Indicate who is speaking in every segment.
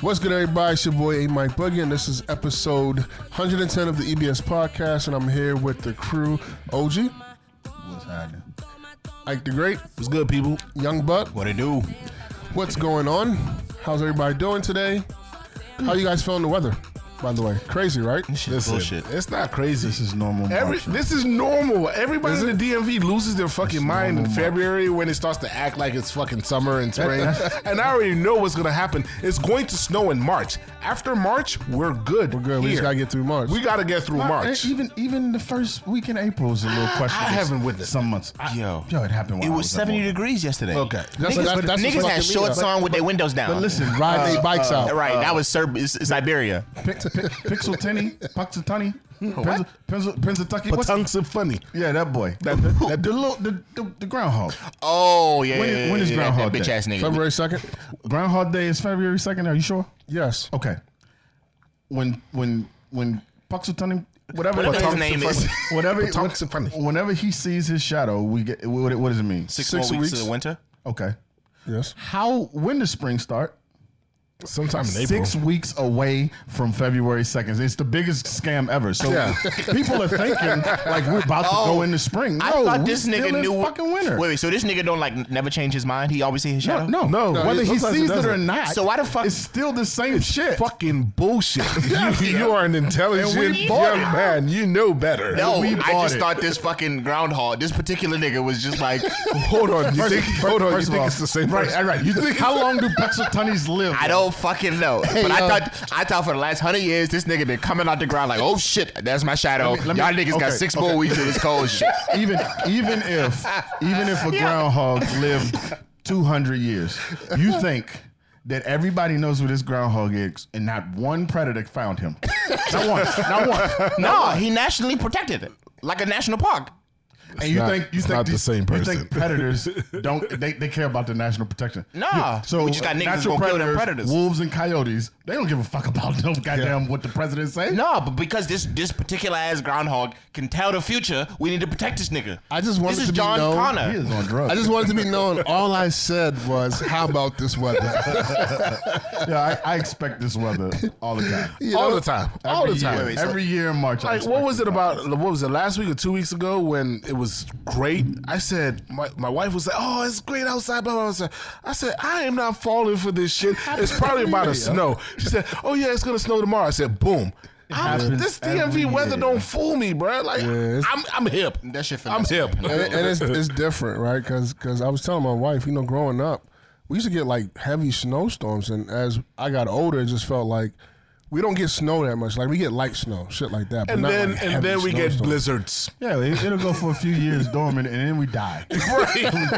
Speaker 1: What's good, everybody? It's your boy A Mike Buggy, and this is episode 110 of the EBS podcast. And I'm here with the crew: OG,
Speaker 2: What's happening?
Speaker 1: Ike the Great,
Speaker 2: What's good, people?
Speaker 1: Young Buck.
Speaker 2: What it do?
Speaker 1: What's going on? How's everybody doing today? How you guys feeling the weather? By the way, crazy, right?
Speaker 2: This bullshit.
Speaker 3: It's not crazy.
Speaker 2: This is normal.
Speaker 3: Every,
Speaker 2: March.
Speaker 3: this is normal. Everybody in the DMV loses their fucking mind in
Speaker 2: normal.
Speaker 3: February when it starts to act like it's fucking summer and spring. and I already know what's gonna happen. It's going to snow in March. After March, we're good. We're
Speaker 1: Good. We just gotta get through March.
Speaker 3: We gotta get through
Speaker 2: Uh,
Speaker 3: March.
Speaker 2: and Even even the first week in April is a little question.
Speaker 3: haven't witnessed
Speaker 2: some months. I-
Speaker 4: Yo.
Speaker 2: yo, it happened. When
Speaker 4: It
Speaker 2: I
Speaker 4: was
Speaker 2: at
Speaker 4: 70
Speaker 2: work.
Speaker 4: degrees yesterday.
Speaker 3: Okay.
Speaker 1: That's-
Speaker 4: niggas
Speaker 1: that's- that's
Speaker 4: niggas
Speaker 1: what fucking
Speaker 4: had shorts
Speaker 1: me up.
Speaker 4: on with their windows down.
Speaker 2: But listen,
Speaker 1: ride their bikes out.
Speaker 4: right, that was Serb- it's, it's Iberia.
Speaker 2: Pix, Pix, Pixel Tenny, Puxel Tunny, Pensil, Pensil, Pennsyltucky.
Speaker 3: but
Speaker 2: what's-
Speaker 3: tongues are funny.
Speaker 2: Yeah, that boy. That, that, that, the, little, the, the, the groundhog.
Speaker 4: Oh yeah.
Speaker 2: When
Speaker 4: yeah,
Speaker 2: is-
Speaker 4: yeah,
Speaker 2: when is
Speaker 4: yeah, that-
Speaker 2: Groundhog
Speaker 4: that bitch
Speaker 2: Day?
Speaker 4: ass nigga?
Speaker 1: February 2nd.
Speaker 2: Groundhog Day is February second. Are you sure?
Speaker 1: Yes.
Speaker 3: Oh.
Speaker 2: Okay. When when when Puxel Tunny, whatever,
Speaker 4: Whatever his
Speaker 2: Patunks-
Speaker 4: name is.
Speaker 2: whatever,
Speaker 3: Patunks are funny.
Speaker 2: whenever he sees his shadow, we get what, what does it mean?
Speaker 4: Six,
Speaker 1: Six
Speaker 4: more weeks,
Speaker 1: weeks.
Speaker 4: to winter.
Speaker 2: Okay.
Speaker 1: Yes.
Speaker 2: How when does spring start?
Speaker 3: Sometime in April.
Speaker 2: Six weeks away from February 2nd. It's the biggest scam ever. So
Speaker 1: Yeah.
Speaker 2: people are thinking like we're about to go into spring. No,
Speaker 4: Oh, I thought
Speaker 2: we
Speaker 4: this
Speaker 2: still
Speaker 4: nigga
Speaker 2: in
Speaker 4: knew
Speaker 2: fucking winter.
Speaker 4: Wait, wait, so this nigga don't like n- never change his mind? He always see his
Speaker 2: no,
Speaker 4: shadow.
Speaker 2: no,
Speaker 3: No,
Speaker 2: Whether
Speaker 3: it-
Speaker 2: he
Speaker 3: sometimes it
Speaker 2: sees it or
Speaker 3: doesn't.
Speaker 2: not,
Speaker 4: So why the fuck-
Speaker 2: It's still the same shit.
Speaker 3: Fucking bullshit. you, you are an intelligent
Speaker 2: And we
Speaker 3: young
Speaker 2: bought it.
Speaker 3: man. You know better.
Speaker 4: No,
Speaker 2: We
Speaker 4: I
Speaker 2: bought
Speaker 4: just
Speaker 2: it.
Speaker 4: thought this fucking groundhog, this particular nigga was just like,
Speaker 3: Hold on. You think, hold on.
Speaker 2: First of
Speaker 3: you think
Speaker 2: all,
Speaker 3: it's the same
Speaker 2: Right,
Speaker 3: person?
Speaker 2: all right. You think how long do Pexeltunnies live?
Speaker 4: I don't fucking know. but I thought, I thought for the last hundred years, this nigga been coming out the ground like, oh shit, that's my shadow.
Speaker 2: let me-
Speaker 4: Y'all niggas got
Speaker 2: okay,
Speaker 4: six more weeks of this cold shit.
Speaker 2: even even if even if a groundhog lived 200 years you think that everybody knows where this groundhog is and not one predator found him not one not one
Speaker 4: No, he nationally protected it like a national park.
Speaker 2: and you
Speaker 3: not-
Speaker 2: think you
Speaker 3: it's
Speaker 2: think
Speaker 3: not the
Speaker 2: these-
Speaker 3: same
Speaker 2: you
Speaker 3: person.
Speaker 2: think predators don't they, they care about the national protection
Speaker 4: Nah,
Speaker 2: so
Speaker 4: we just got niggas
Speaker 2: natural
Speaker 4: gonna kill
Speaker 2: predators,
Speaker 4: them predators.
Speaker 2: wolves and coyotes they don't give a fuck about them goddamn what the president say
Speaker 4: No, but because this this particular ass groundhog can tell the future, we need to protect this nigga.
Speaker 1: I just wanted
Speaker 4: this is
Speaker 1: to be
Speaker 4: John
Speaker 1: known-
Speaker 4: Connor.
Speaker 2: he is on drugs
Speaker 1: I just wanted to be known. All I said was, "How about this weather?"
Speaker 2: yeah I, I expect this weather all the time
Speaker 1: You
Speaker 3: All
Speaker 1: know?
Speaker 3: the time. All the
Speaker 2: Every
Speaker 3: time.
Speaker 2: year- every year in march I
Speaker 3: Like,
Speaker 2: expect
Speaker 3: what was
Speaker 2: this
Speaker 3: it
Speaker 2: weather.
Speaker 3: about? What was it last week or two weeks ago when it was great? I said my, my wife was like, "Oh, it's great outside." Blah blah. blah. I said, "I am not falling for this shit. It's probably about to snow." She said, "Oh yeah, it's gonna snow tomorrow." I said, "Boom." I'm-
Speaker 2: happens
Speaker 3: This DMV
Speaker 2: every
Speaker 3: weather
Speaker 2: year.
Speaker 3: don't fool me, bro. Like
Speaker 1: it's-
Speaker 3: I'm, I'm hip.
Speaker 4: That shit
Speaker 3: I'm
Speaker 4: finesse,
Speaker 3: hip.
Speaker 1: and, and it's, it's different, right? Because I was telling my wife, you know, growing up, we used to get like heavy snowstorms, and as I got older, it just felt like we don't get snow that much. Like we get light snow, shit like that. But
Speaker 3: and
Speaker 1: not
Speaker 3: then
Speaker 1: like,
Speaker 3: and
Speaker 1: heavy
Speaker 3: then we get
Speaker 1: snowstorms.
Speaker 3: blizzards.
Speaker 2: Yeah, it, it'll go for a few years dormant, and then we die.
Speaker 3: right,
Speaker 2: then,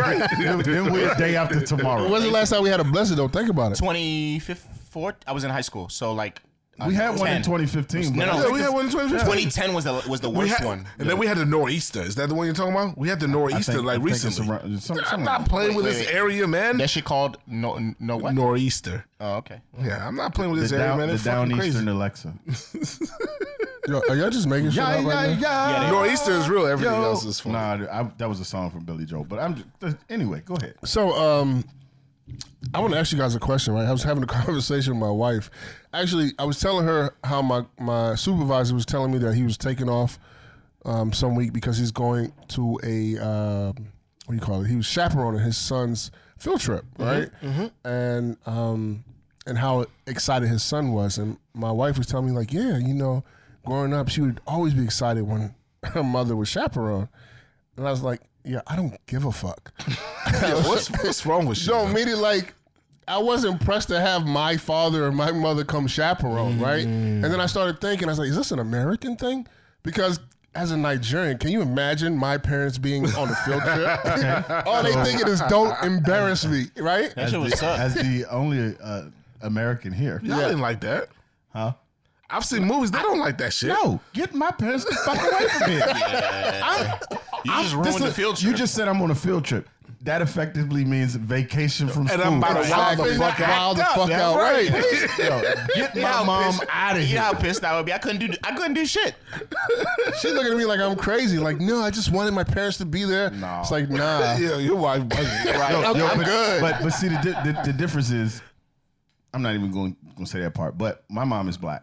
Speaker 3: right.
Speaker 2: then we're day after tomorrow.
Speaker 1: When's the last time we had a blizzard? Though, think about it.
Speaker 4: 2014, I was in high school, so like uh,
Speaker 2: We had one in 2015. but
Speaker 4: No, no,
Speaker 3: Yeah, we had one in 2015.
Speaker 4: 2010 was the was the
Speaker 3: We
Speaker 4: worst
Speaker 3: had-
Speaker 4: one.
Speaker 3: And then we had the nor'easter. Is that the one you're talking about? We had the
Speaker 2: I
Speaker 3: nor'easter
Speaker 2: think- I
Speaker 3: like
Speaker 2: think it's
Speaker 3: recently.
Speaker 2: around- some-
Speaker 3: I'm
Speaker 2: some-
Speaker 3: not playing
Speaker 4: Wait,
Speaker 3: with
Speaker 4: wait,
Speaker 3: this
Speaker 4: wait.
Speaker 3: area, man.
Speaker 4: That shit called no no what?
Speaker 3: nor'easter.
Speaker 4: Oh, okay.
Speaker 3: Yeah, I'm not playing with this
Speaker 2: the
Speaker 3: area,
Speaker 2: down,
Speaker 3: man.
Speaker 2: the
Speaker 3: It's fucking
Speaker 2: Downeyastern
Speaker 3: crazy.
Speaker 2: Alexa.
Speaker 1: Yo, are y'all just making shit up right now?
Speaker 4: Yeah,
Speaker 3: Nor'easter is real. Everything
Speaker 2: Yo.
Speaker 3: else is fun.
Speaker 2: Nah, I, that was a song from Billy Joel. But I'm just, anyway. Go ahead.
Speaker 1: So, um, I want to ask you guys a question, right? I was having a conversation with my wife. Actually, I was telling her how my, my supervisor was telling me that he was taking off um, some week because he's going to a, uh, what do you call it? He was chaperoning his son's field trip,
Speaker 3: Mm-hmm,
Speaker 1: right? And, um, and how excited his son was. And my wife was telling me, like, yeah, you know, growing up, she would always be excited when her mother was chaperone. And I was like, yeah, I don't give a fuck.
Speaker 3: Yeah, what's, what's wrong with you?
Speaker 1: No, meaning like I wasn't pressed to have my father or my mother come chaperone, right? And then I started thinking, I was like, is this an American thing? Because as a Nigerian, can you imagine my parents being on a field trip? All they thinking is don't embarrass me, right?
Speaker 4: That shit was
Speaker 2: As the-
Speaker 4: tough.
Speaker 2: As the only uh, American here.
Speaker 3: Y'all didn't like that.
Speaker 2: Huh?
Speaker 3: I've seen movies. They don't like that shit.
Speaker 2: No, get my parents the fuck away from me.
Speaker 4: You just ruined
Speaker 2: This
Speaker 4: the
Speaker 2: is-
Speaker 4: field
Speaker 2: You
Speaker 4: trip.
Speaker 2: just said I'm on a field trip. That effectively means vacation from
Speaker 3: And
Speaker 2: school.
Speaker 3: I'm about to
Speaker 1: Wild the
Speaker 3: Exactly.
Speaker 1: fuck out. Wild the fuck
Speaker 2: That's
Speaker 1: out, right?
Speaker 2: Yo, get
Speaker 4: You know
Speaker 2: my
Speaker 4: how
Speaker 2: mom
Speaker 4: pissed-
Speaker 2: out of
Speaker 4: You know
Speaker 2: here.
Speaker 4: how pissed I would be. I couldn't do I couldn't do shit.
Speaker 1: She's looking at me like I'm crazy. Like, no, I just wanted my parents to be there.
Speaker 2: No.
Speaker 1: It's like, nah.
Speaker 3: Yeah, your wife. bugging.
Speaker 4: Right.
Speaker 2: Yo,
Speaker 4: I'm
Speaker 2: but,
Speaker 4: good.
Speaker 2: But but see the, di- the the difference is I'm not even going to say that part. But my mom is black,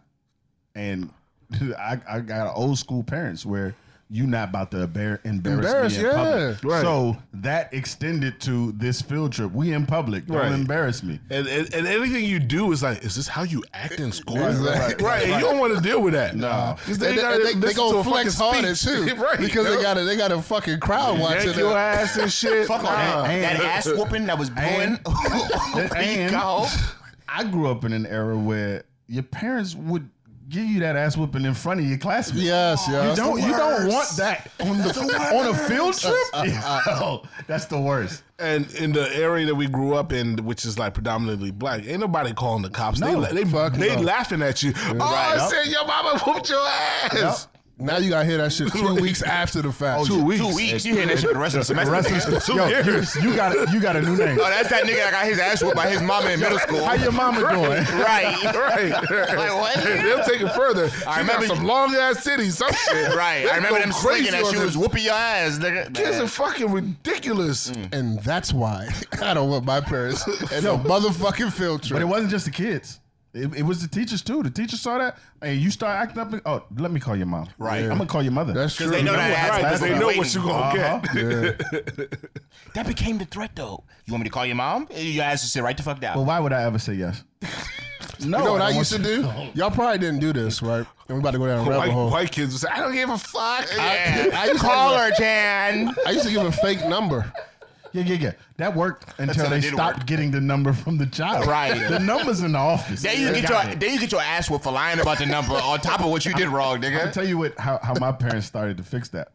Speaker 2: and I, I got old school parents where you not about to embar- embarrass
Speaker 1: Embarrass,
Speaker 2: me in
Speaker 1: yeah,
Speaker 2: public.
Speaker 5: right.
Speaker 2: So that extended to this field trip. We in public. Don't
Speaker 5: Right.
Speaker 2: embarrass me.
Speaker 5: And, and, and anything you do is like, is this how you act in school? Right,
Speaker 1: Exactly.
Speaker 5: and you don't want to deal with that.
Speaker 2: No.
Speaker 5: 'Cause
Speaker 1: They, they,
Speaker 5: then you gotta
Speaker 1: they,
Speaker 5: listen to
Speaker 1: gonna
Speaker 5: a
Speaker 1: flex
Speaker 5: fucking
Speaker 1: harder
Speaker 5: speech.
Speaker 1: too,
Speaker 5: right?
Speaker 1: because they
Speaker 5: Yup.
Speaker 1: got a, they got a fucking crowd watching.
Speaker 5: yank your
Speaker 1: them.
Speaker 5: ass and shit.
Speaker 4: Fuck all
Speaker 5: Nah.
Speaker 4: that.
Speaker 2: Uh, and-
Speaker 4: that ass whooping that was blowing.
Speaker 2: and-
Speaker 4: we
Speaker 2: and-
Speaker 4: go.
Speaker 2: I grew up in an era where your parents would give you that ass whooping in front of your classmates.
Speaker 1: Yes,
Speaker 2: You
Speaker 1: yes.
Speaker 2: don't. You don't want that on the on a field trip. Yo, that's the worst.
Speaker 5: And in the area that we grew up in, which is like predominantly black, ain't nobody calling the cops.
Speaker 2: No,
Speaker 5: they they,
Speaker 1: fuck
Speaker 5: they
Speaker 1: no.
Speaker 5: laughing at you. Oh, I
Speaker 2: Yup.
Speaker 5: said your mama whooped your ass.
Speaker 1: Now you gotta hear that shit two weeks after the fact.
Speaker 2: Oh,
Speaker 1: Two
Speaker 2: yeah.
Speaker 1: weeks.
Speaker 4: Two weeks. You hear that shit for the rest of the semester.
Speaker 2: yo, you, you got a, you got a new name.
Speaker 4: Oh, that's that nigga that got his ass whooped by his mama in middle school.
Speaker 2: How your mama doing?
Speaker 4: Right.
Speaker 5: Right.
Speaker 4: Like what?
Speaker 5: They'll take it further. She I
Speaker 4: remember
Speaker 5: got some
Speaker 4: you-
Speaker 5: long ass cities, some shit.
Speaker 4: Right.
Speaker 5: They
Speaker 4: I remember
Speaker 5: go
Speaker 4: them
Speaker 5: crazy
Speaker 4: slinging that
Speaker 5: on
Speaker 4: she
Speaker 5: them
Speaker 4: was whooping your ass, nigga.
Speaker 5: Kids
Speaker 4: Man.
Speaker 5: are fucking ridiculous.
Speaker 1: Mm. And that's why I don't want my parents and no motherfucking field
Speaker 2: But it
Speaker 1: trip.
Speaker 2: wasn't just the kids. It, it was the teachers too. The teachers saw that, and you start acting up. And, oh, let me call your mom. Right, I'm gonna call your mother.
Speaker 1: That's true.
Speaker 4: they know that ass
Speaker 5: Right,
Speaker 4: whooping
Speaker 5: because they know what
Speaker 4: waiting.
Speaker 5: you gonna get.
Speaker 2: Uh-huh.
Speaker 4: That became the threat, though. You want me to call your mom? Your ass to sit right the fuck down.
Speaker 2: But why would I ever say yes? No,
Speaker 1: You know what
Speaker 2: I
Speaker 1: I
Speaker 2: don't
Speaker 1: used to
Speaker 2: want
Speaker 1: do? Y'all probably didn't do this, right? And we about to go down a rabbit
Speaker 5: White,
Speaker 1: hole.
Speaker 5: white kids would say, I don't give a fuck.
Speaker 4: yeah.
Speaker 1: Uh-huh. I used to-
Speaker 4: call her, Jan.
Speaker 1: I used to give a fake number.
Speaker 2: Yeah, yeah, yeah. That worked until
Speaker 4: how
Speaker 2: they
Speaker 4: it did
Speaker 2: stopped
Speaker 4: work.
Speaker 2: getting the number from the child.
Speaker 4: Right.
Speaker 2: the number's in the office.
Speaker 4: Then you
Speaker 2: They
Speaker 4: get
Speaker 2: got
Speaker 4: your
Speaker 2: it.
Speaker 4: then you get your ass whooped for lying about the number on top of what you did wrong,
Speaker 2: I'll
Speaker 4: nigga.
Speaker 2: tell you what how, how my parents started to fix that.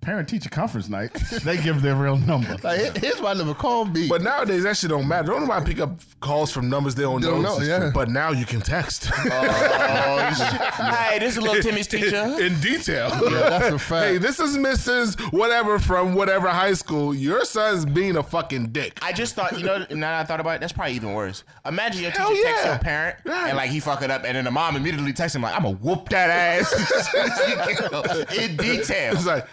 Speaker 2: Parent teacher conference night, they give their real number.
Speaker 1: Like, here- here's my number. Call me.
Speaker 5: But nowadays, that shit don't matter. Don't nobody pick up calls from numbers they don't,
Speaker 1: Don't
Speaker 5: know.
Speaker 1: know, yeah.
Speaker 5: But now you can text.
Speaker 4: Hey, this is little Timmy's teacher.
Speaker 5: in detail.
Speaker 1: that's a fact.
Speaker 5: Hey, this is Mrs. Whatever from whatever high school. Your son's being a fucking dick.
Speaker 4: I just thought, you know, now that I thought about it, that's probably even worse. Imagine your teacher
Speaker 5: Hell
Speaker 4: texts
Speaker 5: yeah.
Speaker 4: your parent
Speaker 5: Right.
Speaker 4: and like he fuck it up, and then the mom immediately texts him like, "I'm gonna whoop that ass in detail."
Speaker 5: It's like,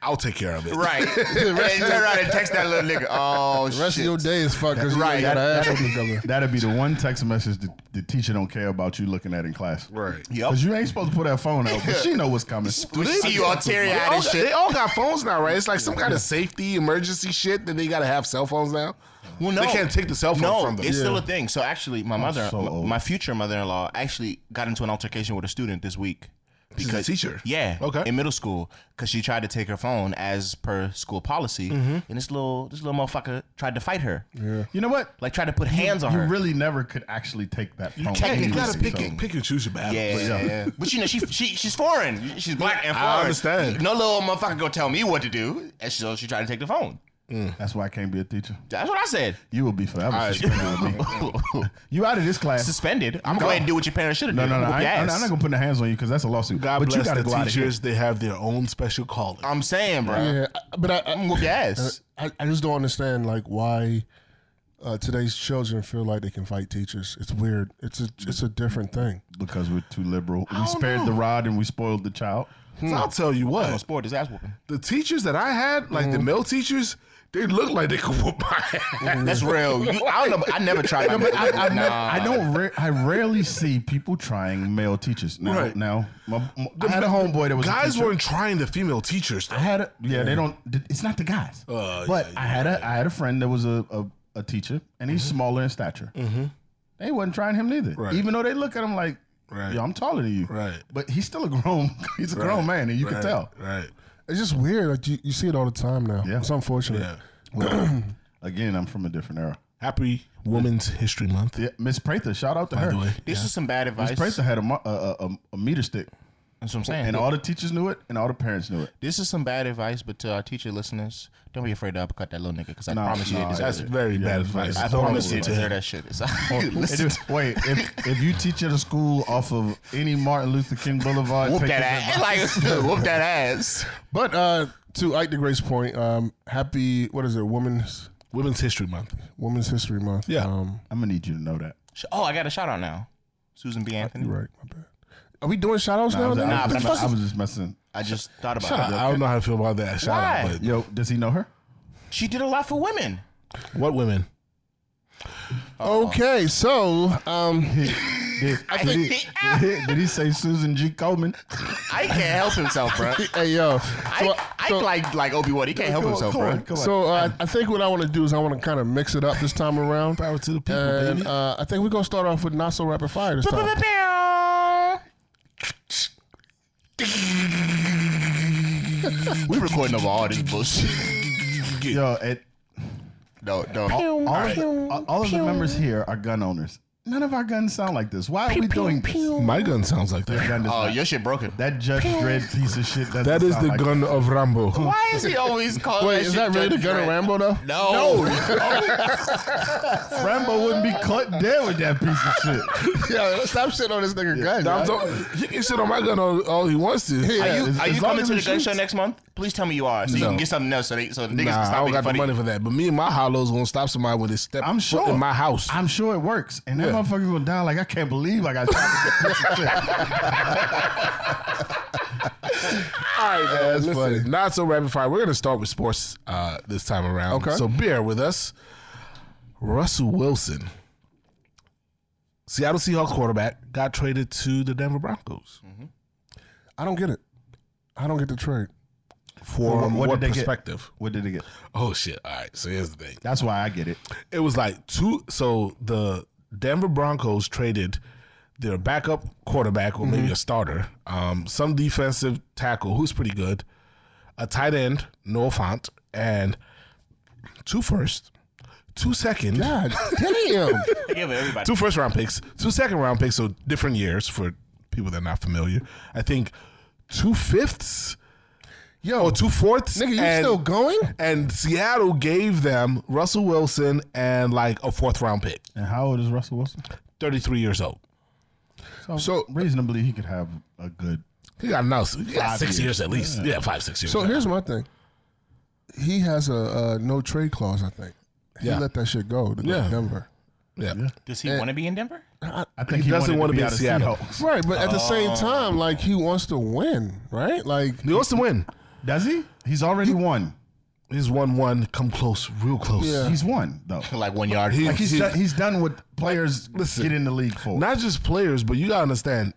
Speaker 5: I'll take care of it.
Speaker 4: Right. and then turn around and text that little nigga. Oh
Speaker 1: the rest
Speaker 4: shit.
Speaker 1: of your day is fucked because you
Speaker 4: Right,
Speaker 1: ain't got
Speaker 4: that-
Speaker 1: an ass whooping coming.
Speaker 2: That'd be the one text message the, the teacher don't care about you looking at in class.
Speaker 5: Right.
Speaker 4: Yup.
Speaker 2: Because you ain't supposed to put that phone out, but she know what's coming.
Speaker 4: We see you all teary
Speaker 5: They
Speaker 4: eyed
Speaker 5: all,
Speaker 4: and
Speaker 5: got,
Speaker 4: shit.
Speaker 5: they all got phones now, right? It's like some kind of safety emergency shit that they got to have cell phones now.
Speaker 4: Well, no,
Speaker 5: They can't take the cell phone
Speaker 4: no,
Speaker 5: from them.
Speaker 4: It's still a thing. So actually, my mother,
Speaker 2: so
Speaker 4: my,
Speaker 2: old.
Speaker 4: my future mother-in-law, actually got into an altercation with a student this week.
Speaker 5: She's a teacher?
Speaker 4: yeah,
Speaker 5: Okay.
Speaker 4: in middle school, because she tried to take her phone as per school policy,
Speaker 2: Mm-hmm.
Speaker 4: and this little this little motherfucker tried to fight her,
Speaker 2: You know what?
Speaker 4: like tried to put hands on
Speaker 2: You
Speaker 4: her.
Speaker 2: really never could actually take that phone.
Speaker 4: technically
Speaker 5: You gotta
Speaker 2: So-
Speaker 5: pick, pick and choose your battles.
Speaker 4: yeah, yeah, yeah. but you know she, she she's foreign. She's black and
Speaker 5: I
Speaker 4: foreign.
Speaker 5: understand.
Speaker 4: No little motherfucker gonna tell me what to do, and so she tried to take the phone.
Speaker 2: That's why I can't be a teacher.
Speaker 4: That's what I said.
Speaker 2: You will be forever suspended with me. You out of this class.
Speaker 4: Suspended. I'm going to do what your parents should have
Speaker 2: no,
Speaker 4: done.
Speaker 2: no, no.
Speaker 4: Whoop
Speaker 2: I,
Speaker 4: your
Speaker 2: I'm
Speaker 4: ass.
Speaker 2: not gonna put the hands on you because that's a lawsuit.
Speaker 5: God
Speaker 2: but you
Speaker 5: bless
Speaker 2: gotta go
Speaker 5: the
Speaker 2: out of here.
Speaker 5: teachers. They have their own special calling.
Speaker 4: I'm saying, bro.
Speaker 1: Yeah, I- but I,
Speaker 4: I'm gonna whoop your
Speaker 2: Uh,
Speaker 4: ass.
Speaker 1: I, I just don't understand like why uh, today's children feel like they can fight teachers. It's weird. It's a it's a different thing.
Speaker 2: because we're too liberal. We
Speaker 5: don't
Speaker 2: spared
Speaker 5: know.
Speaker 2: the rod and we spoiled the child.
Speaker 5: So I'll tell you
Speaker 4: I'm
Speaker 2: Uh-huh.
Speaker 4: gonna
Speaker 5: what.
Speaker 4: sport his ass whooping.
Speaker 5: The teachers that I had, like
Speaker 2: Mm-hmm.
Speaker 5: the male teachers, they look like they could whoop my ass.
Speaker 4: That's real. You, I don't know. but I never tried. No,
Speaker 2: I, I've never, I don't. Ra- I rarely see people trying male teachers. Now,
Speaker 5: Right.
Speaker 2: now my, my- I had a homeboy that was a
Speaker 5: Guys
Speaker 2: teacher.
Speaker 5: weren't trying the female teachers. though.
Speaker 2: I had a, yeah, they don't. It's not the guys.
Speaker 5: Uh,
Speaker 2: but I had a I had a friend that was a a, a teacher, and he's smaller in stature. They wasn't trying him neither,
Speaker 5: Mm-hmm. Right.
Speaker 2: even though they look at him like,
Speaker 5: Right.
Speaker 2: "Yo, I'm taller than you."
Speaker 5: Right.
Speaker 2: But he's still a grown. He's a grown man, and you
Speaker 5: Right,
Speaker 2: can tell.
Speaker 5: Right.
Speaker 1: It's just weird. Like you, you see it all the time now.
Speaker 2: Yeah.
Speaker 1: It's unfortunate.
Speaker 5: Yeah.
Speaker 2: Well, again, I'm from a different era.
Speaker 5: Happy Women's History Month,
Speaker 2: Yeah, Miss Prather, shout out to
Speaker 5: by
Speaker 2: her.
Speaker 5: the way.
Speaker 4: This is some bad advice.
Speaker 2: Miss Prather had a, mo- a, a- a, a meter stick,
Speaker 4: That's what I'm saying.
Speaker 2: and all the teachers knew it, and all the parents knew it.
Speaker 4: this is some bad advice, but to our teacher listeners, don't be afraid to uppercut that little nigga because I
Speaker 2: Nah,
Speaker 4: promise you
Speaker 2: nah,
Speaker 4: they
Speaker 5: That's
Speaker 4: deserve it.
Speaker 5: very bad advice.
Speaker 4: I promise you they deserve that shit. It's
Speaker 2: It is- wait, if, if you teach at a school off of any Martin Luther King Boulevard,
Speaker 4: whoop
Speaker 2: take
Speaker 4: that
Speaker 2: it-
Speaker 4: ass. Like whoop that ass.
Speaker 1: But uh, to Ike DeGrace point, um, happy what is it? Women's
Speaker 5: Women's History Month.
Speaker 1: Women's History Month.
Speaker 5: Yeah.
Speaker 1: Um,
Speaker 2: I'm gonna need you to know that.
Speaker 4: Sh- Oh, I got a shout out now. Susan B. Anthony.
Speaker 1: you're right. My bad. Are we doing shout outs
Speaker 2: I
Speaker 1: now?
Speaker 2: was, I
Speaker 4: Oh, Nah,
Speaker 2: was-
Speaker 4: but
Speaker 2: I was just messing.
Speaker 4: I just thought about
Speaker 5: I,
Speaker 4: it.
Speaker 5: I don't know how I feel about that. Shout
Speaker 4: Why?
Speaker 5: out.
Speaker 2: Yo, does he know her?
Speaker 4: She did a lot for women.
Speaker 5: But what women?
Speaker 1: Okay, so um,
Speaker 2: Did, did he, did he say Susan G. Coleman?
Speaker 4: I can't help himself, bro.
Speaker 1: hey yo,
Speaker 4: I,
Speaker 1: so,
Speaker 4: I
Speaker 1: so-
Speaker 4: like like Obi Wan. He can't help
Speaker 2: Come on,
Speaker 4: himself,
Speaker 2: come
Speaker 4: bro.
Speaker 2: on, come on.
Speaker 1: So uh, I think what I want to do is I want to kind of mix it up this time around.
Speaker 5: Power to the people,
Speaker 1: and
Speaker 5: baby.
Speaker 1: uh, I think we're gonna start off with not so rapid fire this time.
Speaker 4: We recording over all this bullshit.
Speaker 2: Yo, at,
Speaker 4: No, no. uh,
Speaker 2: all, of the, all of the members here are gun owners. None of our guns sound like this. Why are we doing this?
Speaker 5: My gun sounds like
Speaker 2: Your
Speaker 5: that.
Speaker 2: gun does
Speaker 4: Oh,
Speaker 2: not-
Speaker 4: your shit broken.
Speaker 2: that Judge Dredd piece of shit. doesn't
Speaker 5: That is
Speaker 2: sound
Speaker 5: the
Speaker 2: like
Speaker 5: gun of Rambo.
Speaker 4: Why is he always calling?
Speaker 1: Wait, is
Speaker 4: shit
Speaker 1: that really the
Speaker 4: Judge
Speaker 1: gun of
Speaker 4: Dredd?
Speaker 1: Rambo though?
Speaker 4: No.
Speaker 2: Rambo wouldn't be cut down with that piece of shit.
Speaker 1: Yeah, stop shitting on this nigga gun.
Speaker 5: I'm
Speaker 1: right?
Speaker 5: talking- he can sit on my gun all, all he wants to.
Speaker 4: Are you,
Speaker 2: as-
Speaker 4: are
Speaker 2: as
Speaker 4: you
Speaker 2: long
Speaker 4: coming
Speaker 2: as
Speaker 4: to
Speaker 2: it
Speaker 4: the gun show
Speaker 2: shoots.
Speaker 4: next month? Please tell me you are, so you
Speaker 5: No.
Speaker 4: can get something else, so, they, so the niggas can
Speaker 5: Nah, I
Speaker 4: stop
Speaker 5: don't
Speaker 4: making
Speaker 5: got the
Speaker 4: funny.
Speaker 5: money for that. But me and my hollows gonna stop somebody when they step
Speaker 2: I'm
Speaker 5: foot
Speaker 2: sure.
Speaker 5: in my house.
Speaker 2: I'm sure it works. And that
Speaker 5: Yeah.
Speaker 2: motherfucker gonna die like I can't believe I got shot with that piece of shit.
Speaker 5: All right, man. Listen,
Speaker 1: funny.
Speaker 5: Not so rapid fire. We're going to start with sports uh, this time around.
Speaker 1: Okay.
Speaker 5: So bear with us. Russell Wilson, Seattle Seahawks quarterback, got traded to the Denver Broncos.
Speaker 1: I don't get it. I don't get the trade.
Speaker 5: For
Speaker 2: what-
Speaker 5: what,
Speaker 2: what did they get?
Speaker 5: perspective?
Speaker 2: What did it get?
Speaker 5: Oh shit! All right. So here's the thing.
Speaker 2: That's why I get it.
Speaker 5: It was like two. So the Denver Broncos traded their backup quarterback, or
Speaker 1: Mm-hmm.
Speaker 5: maybe a starter, um, some defensive tackle who's pretty good, a tight end, Noah Font, and two first, two second,
Speaker 1: God damn.
Speaker 4: They give everybody.
Speaker 5: two first round picks, two second round picks. So different years for people that are not familiar. I think two fifths.
Speaker 1: Yo,
Speaker 5: or two fourths.
Speaker 1: nigga, you still going?
Speaker 5: And Seattle gave them Russell Wilson and like a fourth round pick.
Speaker 2: And how old is Russell Wilson?
Speaker 5: 33 years old.
Speaker 2: So,
Speaker 1: So-
Speaker 2: reasonably, he could have a good.
Speaker 5: He got announced. He got
Speaker 2: Five
Speaker 5: six years.
Speaker 2: years.
Speaker 5: at least. Yeah. five, six years.
Speaker 1: So here's my thing. He has a, a no trade clause. I think he
Speaker 5: Yeah.
Speaker 1: let that shit go to go
Speaker 5: Yeah.
Speaker 1: to Denver.
Speaker 5: yeah.
Speaker 4: Does he want to be in Denver?
Speaker 2: I think
Speaker 5: He doesn't
Speaker 2: wanted
Speaker 5: wanna be in
Speaker 2: out of
Speaker 5: Seattle.
Speaker 2: Seahawks.
Speaker 1: Right, but at the same time, like he wants to win, right? Like
Speaker 5: He wants to win.
Speaker 2: Does he? He's already won.
Speaker 5: He's 1 1, come close, real close.
Speaker 1: Yeah.
Speaker 2: He's won though.
Speaker 4: Like one yard.
Speaker 2: Like he's done, he's done what players
Speaker 5: listen,
Speaker 2: get in the league for.
Speaker 5: Not just players, but you got to understand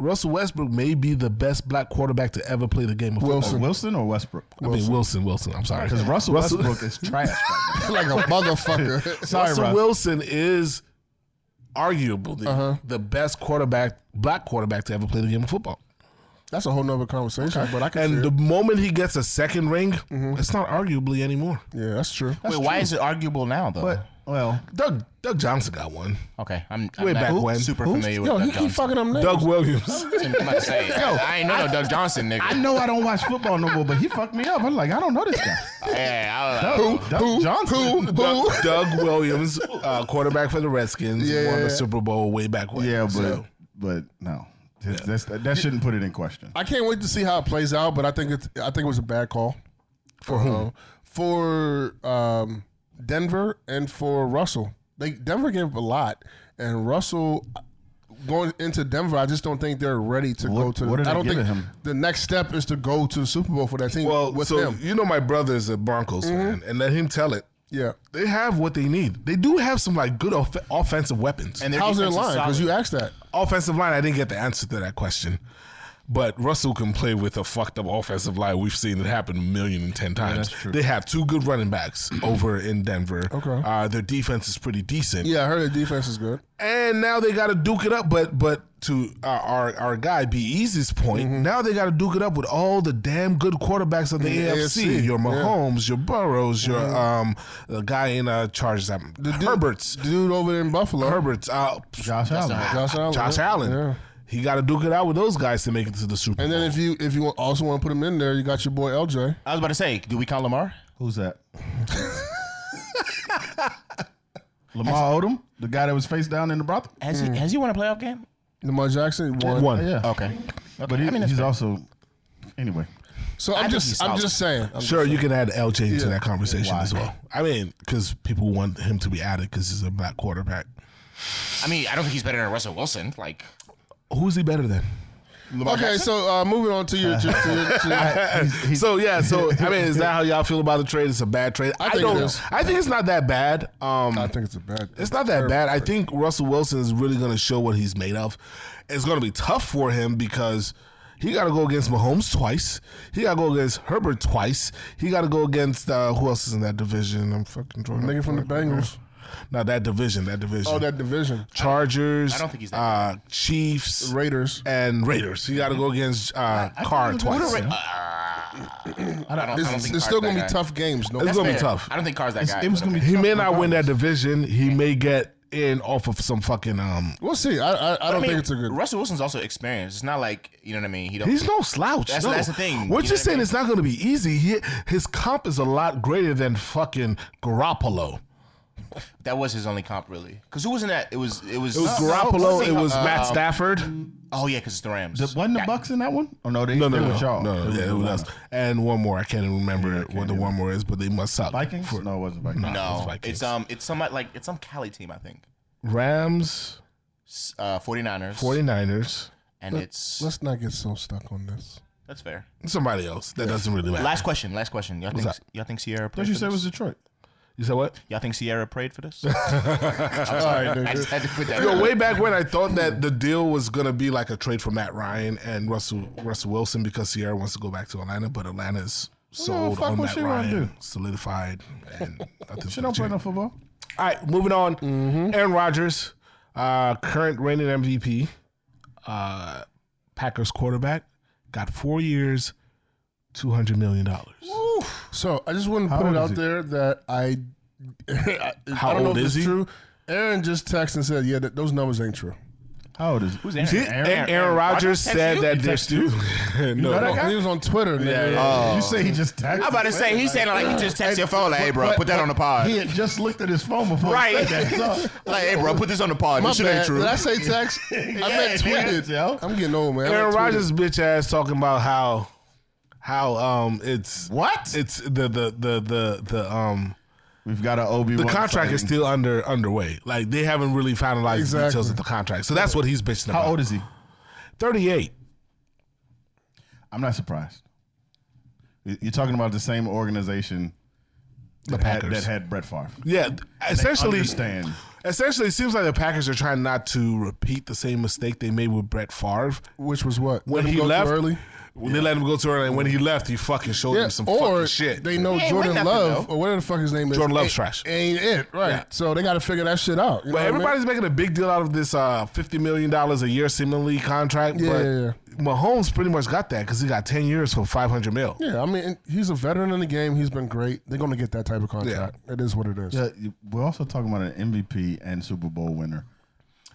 Speaker 5: Russell Westbrook may be the best black quarterback to ever play the game of football.
Speaker 1: Wilson.
Speaker 2: Wilson or Westbrook?
Speaker 5: I mean, Wilson, Wilson. I'm sorry.
Speaker 2: Because Russell, Westbrook is trash. Right
Speaker 1: like a motherfucker.
Speaker 2: now. Sorry,
Speaker 5: Russell
Speaker 2: Russ.
Speaker 5: Wilson is arguably the best quarterback, black quarterback to ever play the game of football.
Speaker 1: That's a whole nother conversation, but I can.
Speaker 5: And
Speaker 1: see
Speaker 5: the
Speaker 1: it.
Speaker 5: moment he gets a second ring, it's not arguably anymore.
Speaker 1: yeah, that's true.
Speaker 4: Wait, why is it arguable now though?
Speaker 2: but well,
Speaker 5: Doug Doug Johnson got one.
Speaker 4: Okay, I'm, I'm
Speaker 5: Way
Speaker 4: not
Speaker 5: back when.
Speaker 4: super
Speaker 5: Who?
Speaker 4: familiar with
Speaker 1: Yo, he
Speaker 4: Doug
Speaker 1: keep
Speaker 4: Johnson.
Speaker 1: fucking them names.
Speaker 5: Doug Williams.
Speaker 4: I'm about to say, I ain't know no Doug Johnson, nigga.
Speaker 2: I know I don't watch football no more, but he fucked me up. I'm like, I don't know this guy.
Speaker 4: Yeah, I,
Speaker 2: Doug, Doug
Speaker 1: who-
Speaker 2: Johnson.
Speaker 1: Who?
Speaker 5: Doug, Doug Williams, uh, quarterback for the Redskins,
Speaker 1: Yeah,
Speaker 5: won
Speaker 1: yeah,
Speaker 5: the
Speaker 1: yeah.
Speaker 5: Super Bowl way back when.
Speaker 2: Yeah, but
Speaker 5: So,
Speaker 2: but no, That's- that's- that, shouldn't put it in question.
Speaker 1: I can't wait to see how it plays out, but I think it's I think it was a bad call for uh, for um, Denver and for Russell. They Denver gave up a lot, and Russell going into Denver, I just don't think they're ready to go
Speaker 2: What-
Speaker 1: to.
Speaker 2: what did
Speaker 1: I
Speaker 2: they
Speaker 1: don't
Speaker 2: give
Speaker 1: think
Speaker 2: him?
Speaker 1: the next step is to go to the Super Bowl for that team
Speaker 5: well,
Speaker 1: with
Speaker 5: so
Speaker 1: them. Mm-hmm.
Speaker 5: you know my brother is a Broncos fan, and let him tell it.
Speaker 1: Yeah,
Speaker 5: They have what they need. They do have some like good off- offensive weapons.
Speaker 4: and their
Speaker 1: how's their
Speaker 4: defense is
Speaker 1: line? Because
Speaker 4: solid.
Speaker 1: you asked that.
Speaker 5: offensive line, I didn't get the answer to that question. But Russell can play with a fucked up offensive line. We've seen it happen a million and ten times. They have two good running backs over in Denver.
Speaker 1: Okay.
Speaker 5: Uh, their defense is pretty decent.
Speaker 1: Yeah, I heard the defense is good.
Speaker 5: And now they got to duke it up. But but to uh, our our guy B Easy's point,
Speaker 1: Mm-hmm.
Speaker 5: now they got to duke it up with all the damn good quarterbacks of the
Speaker 1: the
Speaker 5: AFC.
Speaker 1: AFC,
Speaker 5: Your
Speaker 1: yeah. Mm-hmm.
Speaker 5: Mahomes, your Burrows, your um the guy in uh, charge, um, Herberts,
Speaker 1: Dude over there in Buffalo,
Speaker 5: Herberts, uh,
Speaker 2: Josh Allen.
Speaker 1: Josh Allen.
Speaker 5: Josh
Speaker 1: yeah.
Speaker 5: Allen.
Speaker 1: Yeah.
Speaker 5: He got to duke it out with those guys to make it to the Super
Speaker 1: And
Speaker 5: Bowl.
Speaker 1: then if you if you also want to put him in there, you got your boy LJ.
Speaker 4: I was about to say, do we count Lamar?
Speaker 2: Who's that? Lamar Odom, the guy that was face down in the brothel.
Speaker 4: Has he has he won a playoff game?
Speaker 1: Lamar Jackson one.
Speaker 5: One.
Speaker 2: Yeah,
Speaker 4: Okay,
Speaker 2: but he,
Speaker 4: I mean, that's
Speaker 2: he's
Speaker 4: fair.
Speaker 2: also anyway.
Speaker 1: So I'm
Speaker 4: think
Speaker 1: just
Speaker 4: he's
Speaker 1: I'm
Speaker 4: solid.
Speaker 1: just saying. I'm
Speaker 5: Sure, you can add LJ to that conversation
Speaker 2: Why?
Speaker 5: as well. I mean, because people want him to be added because he's a black quarterback.
Speaker 4: I mean, I don't think he's better than Russell Wilson. Like,
Speaker 5: Who's he better than?
Speaker 1: Okay, so uh, moving on to your. To your, to your
Speaker 5: so yeah, so I mean, is that how y'all feel about the trade? It's a bad trade. I,
Speaker 1: think it
Speaker 5: don't.
Speaker 1: is.
Speaker 5: I think it's not that bad. Um,
Speaker 1: I think it's a bad.
Speaker 5: it's not that bad. I think Russell Wilson is really going to show what he's made of. It's going to be tough for him because he got to go against Mahomes twice. He got to go against Herbert twice. He got to go against uh, who else is in that division? I'm fucking drawing.
Speaker 1: Nigga from the Bengals.
Speaker 5: Not that division. That division.
Speaker 1: Oh, that division.
Speaker 5: Chargers.
Speaker 4: I don't think he's that
Speaker 5: uh, Chiefs.
Speaker 1: Raiders.
Speaker 5: and Raiders. He got to go against uh, Carr twice.
Speaker 4: I don't, I don't
Speaker 1: It's,
Speaker 4: think
Speaker 1: it's
Speaker 4: Carr's
Speaker 1: still
Speaker 4: that
Speaker 1: gonna be
Speaker 4: guy.
Speaker 1: tough games. No,
Speaker 5: It's gonna be
Speaker 4: Yeah,
Speaker 5: tough.
Speaker 4: I don't think Carr's that guy.
Speaker 2: it was
Speaker 4: but
Speaker 2: gonna be.
Speaker 4: okay.
Speaker 5: He
Speaker 2: tough
Speaker 5: may not win that
Speaker 2: regardless.
Speaker 5: division. He may get in off of some fucking um.
Speaker 1: we'll see. I I, I don't
Speaker 4: I mean,
Speaker 1: think it's a good.
Speaker 4: Russell Wilson's also experienced. It's not like you know what I mean. He don't.
Speaker 5: He's no slouch.
Speaker 4: That's-
Speaker 5: no.
Speaker 4: that's the thing.
Speaker 5: We're
Speaker 4: You know what
Speaker 5: just
Speaker 4: I
Speaker 5: saying
Speaker 4: mean?
Speaker 5: it's not going to be easy. He, his comp is a lot greater than fucking Garoppolo.
Speaker 4: that was his only comp really. Because who was in that? It was. It was.
Speaker 5: It was
Speaker 4: uh,
Speaker 5: Garoppolo.
Speaker 4: who
Speaker 5: It was
Speaker 4: uh,
Speaker 5: Matt Stafford.
Speaker 4: Oh yeah, because it's the Rams.
Speaker 2: The- Wasn't the Bucks in that one? Oh no, they
Speaker 5: No,
Speaker 2: they
Speaker 5: no,
Speaker 2: were
Speaker 5: no,
Speaker 2: y'all.
Speaker 5: no, no,
Speaker 2: They
Speaker 5: yeah,
Speaker 2: were
Speaker 5: it was us.
Speaker 2: Atlanta.
Speaker 5: And one more. I can't even remember what the one more is, but they must suck.
Speaker 2: Vikings? no, it wasn't Vikings.
Speaker 4: no,
Speaker 5: it's Vikings.
Speaker 4: it's um, it's some like it's some Cali team I think.
Speaker 5: Rams,
Speaker 4: S- Uh, 49ers.
Speaker 5: 49ers,
Speaker 4: And it's
Speaker 1: Let's not get so stuck on this.
Speaker 4: that's fair.
Speaker 5: somebody else. That doesn't really matter.
Speaker 4: Last question. Last question. Y'all think y'all think Sierra? Prayed
Speaker 2: Don't you
Speaker 4: for
Speaker 2: say it
Speaker 4: this?
Speaker 2: was Detroit?
Speaker 5: You said what?
Speaker 4: Y'all think Sierra prayed for this? I
Speaker 1: All right, nigga.
Speaker 4: just had to put that.
Speaker 5: Yo,
Speaker 4: out.
Speaker 5: way back when I thought that the deal was gonna be like a trade for Matt Ryan and Russell Russell Wilson because Sierra wants to go back to Atlanta, but Atlanta's sold
Speaker 2: fuck
Speaker 5: on
Speaker 2: what
Speaker 5: Matt
Speaker 2: she gonna
Speaker 5: Ryan,
Speaker 2: do?
Speaker 5: solidified. And nothing's
Speaker 2: She
Speaker 5: gonna
Speaker 2: don't play
Speaker 5: change.
Speaker 2: no Mm-hmm. football.
Speaker 5: All right, moving on. Aaron Rodgers, uh, current reigning MVP, uh, Packers quarterback, got four years, two hundred million dollars.
Speaker 1: So I just want to put
Speaker 2: old
Speaker 1: it
Speaker 2: is
Speaker 1: out
Speaker 2: he?
Speaker 1: there that I. I,
Speaker 5: How
Speaker 1: I don't
Speaker 5: old
Speaker 1: know if
Speaker 5: is
Speaker 1: it's
Speaker 5: he?
Speaker 1: true. Aaron just texted and said, "Yeah, th- those numbers ain't true."
Speaker 2: How old is he?
Speaker 4: Who's Aaron?
Speaker 5: Aaron, Aaron, Rodgers said that there's two. no,
Speaker 1: Oh, he was on Twitter. nigga.
Speaker 2: You say he just texted?
Speaker 4: I'm about to say he's saying like he just texted your phone like, hey bro, put that on the pod.
Speaker 2: He had just looked at his phone before.
Speaker 4: Right.
Speaker 2: He said that. So,
Speaker 4: Like, hey bro, put this on the pod.
Speaker 1: My
Speaker 4: This shit ain't
Speaker 1: bad.
Speaker 4: true.
Speaker 1: Did I say text? I meant
Speaker 2: nigga, yo.
Speaker 1: tweeted. I'm getting old, man. I
Speaker 5: Aaron
Speaker 1: meant tweeted.
Speaker 5: Rodgers bitch ass talking about how how um it's what it's the the the the the um
Speaker 2: We've got an Obi.
Speaker 5: the contract is still under underway. Like they haven't really finalized the details
Speaker 1: Exactly.
Speaker 5: of the contract. So that's what he's bitching about.
Speaker 2: How old is he?
Speaker 5: Thirty eight.
Speaker 2: I'm not surprised. You- You're talking about the same organization that had,
Speaker 5: Packers.
Speaker 2: that had Brett Favre.
Speaker 5: Yeah, essentially.
Speaker 2: Understand?
Speaker 5: Essentially, it seems like the Packers are trying not to repeat the same mistake they made with Brett Favre
Speaker 1: which was what Let
Speaker 5: when
Speaker 1: him
Speaker 5: he
Speaker 1: go too
Speaker 5: left.
Speaker 1: early.
Speaker 5: when they let him go too early, and when he left, he fucking showed
Speaker 1: Yeah,
Speaker 5: him some
Speaker 1: or
Speaker 5: fucking shit.
Speaker 1: they know
Speaker 4: He ain't
Speaker 1: Jordan
Speaker 4: win nothing,
Speaker 1: Love
Speaker 4: though.
Speaker 1: or whatever the fuck his name is.
Speaker 5: Jordan Love's
Speaker 1: ain't-
Speaker 5: trash.
Speaker 1: Ain't it right?
Speaker 5: Yeah.
Speaker 1: So they got to figure that shit out. You know
Speaker 5: But
Speaker 1: what I mean?
Speaker 5: everybody's making a big deal out of this uh, fifty million dollars a year seemingly contract.
Speaker 1: Yeah,
Speaker 5: but
Speaker 1: yeah, yeah.
Speaker 5: Mahomes pretty much got that because he got ten years for five hundred mil.
Speaker 1: Yeah, I mean he's a veteran in the game. He's been great. They're going to get that type of contract. It is what it is.
Speaker 2: Yeah, you- we're also talking about an MVP and Super Bowl winner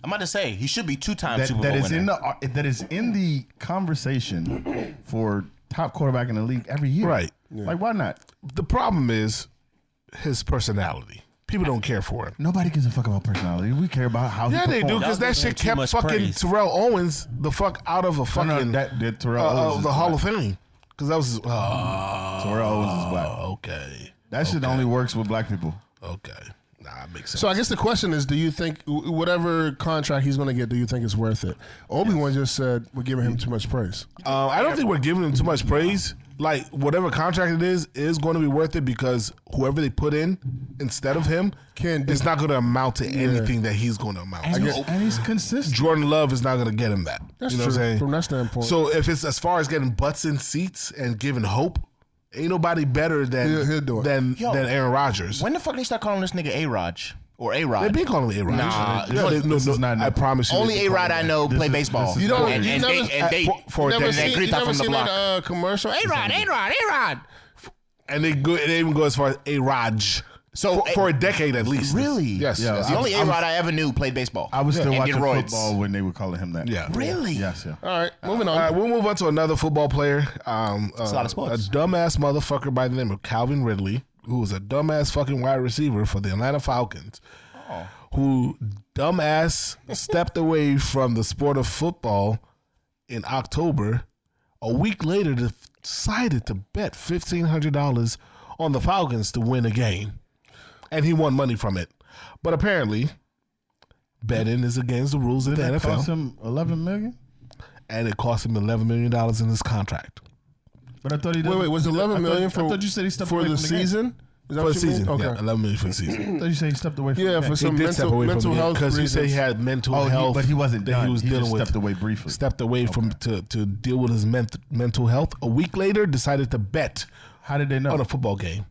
Speaker 4: I'm about to say he should be two time
Speaker 2: that,
Speaker 4: Super Bowl
Speaker 2: that is
Speaker 4: winner.
Speaker 2: in the ar- that is in the conversation for top quarterback in the league every year.
Speaker 5: Right.
Speaker 2: Like why not?
Speaker 5: The problem is his personality. People don't care for him.
Speaker 2: Nobody gives a fuck about personality. We care about how. he
Speaker 5: Yeah, they do
Speaker 2: performs.
Speaker 5: because that shit
Speaker 6: too
Speaker 5: kept
Speaker 6: much
Speaker 5: fucking
Speaker 6: praise.
Speaker 5: Terrell Owens the fuck out of a
Speaker 2: No, no,
Speaker 5: fucking
Speaker 2: that, that Terrell
Speaker 5: uh,
Speaker 2: Owens
Speaker 5: of
Speaker 2: is
Speaker 5: the Hall
Speaker 2: black.
Speaker 5: of Fame because that was his, oh,
Speaker 2: Terrell Owens is black.
Speaker 5: okay,
Speaker 2: That shit only works with black people.
Speaker 5: okay, nah, it makes sense.
Speaker 1: So I guess the question is, do you think wh- whatever contract he's going to get, do you think it's worth it? Obi Wan just said we're giving him too much praise.
Speaker 5: Uh, I don't think we're giving him too much praise. Like whatever contract it is, is going to be worth it because whoever they put in instead of him,
Speaker 1: Can do-
Speaker 5: it's not going to amount to anything that he's going to amount. to.
Speaker 2: And, he's, and he's consistent.
Speaker 5: Jordan Love is not going to get him that.
Speaker 1: That's
Speaker 5: you know
Speaker 1: true,
Speaker 5: what I'm saying?
Speaker 1: from that standpoint.
Speaker 5: So if it's as far as getting butts in seats and giving hope, ain't nobody better than
Speaker 1: He'll- he'll do it.
Speaker 5: than
Speaker 4: Yo.
Speaker 5: than Aaron Rodgers.
Speaker 4: when the fuck they start calling this nigga A Rod or A
Speaker 5: They've
Speaker 4: Rod?
Speaker 5: been calling him A Rod.
Speaker 4: Nah,
Speaker 5: no,
Speaker 2: this-
Speaker 5: they- no,
Speaker 2: this
Speaker 5: no,
Speaker 2: is not-
Speaker 5: I promise you.
Speaker 4: Only
Speaker 5: they've been
Speaker 4: A Rod
Speaker 5: calling
Speaker 4: I
Speaker 5: him
Speaker 4: know play
Speaker 2: is-
Speaker 4: baseball.
Speaker 2: this is-
Speaker 1: You don't-
Speaker 4: and,
Speaker 1: you
Speaker 4: and
Speaker 1: never-
Speaker 4: they and they
Speaker 5: for- for
Speaker 1: You
Speaker 5: a
Speaker 1: never
Speaker 5: decade.
Speaker 4: and they
Speaker 1: seen,
Speaker 4: creep
Speaker 1: you
Speaker 4: out
Speaker 1: never
Speaker 4: from the
Speaker 1: seen
Speaker 4: block.
Speaker 1: that uh, commercial? Hey, Rod, hey, Rod, hey, Rod.
Speaker 5: And they go. They even go as far as A Rod.
Speaker 4: So,
Speaker 5: for, for a decade at least.
Speaker 4: Really?
Speaker 5: Yes.
Speaker 2: Yeah,
Speaker 5: yes.
Speaker 4: the only A Rod I ever knew played baseball.
Speaker 2: I was still
Speaker 4: and
Speaker 2: watching
Speaker 4: did roids.
Speaker 2: football when they were calling him that.
Speaker 5: Yeah.
Speaker 4: Really?
Speaker 2: Yes. Yeah.
Speaker 1: All right, moving on.
Speaker 5: All right, we'll move on to another football player. Um,
Speaker 4: Um, a lot of sports.
Speaker 5: A dumbass motherfucker by the name of Calvin Ridley, who was a dumbass fucking wide receiver for the Atlanta Falcons,
Speaker 4: Oh.
Speaker 5: who dumbass stepped away from the sport of football in October. A week later, decided to bet fifteen hundred dollars on the Falcons to win a game, and he won money from it. But apparently, betting is against the rules of the
Speaker 2: That
Speaker 5: NFL.
Speaker 2: cost him 11 million.
Speaker 5: and it cost him eleven million dollars in his contract.
Speaker 2: But I thought he did.
Speaker 1: Wait, wait, was
Speaker 2: I
Speaker 1: eleven
Speaker 2: thought-
Speaker 1: million for
Speaker 2: I thought you said he stepped
Speaker 1: for
Speaker 2: away
Speaker 1: the
Speaker 2: from the game.
Speaker 1: season? Is that
Speaker 5: For
Speaker 1: what
Speaker 5: the
Speaker 1: you mean?
Speaker 5: season,
Speaker 1: Okay.
Speaker 5: yeah, eleven million for the season.
Speaker 2: I thought you said he stepped away. From
Speaker 1: Yeah,
Speaker 2: the
Speaker 1: for
Speaker 2: game.
Speaker 1: some mental, mental health
Speaker 5: because he said he
Speaker 1: reasons.
Speaker 5: had mental
Speaker 2: Oh, he-
Speaker 5: health,
Speaker 2: but he wasn't
Speaker 5: that
Speaker 2: done.
Speaker 5: he was
Speaker 2: He
Speaker 5: dealing
Speaker 2: just
Speaker 5: with.
Speaker 2: stepped away briefly.
Speaker 5: Stepped away from to to deal with his ment- mental health. A week later, decided to bet
Speaker 2: How did they know?
Speaker 5: on a football game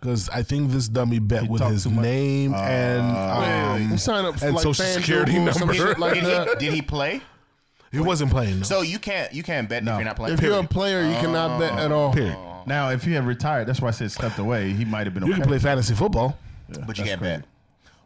Speaker 5: because I think this dummy bet with
Speaker 2: talked
Speaker 5: his
Speaker 2: too much.
Speaker 5: name and um,
Speaker 1: He signed up for
Speaker 5: and
Speaker 1: like
Speaker 5: social
Speaker 1: FanDuel
Speaker 5: security
Speaker 1: or some
Speaker 5: number.
Speaker 1: shit like
Speaker 4: Did he,
Speaker 1: that.
Speaker 4: did he play?
Speaker 5: he wasn't playing. No.
Speaker 4: So you can't you can't bet if you're not playing.
Speaker 1: If you're a player, you cannot bet at all.
Speaker 5: period.
Speaker 2: Now, if he had retired, that's why I said stepped away. He might have been.
Speaker 5: You
Speaker 2: okay.
Speaker 5: can play fantasy football.
Speaker 4: but you can't bet.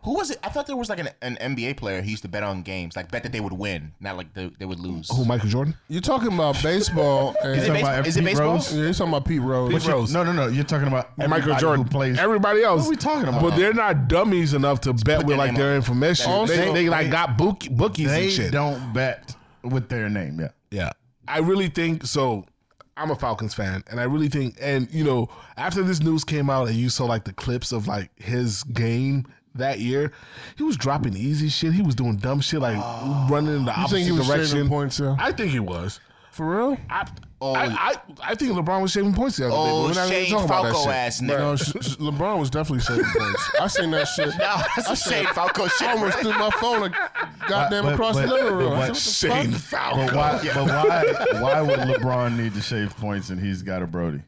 Speaker 4: Who was it? I thought there was like an, an NBA player who used to bet on games, like bet that they would win, not like they, they would lose.
Speaker 5: Who, Michael Jordan?
Speaker 1: You're talking about baseball. And,
Speaker 4: Is it
Speaker 2: Talking about
Speaker 4: baseball? Is it
Speaker 2: Pete
Speaker 4: baseball?
Speaker 2: Rose?
Speaker 1: yeah, you're talking about Pete Rose.
Speaker 2: But you- No, no, no. You're talking about everybody who plays.
Speaker 5: Everybody else.
Speaker 2: What are we talking about?
Speaker 5: But they're not dummies enough to
Speaker 4: put
Speaker 5: bet with
Speaker 4: their
Speaker 5: like
Speaker 4: name
Speaker 5: their
Speaker 4: on it.
Speaker 5: information.
Speaker 4: Also,
Speaker 5: they, they like got book, bookies
Speaker 2: they
Speaker 5: and shit.
Speaker 2: don't bet with their name. Yeah.
Speaker 5: Yeah. I really think so. I'm a Falcons fan, and I really think, and you know, after this news came out, and you saw like the clips of like his game that year, he was dropping easy shit. He was doing dumb shit, like running in the opposite
Speaker 1: think he was shaving
Speaker 5: direction.
Speaker 1: points, yeah?
Speaker 5: I think he was.
Speaker 1: For real?
Speaker 5: I, I, I, I think LeBron was shaving points the other day. but
Speaker 4: Oh,
Speaker 5: we're not even
Speaker 4: Shane
Speaker 5: talking about that
Speaker 4: Falco
Speaker 5: shit.
Speaker 4: ass
Speaker 1: No,
Speaker 4: nigga.
Speaker 1: sh- sh- LeBron was definitely saving points. I seen that shit.
Speaker 4: No, Oh, that's a Shane Falco shit.
Speaker 1: I almost threw my phone a goddamn
Speaker 2: But-
Speaker 1: across
Speaker 2: but-
Speaker 1: the living room.
Speaker 2: but
Speaker 1: I
Speaker 2: what
Speaker 1: said, what
Speaker 5: Shane
Speaker 1: the fuck?
Speaker 5: Falco.
Speaker 2: But why? But why? Why would LeBron need to shave points and he's got a Brody?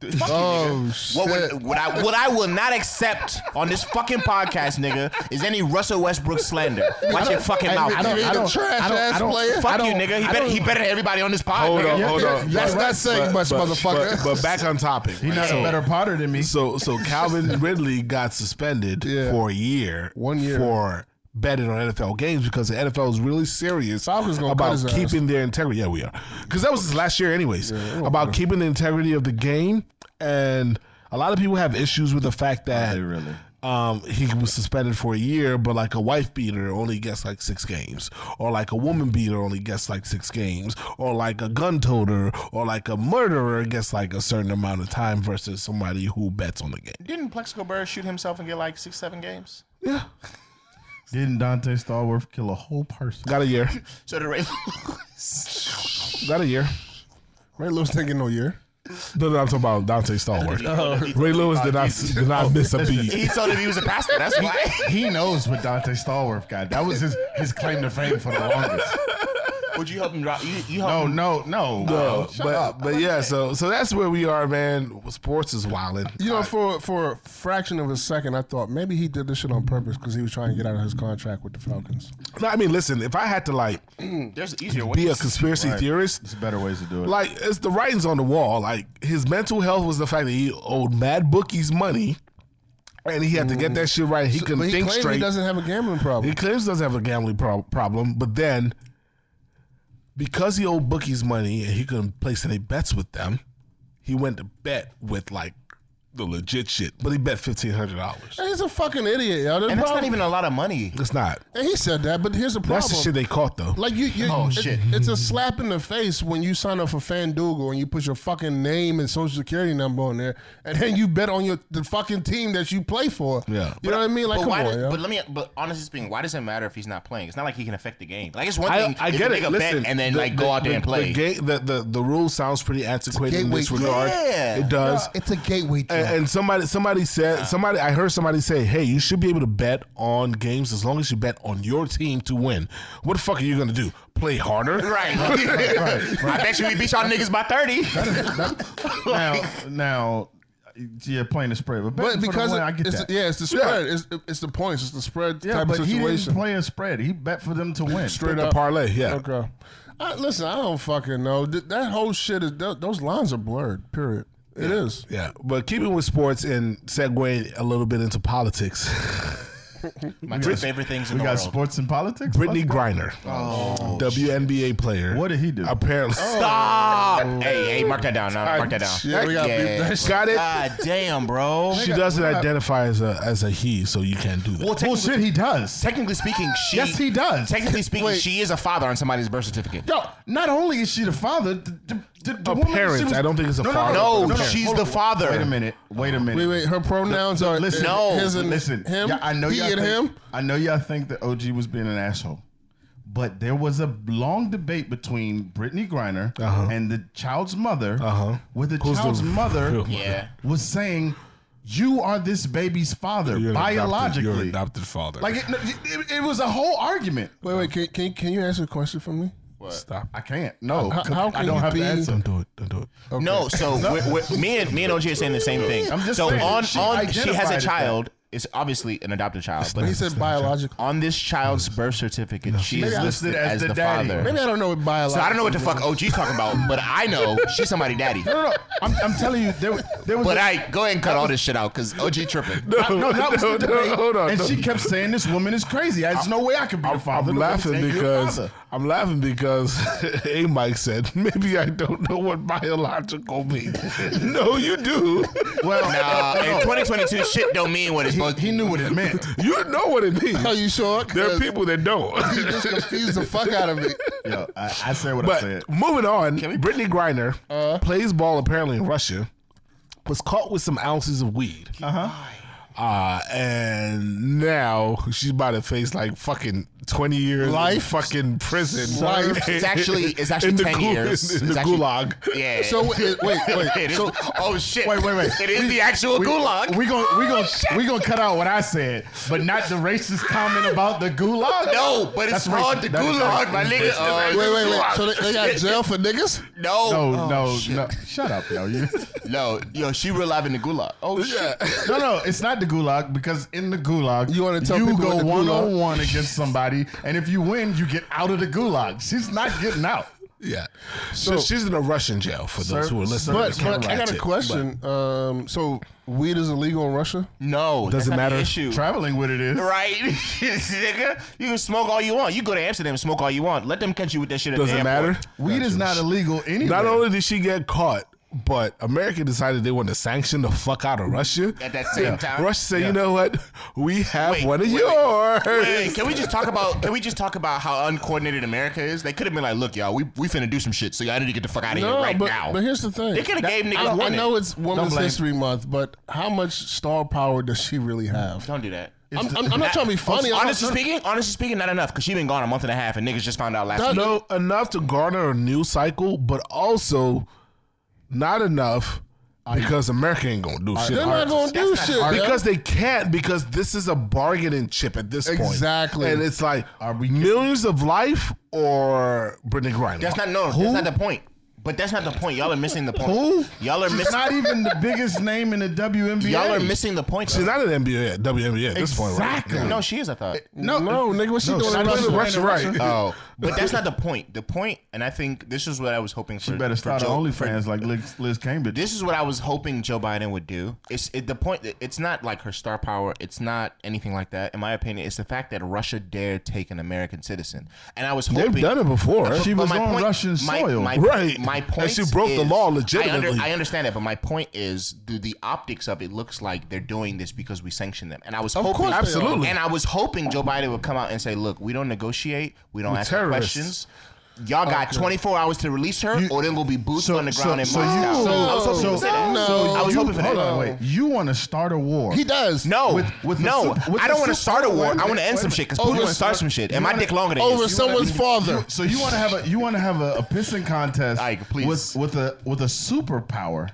Speaker 4: Fuck you, nigga.
Speaker 1: Oh,
Speaker 4: What,
Speaker 1: shit.
Speaker 4: would, what, I, what I will not accept on this fucking podcast, nigga, is any Russell Westbrook slander. Watch your fucking mouth.
Speaker 1: I
Speaker 4: nigga.
Speaker 1: don't, I don't,
Speaker 2: trash
Speaker 1: I don't,
Speaker 2: ass
Speaker 1: I don't,
Speaker 2: player.
Speaker 4: Fuck you, nigga. He better, he better than everybody on this pod.
Speaker 5: Hold
Speaker 4: nigga.
Speaker 5: on, hold
Speaker 1: yeah,
Speaker 5: on.
Speaker 1: yeah, that's not saying much, motherfucker.
Speaker 5: But, but back on topic.
Speaker 2: He's not a better potter than me.
Speaker 5: So so Calvin Ridley got suspended
Speaker 1: Yeah.
Speaker 5: for a year.
Speaker 1: One year.
Speaker 5: for betting on NFL games because the NFL is really serious
Speaker 1: Falcons gonna cut
Speaker 5: about
Speaker 1: his ass.
Speaker 5: keeping their integrity. Yeah, we are because that was his last year, anyways. about keeping the integrity of the game, and a lot of people have issues with the fact that
Speaker 2: They really.
Speaker 5: um, he was suspended for a year, but like a wife beater only gets like six games, or like a woman beater only gets like six games, or like a gun toter, or like a murderer gets like a certain amount of time versus somebody who bets on the game.
Speaker 4: Didn't Plexico Burr shoot himself and get like six, seven games?
Speaker 5: Yeah,
Speaker 2: Didn't Dante Stallworth kill a whole person?
Speaker 5: got a year,
Speaker 4: So the Ray
Speaker 5: got a year.
Speaker 1: Ray Lewis didn't get no year.
Speaker 5: No, no, I'm talking about Dante Stallworth. Ray Lewis did not did not miss a beat.
Speaker 4: he told him he was a pastor. That's why.
Speaker 2: He knows what Dante Stallworth got. That was his, his claim to fame for the longest.
Speaker 4: Would you help him drop? You, you help
Speaker 2: No,
Speaker 4: him.
Speaker 2: Oh, no, no.
Speaker 5: Uh, but but yeah, so so that's where we are, man. Sports is wilding.
Speaker 1: You know, for for a fraction of a second, I thought maybe he did this shit on purpose because he was trying to get out of his contract with the Falcons.
Speaker 5: I mean, listen, if I had to like
Speaker 4: There's easier ways.
Speaker 5: be a conspiracy theorist,
Speaker 2: There's better ways to do it.
Speaker 5: Like it's the writings on the wall. Like his mental health was the fact that he owed mad bookies money, and he had to get that shit right. He couldn't
Speaker 1: But he
Speaker 5: think
Speaker 1: claimed
Speaker 5: straight.
Speaker 1: he doesn't have a gambling problem.
Speaker 5: He claims he doesn't have a gambling pro- problem, but then because he owed bookies money and he couldn't place any bets with them, he went to bet with like the legit shit. But he bet fifteen hundred dollars.
Speaker 1: He's a fucking idiot, yo. The
Speaker 4: and that's not
Speaker 1: problem-
Speaker 4: even a lot of money.
Speaker 5: It's not.
Speaker 1: And he said that, but here's the problem.
Speaker 5: That's the shit they caught though.
Speaker 1: Like you, you
Speaker 4: Oh,
Speaker 1: it-
Speaker 4: shit.
Speaker 1: It's a slap in the face when you sign up for FanDuel and you put your fucking name and social security number on there, and then you bet on your the fucking team that you play for.
Speaker 5: Yeah.
Speaker 1: you know what I mean? Like,
Speaker 4: But
Speaker 1: come
Speaker 4: why?
Speaker 1: on,
Speaker 4: did-
Speaker 1: yo.
Speaker 4: but let me. But honestly speaking, why does it matter if he's not playing? It's not like he can affect the game. Like it's one
Speaker 5: I,
Speaker 4: thing.
Speaker 5: I
Speaker 4: if
Speaker 5: get
Speaker 4: you
Speaker 5: it.
Speaker 4: Make a
Speaker 5: Listen,
Speaker 4: bet and then
Speaker 5: the-
Speaker 4: like
Speaker 5: the-
Speaker 4: go out there and
Speaker 5: the-
Speaker 4: play.
Speaker 5: The, ga- the, the, the rule sounds pretty antiquated in this
Speaker 1: gateway drug.
Speaker 5: regard.
Speaker 4: Yeah.
Speaker 5: It does.
Speaker 1: it's a gateway. drug.
Speaker 5: And, and somebody somebody said somebody I heard somebody say, "Hey, you should be able to bet on games as long as you bet on your team to win." What the fuck are you gonna do? Play harder?
Speaker 4: Right. I bet you we beat y'all niggas by thirty.
Speaker 2: now, now, yeah, playing the spread. But,
Speaker 1: but because
Speaker 2: win,
Speaker 1: it-
Speaker 2: I get
Speaker 1: it's,
Speaker 2: that.
Speaker 1: yeah, it's the spread. It's, it's the points. It's the spread
Speaker 2: Yeah,
Speaker 1: type
Speaker 2: but
Speaker 1: of
Speaker 2: he
Speaker 1: situation.
Speaker 2: didn't play a spread. He bet for them to win.
Speaker 5: Straight up parlay. Yeah.
Speaker 1: okay. I, listen, I don't fucking know. Th- that whole shit is th- those lines are blurred. Period. It is.
Speaker 5: Yeah. But keeping with sports and segueing a little bit into politics,
Speaker 4: My two favorite things
Speaker 2: We
Speaker 4: in the
Speaker 2: got
Speaker 4: world.
Speaker 2: sports and politics.
Speaker 5: Brittany Griner, WNBA player.
Speaker 2: Oh, What did he do? Oh,
Speaker 5: Apparently,
Speaker 4: Stop! Hey, hey, mark that down. No, mark that down.
Speaker 1: Yeah, we gotta beat that shit.
Speaker 5: got it.
Speaker 4: God damn, bro.
Speaker 5: She doesn't identify as a as a he, so you can't do that.
Speaker 4: Well, technically,
Speaker 2: Bullshit, he does.
Speaker 4: technically speaking, she.
Speaker 2: Yes, he does.
Speaker 4: Technically speaking,
Speaker 2: Wait.
Speaker 4: she is a father on somebody's birth certificate.
Speaker 2: Yo, not only is she the father, the, the, the, the
Speaker 5: A
Speaker 2: woman
Speaker 5: parent.
Speaker 2: she was-
Speaker 5: I don't think it's a father,
Speaker 4: No,
Speaker 5: but a
Speaker 4: she's
Speaker 2: Hold
Speaker 4: the
Speaker 2: on.
Speaker 4: father.
Speaker 2: Wait a minute. Wait a minute.
Speaker 1: Wait, wait. Her pronouns are
Speaker 2: Listen,
Speaker 1: uh,
Speaker 4: No,
Speaker 1: His and
Speaker 2: listen.
Speaker 1: him.
Speaker 2: yeah, I know
Speaker 1: He
Speaker 2: y'all
Speaker 1: and
Speaker 2: think,
Speaker 1: him.
Speaker 2: I know y'all think that OG was being an asshole, But there was a long debate between Brittany Griner and the child's mother,
Speaker 5: Uh-huh.
Speaker 2: where the
Speaker 5: Who's the
Speaker 2: child's mother
Speaker 5: real mother?
Speaker 4: Yeah.
Speaker 2: was saying, "You are this baby's father
Speaker 7: You're an adopted- you're an
Speaker 2: biologically."
Speaker 7: adopted father.
Speaker 2: Like it, it, it was a whole argument.
Speaker 1: Wait, wait. Can, can, can you answer a question for me?
Speaker 7: stop.
Speaker 2: I can't. No,
Speaker 1: How- how
Speaker 2: I
Speaker 1: can
Speaker 2: don't
Speaker 1: you
Speaker 2: have
Speaker 1: be-
Speaker 2: to answer.
Speaker 7: Don't do it. Don't do it.
Speaker 4: No, so We're, we're, me and me and OG are saying the same thing.
Speaker 2: I'm just
Speaker 4: so
Speaker 2: saying,
Speaker 4: on
Speaker 2: she
Speaker 4: on she has
Speaker 2: identified
Speaker 4: a
Speaker 2: as
Speaker 4: child. It's obviously an adopted child, but
Speaker 1: He said biological.
Speaker 4: on this child's birth certificate,
Speaker 2: Mm.
Speaker 4: she is
Speaker 2: Maybe I-
Speaker 4: listed as, the,
Speaker 2: daddy.
Speaker 4: father.
Speaker 1: Maybe I don't know what biological.
Speaker 4: So I don't know what the fuck OG's talking about, but I know she's somebody daddy.
Speaker 2: No, no, no. I'm, I'm telling you, there, there was.
Speaker 4: But
Speaker 2: a-
Speaker 4: I go ahead and cut all this shit out because OG tripping.
Speaker 2: I- no, that was the debate.
Speaker 5: hold on,
Speaker 2: and
Speaker 5: no.
Speaker 2: she kept saying, "This woman is crazy. There's no way I could be the father."
Speaker 5: I'm
Speaker 2: The woman
Speaker 5: laughing
Speaker 2: said, "You're the
Speaker 5: because
Speaker 2: father."
Speaker 5: I'm laughing because A Mike said maybe I don't know what biological means. no, you do.
Speaker 2: well,
Speaker 4: Nah, in 2022, shit don't mean what it's supposed to.
Speaker 2: he knew what it meant.
Speaker 5: you know what it means.
Speaker 1: Are you sure?
Speaker 5: There are people that
Speaker 1: You
Speaker 5: don't.
Speaker 1: just confused the fuck out of me.
Speaker 2: Yo, I, I said what I said.
Speaker 5: But moving on, Brittany Griner
Speaker 2: Uh-huh.
Speaker 5: plays ball apparently in Russia, was caught with some ounces of weed. Uh-huh. and now she's about to face like fucking twenty years
Speaker 1: Life?
Speaker 5: in fucking prison.
Speaker 1: Life?
Speaker 4: It's actually it's actually
Speaker 5: in the
Speaker 4: 10
Speaker 5: gu-
Speaker 4: years.
Speaker 5: in,
Speaker 4: It's
Speaker 5: the
Speaker 4: actually-
Speaker 5: gulag.
Speaker 4: Yeah.
Speaker 1: So wait, wait,
Speaker 4: It
Speaker 1: wait.
Speaker 4: is-
Speaker 1: So
Speaker 4: oh shit!
Speaker 2: Wait, wait, wait.
Speaker 4: It is the actual gulag.
Speaker 2: We gon' we gon' we gonna cut out what I said, but not the racist comment about the gulag.
Speaker 4: no, but it's
Speaker 2: That's
Speaker 4: called
Speaker 2: racist.
Speaker 4: the
Speaker 2: That is
Speaker 4: gulag, my nigga. Oh,
Speaker 1: wait, wait, wait. So they, they got jail for niggas?
Speaker 4: No,
Speaker 2: No, no, no. Shut up, yo. You,
Speaker 4: no, yo, she real live in the gulag. Oh shit!
Speaker 2: no, no, it's not the gulag because in the gulag,
Speaker 1: You wanna tell
Speaker 2: you
Speaker 1: people
Speaker 2: go
Speaker 1: in the
Speaker 2: one
Speaker 1: gulag?
Speaker 2: on one against somebody, and if you win, you get out of the gulag. She's not getting out.
Speaker 5: Yeah. So, she's in a Russian jail for those
Speaker 2: Sir-
Speaker 5: who are listening.
Speaker 1: But,
Speaker 5: to
Speaker 1: but I got a
Speaker 5: Ratchet.
Speaker 1: question. Um, so weed is illegal in Russia?
Speaker 4: No,
Speaker 5: Doesn't
Speaker 4: that's not the
Speaker 5: matter.
Speaker 4: Issue.
Speaker 2: Traveling with it is.
Speaker 4: Right, nigga. You can smoke all you want. You go to Amsterdam, and smoke all you want. Let them catch you with that shit. At
Speaker 5: Doesn't
Speaker 4: the
Speaker 5: matter.
Speaker 4: airport.
Speaker 2: Weed is not illegal anyway.
Speaker 5: Not only did she get caught, but America decided they want to sanction the fuck out of Russia.
Speaker 4: At that same time.
Speaker 5: Russia said, "You know what? We have
Speaker 4: Wait,
Speaker 5: one of
Speaker 4: wait, wait.
Speaker 5: yours."
Speaker 4: Hey, can we just talk about? Can we just talk about how uncoordinated America is? They could have been like, "Look, y'all, we we finna do some shit, so y'all need to get the fuck out of here right
Speaker 1: but,
Speaker 4: now."
Speaker 1: but here's the thing.
Speaker 4: They coulda gave niggas
Speaker 1: I, I
Speaker 4: one
Speaker 1: know
Speaker 4: it.
Speaker 1: it's Women's
Speaker 2: blame-
Speaker 1: History Month, but how much star power does she really have?
Speaker 4: Don't do that.
Speaker 1: I'm, I'm, I'm not trying to be funny. I'm not
Speaker 4: honestly
Speaker 1: trying-
Speaker 4: speaking, honestly speaking, not enough because she been gone a month and a half, and niggas just found out last
Speaker 5: Not
Speaker 4: week.
Speaker 5: no, enough to garner a news cycle, but also not enough because America ain't gonna do shit.
Speaker 1: They're not going to do
Speaker 4: That's not
Speaker 1: shit. yo.
Speaker 5: because they can't because this is a bargaining chip at this point.
Speaker 1: Exactly.
Speaker 5: and it's like
Speaker 2: Are we-
Speaker 5: millions of life or Brittany Griner?
Speaker 4: That's not no. That's not the point. But that's not the point. Y'all are missing the point.
Speaker 2: Who?
Speaker 4: Y'all are
Speaker 2: She's
Speaker 4: missing.
Speaker 2: not even the biggest name in the WNBA.
Speaker 4: Y'all are missing the point.
Speaker 5: She's not an NBA, WNBA at this point, right?
Speaker 2: Exactly.
Speaker 4: No, she is. I thought.
Speaker 1: no, no, nigga, what she
Speaker 2: No,
Speaker 1: doing?
Speaker 2: she's
Speaker 1: in
Speaker 2: not
Speaker 1: Russia?
Speaker 2: doing
Speaker 5: Russia,
Speaker 2: Russia.
Speaker 5: right?
Speaker 4: Oh, but that's not the point. The point, and I think this is what I was hoping for.
Speaker 2: You better
Speaker 4: for
Speaker 2: start
Speaker 4: Joe-
Speaker 2: only
Speaker 4: for
Speaker 2: OnlyFans like Liz, Liz Cambridge.
Speaker 4: this is what I was hoping Joe Biden would do. It's it, the point. that- It's not like her star power. It's not anything like that. In my opinion, it's the fact that Russia dared take an American citizen, and I was hoping
Speaker 5: They've done it before.
Speaker 4: But-
Speaker 2: She
Speaker 4: but
Speaker 2: was
Speaker 4: my
Speaker 2: on Russian soil.
Speaker 4: my,
Speaker 5: Right.
Speaker 4: My
Speaker 5: And
Speaker 4: point.
Speaker 5: she broke the
Speaker 4: is-
Speaker 5: law
Speaker 4: I under-
Speaker 5: legitimately.
Speaker 4: I, understand that, but my point is, through the optics of it, looks like they're doing this because we sanction them. And I was hoping,
Speaker 5: course they are. Absolutely.
Speaker 4: And I was hoping Joe Biden would come out and say, "Look, we don't negotiate. We don't ask
Speaker 5: terrorists.
Speaker 4: questions." Y'all got 24 hours to release her, or then we'll be boots on the ground in
Speaker 2: so
Speaker 4: Moscow.
Speaker 2: you-
Speaker 4: I was hoping
Speaker 2: so-
Speaker 4: you would say that.
Speaker 1: no.
Speaker 4: I was
Speaker 2: you,
Speaker 4: hoping for that.
Speaker 2: hold on, wait. You want to start a war?
Speaker 1: He does.
Speaker 4: No,
Speaker 2: With- with the
Speaker 4: no,
Speaker 2: su- with
Speaker 4: I don't
Speaker 2: the
Speaker 4: want to
Speaker 2: su-
Speaker 4: start a war.
Speaker 2: wait,
Speaker 4: I want
Speaker 2: wait,
Speaker 4: to end some
Speaker 2: wait.
Speaker 4: shit because
Speaker 2: Over
Speaker 4: Putin
Speaker 2: some-
Speaker 4: starts some shit, and my
Speaker 2: you
Speaker 4: dick
Speaker 2: wanna-
Speaker 4: longer than
Speaker 1: Over
Speaker 4: his.
Speaker 1: someone's father.
Speaker 2: So you want to have a you want to have a, a pissing contest
Speaker 4: Ike, please.
Speaker 2: with with a with a superpower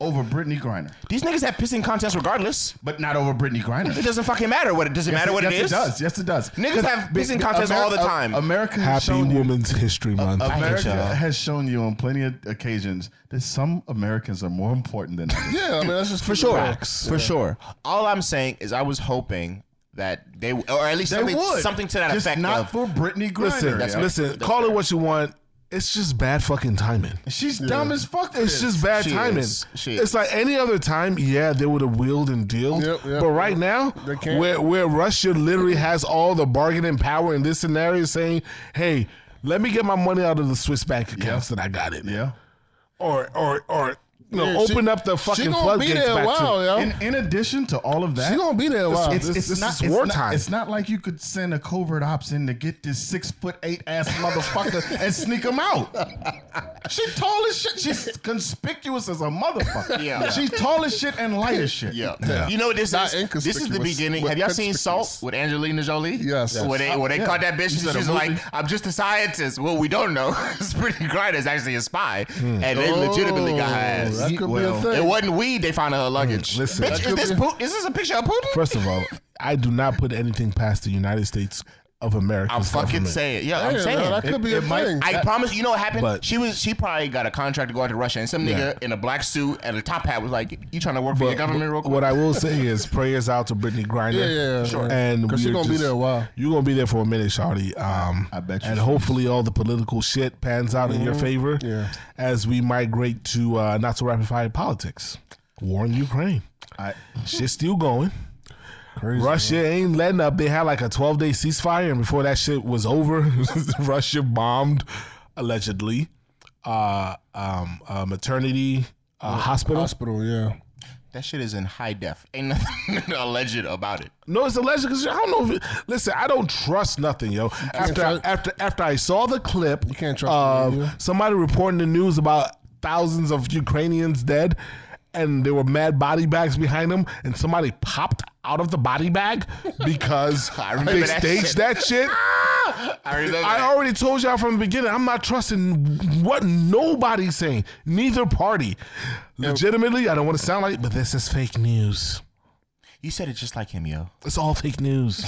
Speaker 2: over Brittany Griner,
Speaker 4: These niggas have pissing contests regardless.
Speaker 2: but not over Brittany Griner.
Speaker 4: It doesn't fucking matter what it doesn't matter what
Speaker 2: yes,
Speaker 4: it
Speaker 2: Yes,
Speaker 4: is.
Speaker 2: it does. Yes, it does.
Speaker 4: Niggas
Speaker 2: 'Cause
Speaker 4: have
Speaker 2: be-
Speaker 4: pissing
Speaker 2: be-
Speaker 4: contests all the time.
Speaker 2: America has
Speaker 5: Happy
Speaker 2: shown you,
Speaker 5: Women's History Month.
Speaker 2: America
Speaker 4: y'all.
Speaker 2: has shown you on plenty of occasions that some Americans are more important than others.
Speaker 1: Yeah, I mean, that's just
Speaker 4: For sure. For sure. All I'm saying is I was hoping that they or at least
Speaker 2: They
Speaker 4: something,
Speaker 2: would
Speaker 4: something to that
Speaker 2: Just
Speaker 4: effect
Speaker 2: Not
Speaker 4: of
Speaker 2: for Brittany Griner.
Speaker 5: Listen,
Speaker 2: yo.
Speaker 5: listen. Call it what you want. It's just bad fucking timing.
Speaker 2: She's dumb as fuck. for
Speaker 5: It's
Speaker 2: this.
Speaker 5: just bad
Speaker 4: She
Speaker 5: timing.
Speaker 4: is. She
Speaker 5: It's like any other time, yeah, they would have wheeled and dealed.
Speaker 1: Yep, yep,
Speaker 5: but right now,
Speaker 1: can't.
Speaker 5: where where Russia literally has all the bargaining power in this scenario, saying, "Hey, let me get my money out of the Swiss bank accounts that I got in,
Speaker 2: Yeah.
Speaker 5: or or or
Speaker 3: you know,
Speaker 1: Yeah, she-
Speaker 3: open up the
Speaker 1: she
Speaker 3: fucking
Speaker 1: gonna be
Speaker 3: floodgates
Speaker 1: there a
Speaker 3: back
Speaker 1: while,
Speaker 3: to.
Speaker 1: yo.
Speaker 2: In, in addition to all of that,
Speaker 1: She gonna be there a while.
Speaker 2: It's,
Speaker 3: Uh, This-
Speaker 2: it's
Speaker 3: this
Speaker 2: not,
Speaker 3: is
Speaker 2: it's
Speaker 3: wartime.
Speaker 2: Not, it's not like you could send a covert ops in to get this six foot eight ass motherfucker and sneak him out. She tall as shit. She's conspicuous as a motherfucker.
Speaker 4: Yeah.
Speaker 2: She's tall as shit and light as shit.
Speaker 4: Yeah. You know what this
Speaker 1: Not
Speaker 4: is? This is the
Speaker 1: inconspicuous,
Speaker 4: beginning.
Speaker 1: but
Speaker 4: Have y'all seen Salt
Speaker 1: conspicuous.
Speaker 4: with Angelina Jolie?
Speaker 1: Yes.
Speaker 4: Where they, where they caught that bitch and she's like, I'm just a scientist. Well, we don't know. it's pretty Griner is actually a spy. And they legitimately got her ass.
Speaker 1: Oh, That could
Speaker 2: Well,
Speaker 1: be a
Speaker 4: It
Speaker 1: thing.
Speaker 4: wasn't weed they found in her luggage.
Speaker 3: listen. That
Speaker 4: Bitch, is
Speaker 1: could
Speaker 4: this,
Speaker 1: be-
Speaker 4: Pu- is this a picture of Putin?
Speaker 5: First of all, I do not put anything past the United States of America.
Speaker 4: I'm fucking saying it. Yeah, I'm
Speaker 1: Yeah,
Speaker 4: saying
Speaker 1: no, that
Speaker 4: it.
Speaker 1: could be a thing.
Speaker 4: I promise. You know what happened?
Speaker 5: But-
Speaker 4: she was. She probably got a contract to go out to Russia, and some nigga in a black suit and a top hat was like, "You trying to work for your government real quick?"
Speaker 5: What I will say is prayers out to Brittany Griner.
Speaker 1: Yeah, yeah, yeah. Sure.
Speaker 5: And
Speaker 1: 'Cause she
Speaker 5: we're
Speaker 1: gonna be there a while.
Speaker 5: You're gonna be there for a minute, Shawty. Um,
Speaker 2: I bet you
Speaker 5: And
Speaker 2: she
Speaker 5: hopefully all the political shit pans out in your favor.
Speaker 1: Yeah.
Speaker 5: As we migrate to uh, not so rapid fire politics, war in Ukraine.
Speaker 2: I,
Speaker 5: Shit's still going. Russia ain't letting up. They had like a 12 day ceasefire, and before that shit was over, Russia bombed allegedly uh, um, a maternity uh, hospital.
Speaker 1: Hospital, yeah.
Speaker 4: that shit is in high def. Ain't nothing alleged about it.
Speaker 5: No, it's alleged because I don't know. If it, listen, I don't trust nothing, yo. After
Speaker 1: trust-
Speaker 5: after after I saw the clip, you
Speaker 1: can't trust the media.
Speaker 5: somebody reporting the news about thousands of Ukrainians dead, and there were mad body bags behind them, and somebody popped out of the body bag because
Speaker 4: remember
Speaker 5: they
Speaker 4: that
Speaker 5: staged
Speaker 4: shit.
Speaker 5: that shit.
Speaker 4: I remember.
Speaker 5: I
Speaker 4: that.
Speaker 5: already told y'all from the beginning, I'm not trusting what nobody's saying, neither party. Legitimately, I don't want to sound like, but this is fake news.
Speaker 4: you said it just like him, yo.
Speaker 5: It's all fake news.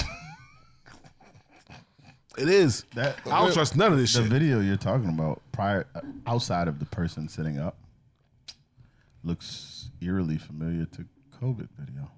Speaker 5: it is.
Speaker 2: that,
Speaker 5: I don't trust none of this
Speaker 2: the
Speaker 5: shit.
Speaker 2: video you're talking about, prior uh, outside of the person sitting up, looks eerily familiar to COVID video.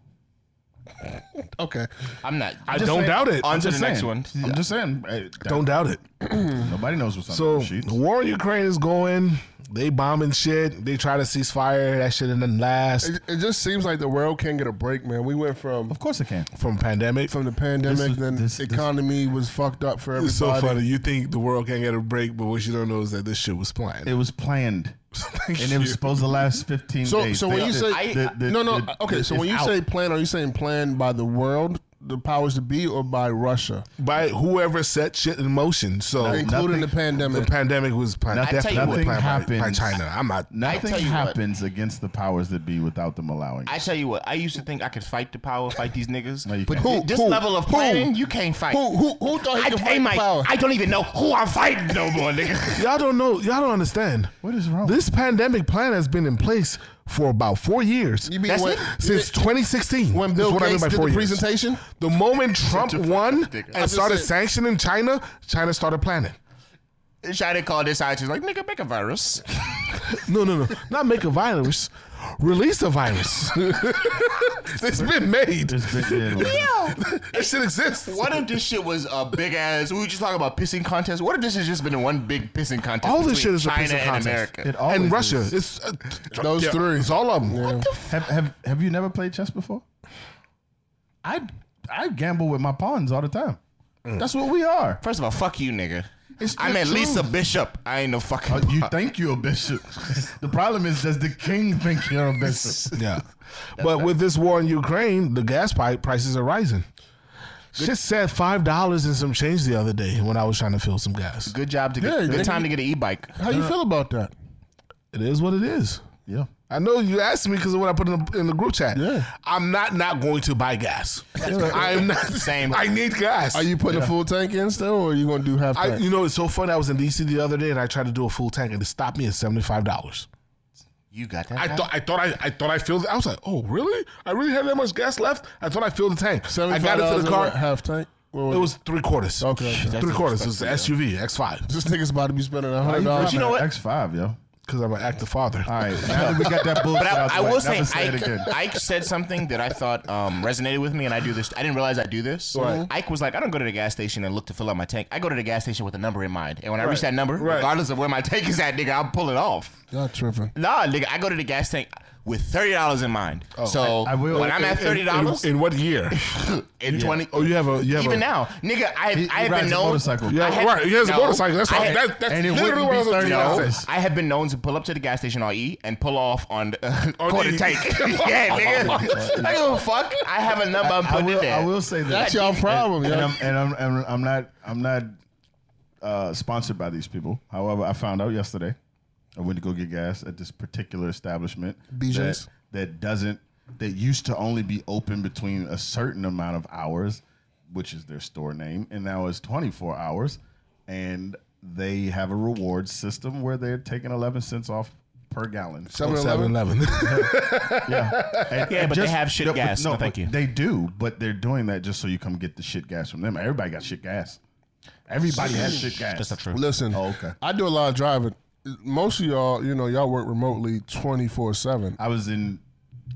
Speaker 1: Okay.
Speaker 4: I'm not.
Speaker 5: I don't doubt it.
Speaker 4: On to the
Speaker 2: Just
Speaker 4: next
Speaker 2: saying.
Speaker 4: one.
Speaker 2: I'm just saying. hey, that-
Speaker 5: Don't doubt it.
Speaker 2: Nobody knows what's on
Speaker 5: So
Speaker 2: the sheets.
Speaker 5: the war in Ukraine is going. They bombing shit. They try to cease fire. That shit didn't last
Speaker 1: It, it just seems like the world can't get a break, man. We went from
Speaker 2: Of course it can.
Speaker 5: from pandemic.
Speaker 1: from the pandemic,
Speaker 2: This-
Speaker 1: then
Speaker 2: this-
Speaker 1: the
Speaker 2: this-
Speaker 1: economy was fucked up for everybody.
Speaker 5: It's so funny. You think the world can't get a break, but what you don't know is that this shit was planned.
Speaker 2: It was planned,
Speaker 5: Thank
Speaker 2: and it was
Speaker 5: you.
Speaker 2: supposed to last 15
Speaker 1: So,
Speaker 2: days.
Speaker 1: so when you say no, no, okay. So when you say plan, are you saying plan by the world, the powers to be, or by Russia,
Speaker 5: by whoever set shit in motion. So
Speaker 1: including the
Speaker 5: the
Speaker 1: pandemic?
Speaker 5: pandemic was planned.
Speaker 2: Nothing-
Speaker 5: definitely
Speaker 2: nothing
Speaker 5: planned by, by
Speaker 2: happens.
Speaker 5: China. I'm not.
Speaker 4: I
Speaker 2: nothing
Speaker 4: tell you what.
Speaker 2: happens against the powers that be without them allowing.
Speaker 4: I tell you what. I used to think I could fight the power, fight these niggas.
Speaker 2: you
Speaker 4: but
Speaker 2: can't.
Speaker 4: thi- this
Speaker 1: Who?
Speaker 4: level of
Speaker 1: Who?
Speaker 4: planning, you can't fight.
Speaker 1: who, who, who thought he
Speaker 4: I,
Speaker 1: could
Speaker 4: hey,
Speaker 1: fight the
Speaker 4: Mike,
Speaker 1: power?
Speaker 4: I don't even know who I'm fighting no more, nigga.
Speaker 5: Y'all don't know. Y'all don't understand.
Speaker 2: What is wrong?
Speaker 5: This pandemic plan has been in place for about four years.
Speaker 1: you mean
Speaker 4: That's
Speaker 1: when,
Speaker 4: it?
Speaker 5: since 2016.
Speaker 1: when
Speaker 5: is
Speaker 1: Bill
Speaker 5: what I mean
Speaker 1: Gates
Speaker 5: by
Speaker 1: did
Speaker 5: four
Speaker 1: the
Speaker 5: years.
Speaker 1: presentation?
Speaker 5: The moment Trump won
Speaker 4: I
Speaker 5: and
Speaker 1: just
Speaker 5: started
Speaker 1: said-
Speaker 5: sanctioning China, China started planning.
Speaker 4: Shadi called this out. She's like, nigga, make a virus.
Speaker 5: No, no, no. Not make a virus. Release a virus. it's been made.
Speaker 2: It's been- yeah, like-
Speaker 5: That shit exists.
Speaker 4: What if this shit was a big ass? We were just talking about pissing contest. What if this has just been one big pissing contest?
Speaker 5: All this
Speaker 4: between
Speaker 5: shit is a
Speaker 4: China
Speaker 5: pissing
Speaker 4: and
Speaker 5: contest.
Speaker 4: America.
Speaker 2: It always
Speaker 5: And Russia.
Speaker 2: is.
Speaker 5: It's uh,
Speaker 1: Those
Speaker 5: yeah,
Speaker 1: three.
Speaker 5: It's all of them.
Speaker 2: Have, have have you never played chess before? I I gamble with my pawns all the time. That's what we are.
Speaker 4: First of all, fuck you, nigga.
Speaker 2: It's the
Speaker 4: I'm at least a
Speaker 2: truth.
Speaker 4: bishop. I ain't no fucking.
Speaker 2: Uh, you think you're a bishop. the problem is, does the king think you're a bishop?
Speaker 5: Yeah. But with this war in Ukraine, the gas pipe prices are rising. Shit said five dollars and some change the other day when I was trying to fill some gas.
Speaker 4: good job to get.
Speaker 1: Yeah,
Speaker 4: good
Speaker 1: nigga.
Speaker 4: time to get an e-bike.
Speaker 1: How you feel about that?
Speaker 5: It is what it is.
Speaker 2: Yeah.
Speaker 5: I know you asked me because of what I put in the, in the group chat.
Speaker 1: Yeah.
Speaker 5: I'm not not going to buy gas. I'm not.
Speaker 4: Same.
Speaker 5: I need gas.
Speaker 1: Are you putting a full tank in still, or are you going to do half
Speaker 5: I,
Speaker 1: tank?
Speaker 5: you know, it's so funny. I was in DC the other day and I tried to do a full tank and it stopped me at seventy five dollars.
Speaker 4: You got that?
Speaker 5: I
Speaker 4: guy?
Speaker 5: thought I thought I, I thought I filled. I was like, oh really? I really had that much gas left? I thought I filled the tank. I got into
Speaker 1: $75
Speaker 5: the
Speaker 1: and what,
Speaker 5: car.
Speaker 1: half tank. What
Speaker 5: It was three quarters.
Speaker 1: Okay, okay.
Speaker 5: three quarters. It was the SUV X five.
Speaker 1: this nigga's about to be spending a
Speaker 2: You
Speaker 1: hundred dollars.
Speaker 2: know
Speaker 4: what?
Speaker 2: X five, yo.
Speaker 5: Because I'm an active father.
Speaker 2: All right, now that we got that bullshit
Speaker 4: But
Speaker 2: out
Speaker 4: I, I
Speaker 2: the way,
Speaker 4: will
Speaker 2: never
Speaker 4: say,
Speaker 2: it
Speaker 4: Ike,
Speaker 2: again.
Speaker 4: Ike said something that I thought um, resonated with me, and I do this. I didn't realize I do this. Ike was like, I don't go to the gas station and look to fill up my tank. I go to the gas station with a number in mind, and when I reach that number, regardless of where my tank is at, nigga, I'll pull it off.
Speaker 1: Not tripping.
Speaker 4: Nah, nigga, I go to the gas tank. with thirty dollars in mind. so
Speaker 2: Oh, I- I will-
Speaker 4: when I'm at
Speaker 2: in-
Speaker 4: thirty dollars
Speaker 5: In what year?
Speaker 4: in twenty,
Speaker 5: Oh, you have a you have
Speaker 4: even
Speaker 5: a,
Speaker 4: now, nigga, I
Speaker 2: He- he
Speaker 4: I have
Speaker 2: rides
Speaker 4: been
Speaker 2: a
Speaker 4: known.
Speaker 2: motorcycle.
Speaker 4: I
Speaker 1: Yeah,
Speaker 4: had-
Speaker 1: right. He has a
Speaker 4: no,
Speaker 1: motorcycle. That's
Speaker 4: I
Speaker 1: all.
Speaker 4: had-
Speaker 1: That, that's
Speaker 2: and it
Speaker 1: literally
Speaker 2: wouldn't
Speaker 1: what I
Speaker 2: be
Speaker 1: was gonna
Speaker 2: thirty
Speaker 1: tell you.
Speaker 2: dollars.
Speaker 4: I have been known to pull up to the gas station on E and pull off on uh, quarter
Speaker 1: E.
Speaker 4: tank. yeah, nigga. I give a fuck. I have a number I'm
Speaker 2: I
Speaker 4: putting
Speaker 2: will,
Speaker 4: in there.
Speaker 2: I will say that.
Speaker 1: That's y'all problem,
Speaker 2: and,
Speaker 1: yo.
Speaker 2: I'm, and I'm, and I'm not I'm not uh, sponsored by these people. However, I found out yesterday. I went to go get gas at this particular establishment
Speaker 1: BJ's?
Speaker 2: that, that doesn't that used to only be open between a certain amount of hours, which is their store name, and now it's 24 hours, and they have a reward system where they're taking 11 cents off per gallon.
Speaker 5: Oh,
Speaker 1: 7-Eleven.
Speaker 2: Yeah, And-
Speaker 4: Yeah,
Speaker 2: and
Speaker 4: but they have shit
Speaker 2: but-
Speaker 4: gas. No,
Speaker 2: but
Speaker 4: thank you.
Speaker 2: They do, but they're doing that just so you come get the shit gas from them. Everybody got shit gas. Everybody has shit gas.
Speaker 4: That's not true.
Speaker 1: Listen,
Speaker 2: Oh, okay.
Speaker 1: I do a lot of driving. Most of y'all, you know, y'all work remotely 24 7.
Speaker 2: I was in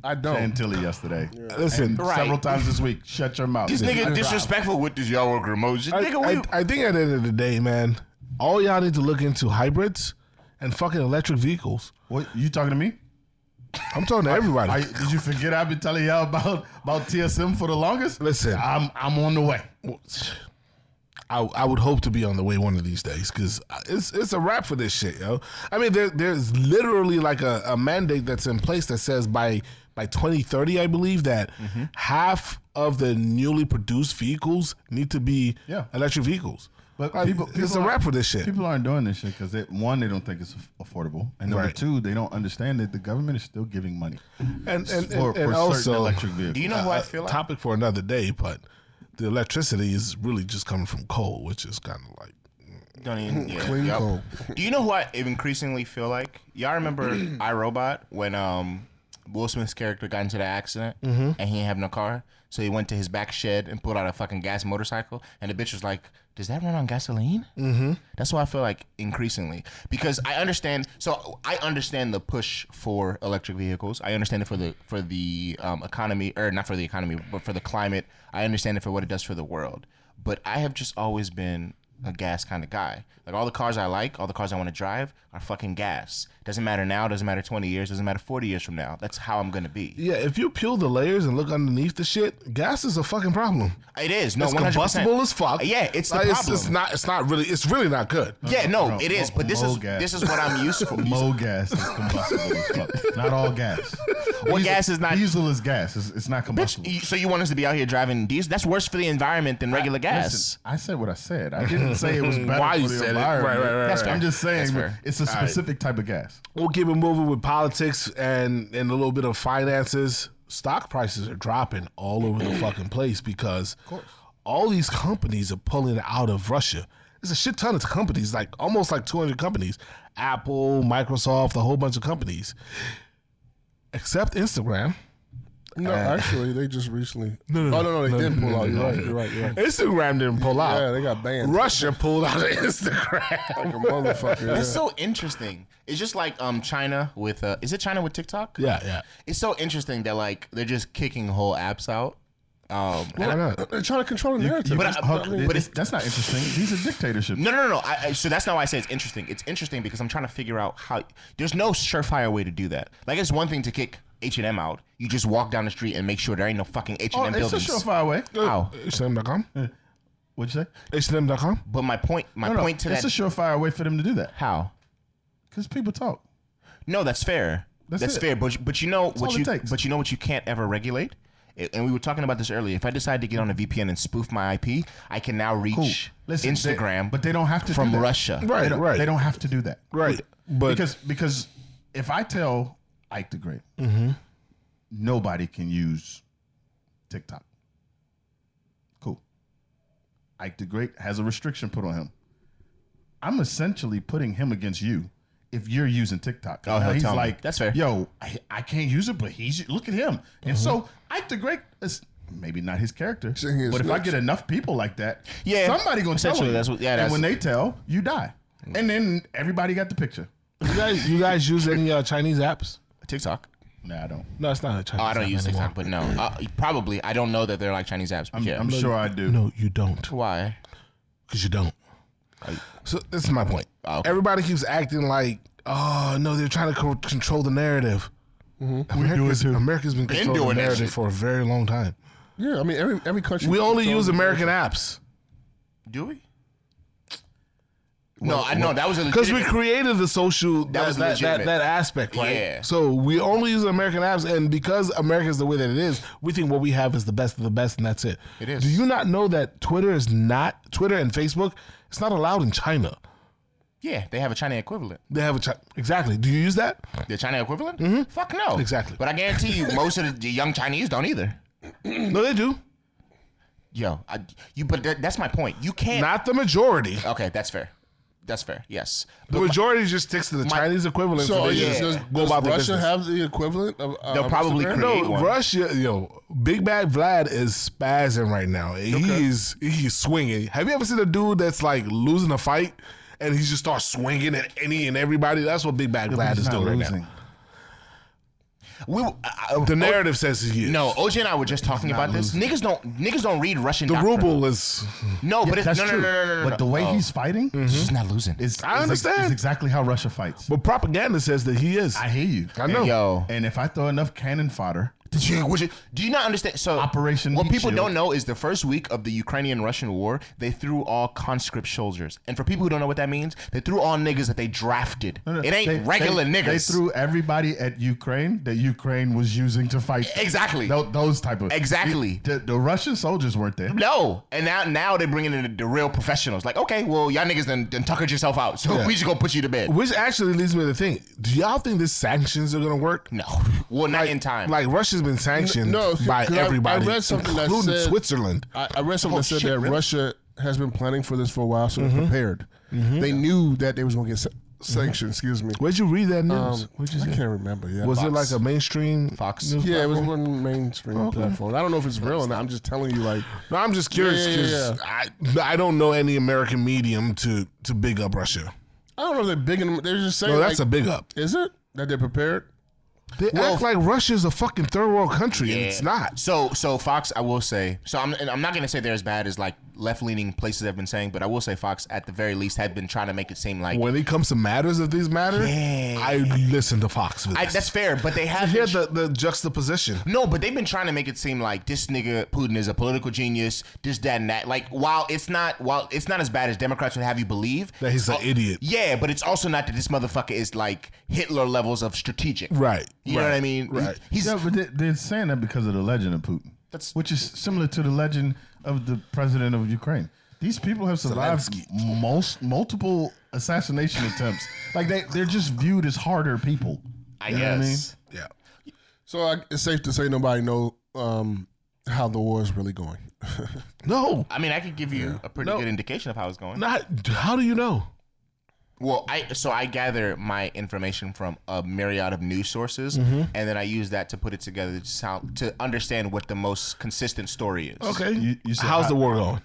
Speaker 1: I don't.
Speaker 2: Chantilly yesterday.
Speaker 5: Listen,
Speaker 2: And
Speaker 4: Right.
Speaker 2: several times this week. Shut your mouth.
Speaker 4: This nigga disrespectful with this y'all work remote. This
Speaker 5: I,
Speaker 4: nigga, we,
Speaker 5: I- I think at the end of the day, man, all y'all need to look into hybrids and fucking electric vehicles.
Speaker 2: What you talking to me?
Speaker 5: I'm talking to everybody.
Speaker 2: I, did you forget I've been telling y'all about about TSM for the longest?
Speaker 5: Listen.
Speaker 2: I'm I'm on the way.
Speaker 5: I, I would hope to be on the way one of these days because it's it's a wrap for this shit, yo. I mean, there, there's literally like a, a mandate that's in place that says by by 2030, I believe that
Speaker 2: Mm-hmm.
Speaker 5: half of the newly produced vehicles need to be
Speaker 2: Yeah.
Speaker 5: electric vehicles.
Speaker 2: But
Speaker 5: Like,
Speaker 2: people-
Speaker 5: it's
Speaker 2: people
Speaker 5: a wrap
Speaker 2: aren't-
Speaker 5: for this shit.
Speaker 2: People aren't doing this shit because one, they don't think it's aff- affordable, and number
Speaker 5: Right.
Speaker 2: two, they don't understand that the government is still giving money
Speaker 5: and and,
Speaker 2: for,
Speaker 5: and,
Speaker 2: for
Speaker 5: and
Speaker 2: certain
Speaker 5: also, uh,
Speaker 2: electric vehicles.
Speaker 4: do you know who I feel like?
Speaker 5: topic for another day, but the electricity is really just coming from coal, which is kind of like
Speaker 4: Don't even yeah,
Speaker 1: Clean
Speaker 4: yup.
Speaker 1: coal.
Speaker 4: Do you know who I increasingly feel like? Y'all remember iRobot when um Will Smith's character got into the accident and he didn't have no car, so he went to his back shed and pulled out a fucking gas motorcycle, and the bitch was like, "Does that run on gasoline?" Mm-hmm. That's what I feel like increasingly because I understand. So I understand the push for electric vehicles. I understand it for the for the um, economy, or not for the economy, but for the climate. I understand it for what it does for the world. But I have just always been a gas kind of guy. Like all the cars I like, all the cars I want to drive are fucking gas. Doesn't matter now, doesn't matter 20 years, doesn't matter 40 years from now. That's how I'm going to be.
Speaker 5: yeah. If you peel the layers and look underneath the shit, gas is a fucking problem.
Speaker 4: It is. No,
Speaker 5: It's
Speaker 4: 100%.
Speaker 5: combustible as fuck.
Speaker 4: Yeah, it's the
Speaker 5: Like,
Speaker 4: problem.
Speaker 5: it's, it's not. It's not really. It's really not good.
Speaker 4: yeah, no,
Speaker 2: Bro,
Speaker 4: it is,
Speaker 2: mo-
Speaker 4: but this is
Speaker 2: mo gas.
Speaker 4: this is what I'm used for.
Speaker 2: Mo gas is combustible as fuck. Not all gas.
Speaker 4: What
Speaker 2: Diesel-
Speaker 4: gas is not-
Speaker 2: Diesel is gas. It's, it's not combustible.
Speaker 4: You- so you want us to be out here driving diesel? That's worse for the environment than regular gas.
Speaker 2: Listen, I said what I said. I didn't say it was better
Speaker 5: Why
Speaker 2: for
Speaker 5: you
Speaker 2: the
Speaker 5: said it.
Speaker 2: environment.
Speaker 5: Right, right, right,
Speaker 4: That's right. fair.
Speaker 2: I'm just
Speaker 4: That's
Speaker 2: saying
Speaker 4: fair.
Speaker 2: it's a specific type of gas.
Speaker 5: We'll keep it moving with politics and and a little bit of finances. Stock prices are dropping all over the fucking place because all these companies are pulling out of Russia. There's a shit ton of companies, like almost like 200 companies, Apple, Microsoft, a whole bunch of companies, except Instagram.
Speaker 1: No, Uh, actually, they just recently. oh, no, no, they didn't pull out. You're right. You're right. You're right.
Speaker 5: Instagram didn't pull out.
Speaker 1: Yeah, they got banned.
Speaker 5: Russia pulled out of Instagram.
Speaker 1: Like a motherfucker.
Speaker 4: That's
Speaker 1: yeah.
Speaker 4: so interesting. It's just like um China with uh, is it China with TikTok?
Speaker 5: yeah, yeah.
Speaker 4: It's so interesting that like they're just kicking whole apps out. Um,
Speaker 5: Why not?
Speaker 1: They're trying to control the narrative.
Speaker 4: but I-
Speaker 2: Huck,
Speaker 4: but
Speaker 2: it-
Speaker 4: it's-
Speaker 2: that's not interesting. These are dictatorships.
Speaker 4: No, no, no, no. I, I, so that's not why I say it's interesting. It's interesting because I'm trying to figure out how. There's no surefire way to do that. Like it's one thing to kick H and M out. You just walk down the street and make sure there ain't no fucking H
Speaker 2: Oh,
Speaker 4: and M
Speaker 2: it's a
Speaker 4: buildings.
Speaker 2: surefire way.
Speaker 4: How?
Speaker 5: H&M.com?
Speaker 2: What'd you say?
Speaker 5: H&M.com?
Speaker 4: But my point, my
Speaker 2: No, no,
Speaker 4: point to
Speaker 2: it's
Speaker 4: that.
Speaker 2: a surefire way for them to do that
Speaker 4: how?
Speaker 2: because people talk.
Speaker 4: No, that's fair. That's,
Speaker 2: That's it.
Speaker 4: fair. But but you know what
Speaker 2: all it
Speaker 4: you
Speaker 2: takes.
Speaker 4: but you know what you can't ever regulate. I- And we were talking about this earlier. If I decide to get on a VPN and spoof my IP, I can now reach
Speaker 2: Listen, they-
Speaker 4: Instagram,
Speaker 2: but they don't have to
Speaker 4: from
Speaker 2: do that.
Speaker 4: Russia.
Speaker 5: Right,
Speaker 2: they don't,
Speaker 5: right.
Speaker 2: They don't have to do that.
Speaker 5: Right. But
Speaker 2: because because if I tell Ike the Great,
Speaker 4: Mm-hmm.
Speaker 2: nobody can use TikTok. Cool. Ike the Great has a restriction put on him. I'm essentially putting him against you if you're using TikTok. Now
Speaker 4: Oh, he'll
Speaker 2: he's
Speaker 4: tell me.
Speaker 2: like,
Speaker 4: That's fair.
Speaker 2: Yo, I, I can't use it, but he's look at him. And so
Speaker 4: Mm-hmm.
Speaker 2: Ike the Great is maybe not his character,
Speaker 1: Sing his
Speaker 2: but if I
Speaker 1: lips.
Speaker 2: get enough people like that,
Speaker 4: Yeah.
Speaker 2: somebody gonna tell
Speaker 4: Essentially,
Speaker 2: him.
Speaker 4: that's what- yeah,
Speaker 2: and
Speaker 4: that's-
Speaker 2: when they tell, you die, and then everybody got the picture.
Speaker 5: you guys, you guys use any uh, Chinese apps?
Speaker 4: TikTok.
Speaker 2: No, I don't.
Speaker 5: No, it's not a Chinese.
Speaker 4: Oh, I don't
Speaker 5: app
Speaker 4: use
Speaker 5: anymore.
Speaker 4: TikTok, but no, uh, probably. I don't know that they're like Chinese apps. But
Speaker 2: I'm,
Speaker 4: yeah.
Speaker 2: I'm sure I do.
Speaker 5: No, you don't,
Speaker 4: Why?
Speaker 5: because you don't. So this is my point.
Speaker 4: Oh, okay.
Speaker 5: Everybody keeps acting like, oh no, they're trying to co- control the narrative.
Speaker 1: Mm-hmm.
Speaker 8: We do it too.
Speaker 5: America's been controlling
Speaker 4: doing that
Speaker 5: narrative
Speaker 4: shit.
Speaker 5: for a very long time.
Speaker 1: Yeah, I mean every every country.
Speaker 5: We only use American apps
Speaker 4: Do we? No, I know that was a
Speaker 5: because we
Speaker 4: legitimate-
Speaker 5: created the social that
Speaker 4: was
Speaker 5: that, that, that,
Speaker 4: legitimate.
Speaker 5: aspect, right?
Speaker 4: Yeah.
Speaker 5: So we only use American apps, and because America's the way that it is, we think what we have is the best of the best, and that's it.
Speaker 4: It is.
Speaker 5: Do you not know that Twitter is not Twitter and Facebook? It's not allowed in China.
Speaker 4: yeah, they have a China equivalent.
Speaker 5: They have a China. Exactly. Do you use that?
Speaker 4: The China equivalent? Fuck no.
Speaker 5: Exactly.
Speaker 4: But I guarantee you, most of the young Chinese don't either.
Speaker 5: No, they do.
Speaker 4: Yo, I, you. But that, that's my point. You can't.
Speaker 5: Not the majority.
Speaker 4: okay, that's fair. That's fair. Yes.
Speaker 5: The majority just sticks to the Chinese equivalent.
Speaker 1: So
Speaker 5: they
Speaker 1: yeah.
Speaker 5: just
Speaker 1: does,
Speaker 5: go
Speaker 1: does
Speaker 5: about their
Speaker 1: Russia
Speaker 5: business.
Speaker 1: have the equivalent of? Uh,
Speaker 4: They'll probably
Speaker 1: Instagram?
Speaker 4: create
Speaker 1: No,
Speaker 4: one.
Speaker 5: Russia, yo, Big Bad Vlad is spazzing right now. He's he's swinging. Have you ever seen a dude that's like losing a fight and he just starts swinging at any and everybody? That's what Big Bad Vlad is
Speaker 2: He's not
Speaker 5: doing right
Speaker 2: losing.
Speaker 5: now.
Speaker 4: We. I, I-
Speaker 5: The narrative says he is.
Speaker 4: no, OJ and I were just talking about this. Niggas don't. Niggas don't read Russian.
Speaker 5: the
Speaker 4: doctrine.
Speaker 5: ruble is.
Speaker 4: No, but it's,
Speaker 2: That's
Speaker 4: no, no,
Speaker 2: true.
Speaker 4: no, no, no, Mm-hmm. no,
Speaker 2: but the way he's fighting
Speaker 4: he's not losing.
Speaker 2: is,
Speaker 5: I
Speaker 2: is-
Speaker 5: understand.
Speaker 2: is exactly how Russia fights.
Speaker 5: But propaganda says that he is.
Speaker 2: I hear you.
Speaker 5: I know.
Speaker 4: Yo,
Speaker 2: And if I throw enough cannon fodder,
Speaker 4: Did you- would you- do you not understand? So
Speaker 2: Operation
Speaker 4: What
Speaker 2: Heat
Speaker 4: people
Speaker 2: Shield.
Speaker 4: don't know is the first week of the Ukrainian-Russian war, they threw all conscript soldiers, and for people who don't know what that means, they threw all niggas that they drafted.
Speaker 2: No, no,
Speaker 4: it ain't
Speaker 2: they-
Speaker 4: regular
Speaker 2: they-
Speaker 4: niggas.
Speaker 2: They threw everybody at Ukraine that Ukraine was using to fight.
Speaker 4: Exactly.
Speaker 2: Tho- those type of
Speaker 4: Exactly.
Speaker 2: The, the Russian soldiers weren't there.
Speaker 4: no, and now now they're bringing in the, the real professionals. Like, okay, well, y'all niggas then, then tuckered yourself out, so we just gonna put you to bed.
Speaker 5: Which actually leads me to think: Do y'all think the sanctions are going to work?
Speaker 4: No, well, not in time.
Speaker 5: Like Russia's been sanctioned
Speaker 1: No, 'cause
Speaker 5: by
Speaker 1: I- I
Speaker 5: everybody,
Speaker 1: read something that
Speaker 5: including
Speaker 1: said-
Speaker 5: Switzerland.
Speaker 1: I, I read something that said
Speaker 4: shit,
Speaker 1: that
Speaker 4: really?
Speaker 1: Russia has been planning for this for a while, so they're prepared. They knew that they was going to get sa- sanctioned. Excuse me.
Speaker 5: Where'd you read that
Speaker 1: Um,
Speaker 5: news? Where'd you
Speaker 1: I
Speaker 5: see it?
Speaker 1: can't remember. Yeah,
Speaker 5: was it like a mainstream?
Speaker 4: Fox.
Speaker 5: news
Speaker 1: Yeah, it was one mainstream platform. I don't know if it's real or not. I'm just telling you, like,
Speaker 5: No, I'm just curious
Speaker 1: Yeah, yeah,
Speaker 5: because I I don't know any American medium to to big up Russia.
Speaker 1: I don't know if they're big. In, they're just saying
Speaker 5: No, that's
Speaker 1: like,
Speaker 5: a big up.
Speaker 1: Is it that they're prepared?
Speaker 5: They act like Russia's a fucking third world country, and it's not.
Speaker 4: So so Fox, I will say. So I'm and I'm not gonna say they're as bad as like left leaning places have been saying, but I will say Fox at the very least had been trying to make it seem like
Speaker 5: When it comes to matters of these matters, I listen to Fox. For
Speaker 4: I,
Speaker 5: this.
Speaker 4: that's fair, but they
Speaker 5: I
Speaker 4: have
Speaker 5: hear
Speaker 4: been
Speaker 5: the, the juxtaposition.
Speaker 4: No, but they've been trying to make it seem like this nigga Putin is a political genius, this, that, and that. Like, while it's not, while it's not as bad as Democrats would have you believe,
Speaker 5: That he's an
Speaker 1: Oh.
Speaker 4: uh,
Speaker 5: idiot.
Speaker 4: Yeah, but it's also not that this motherfucker is like Hitler levels of strategic.
Speaker 5: Right.
Speaker 4: You know what I mean? Right. He's
Speaker 2: yeah, but they, they're saying that because of the legend of Putin,
Speaker 4: That's-
Speaker 2: which is similar to the legend of the president of Ukraine. These people have survived most multiple assassination attempts. Like they, they're just viewed as harder people.
Speaker 4: I
Speaker 2: You know what I
Speaker 4: guess.
Speaker 5: Yeah.
Speaker 1: So I, it's safe to say nobody know um, how the war is really going.
Speaker 5: No,
Speaker 4: I mean, I could give you a pretty good indication of how it's going.
Speaker 5: not. How do you know?
Speaker 4: Well, I so I gather my information from a myriad of news sources,
Speaker 5: Mm-hmm.
Speaker 4: and then I use that to put it together to sound to understand what the most consistent story is.
Speaker 5: Okay.
Speaker 2: You- you said
Speaker 5: How's
Speaker 2: how-
Speaker 5: the war going?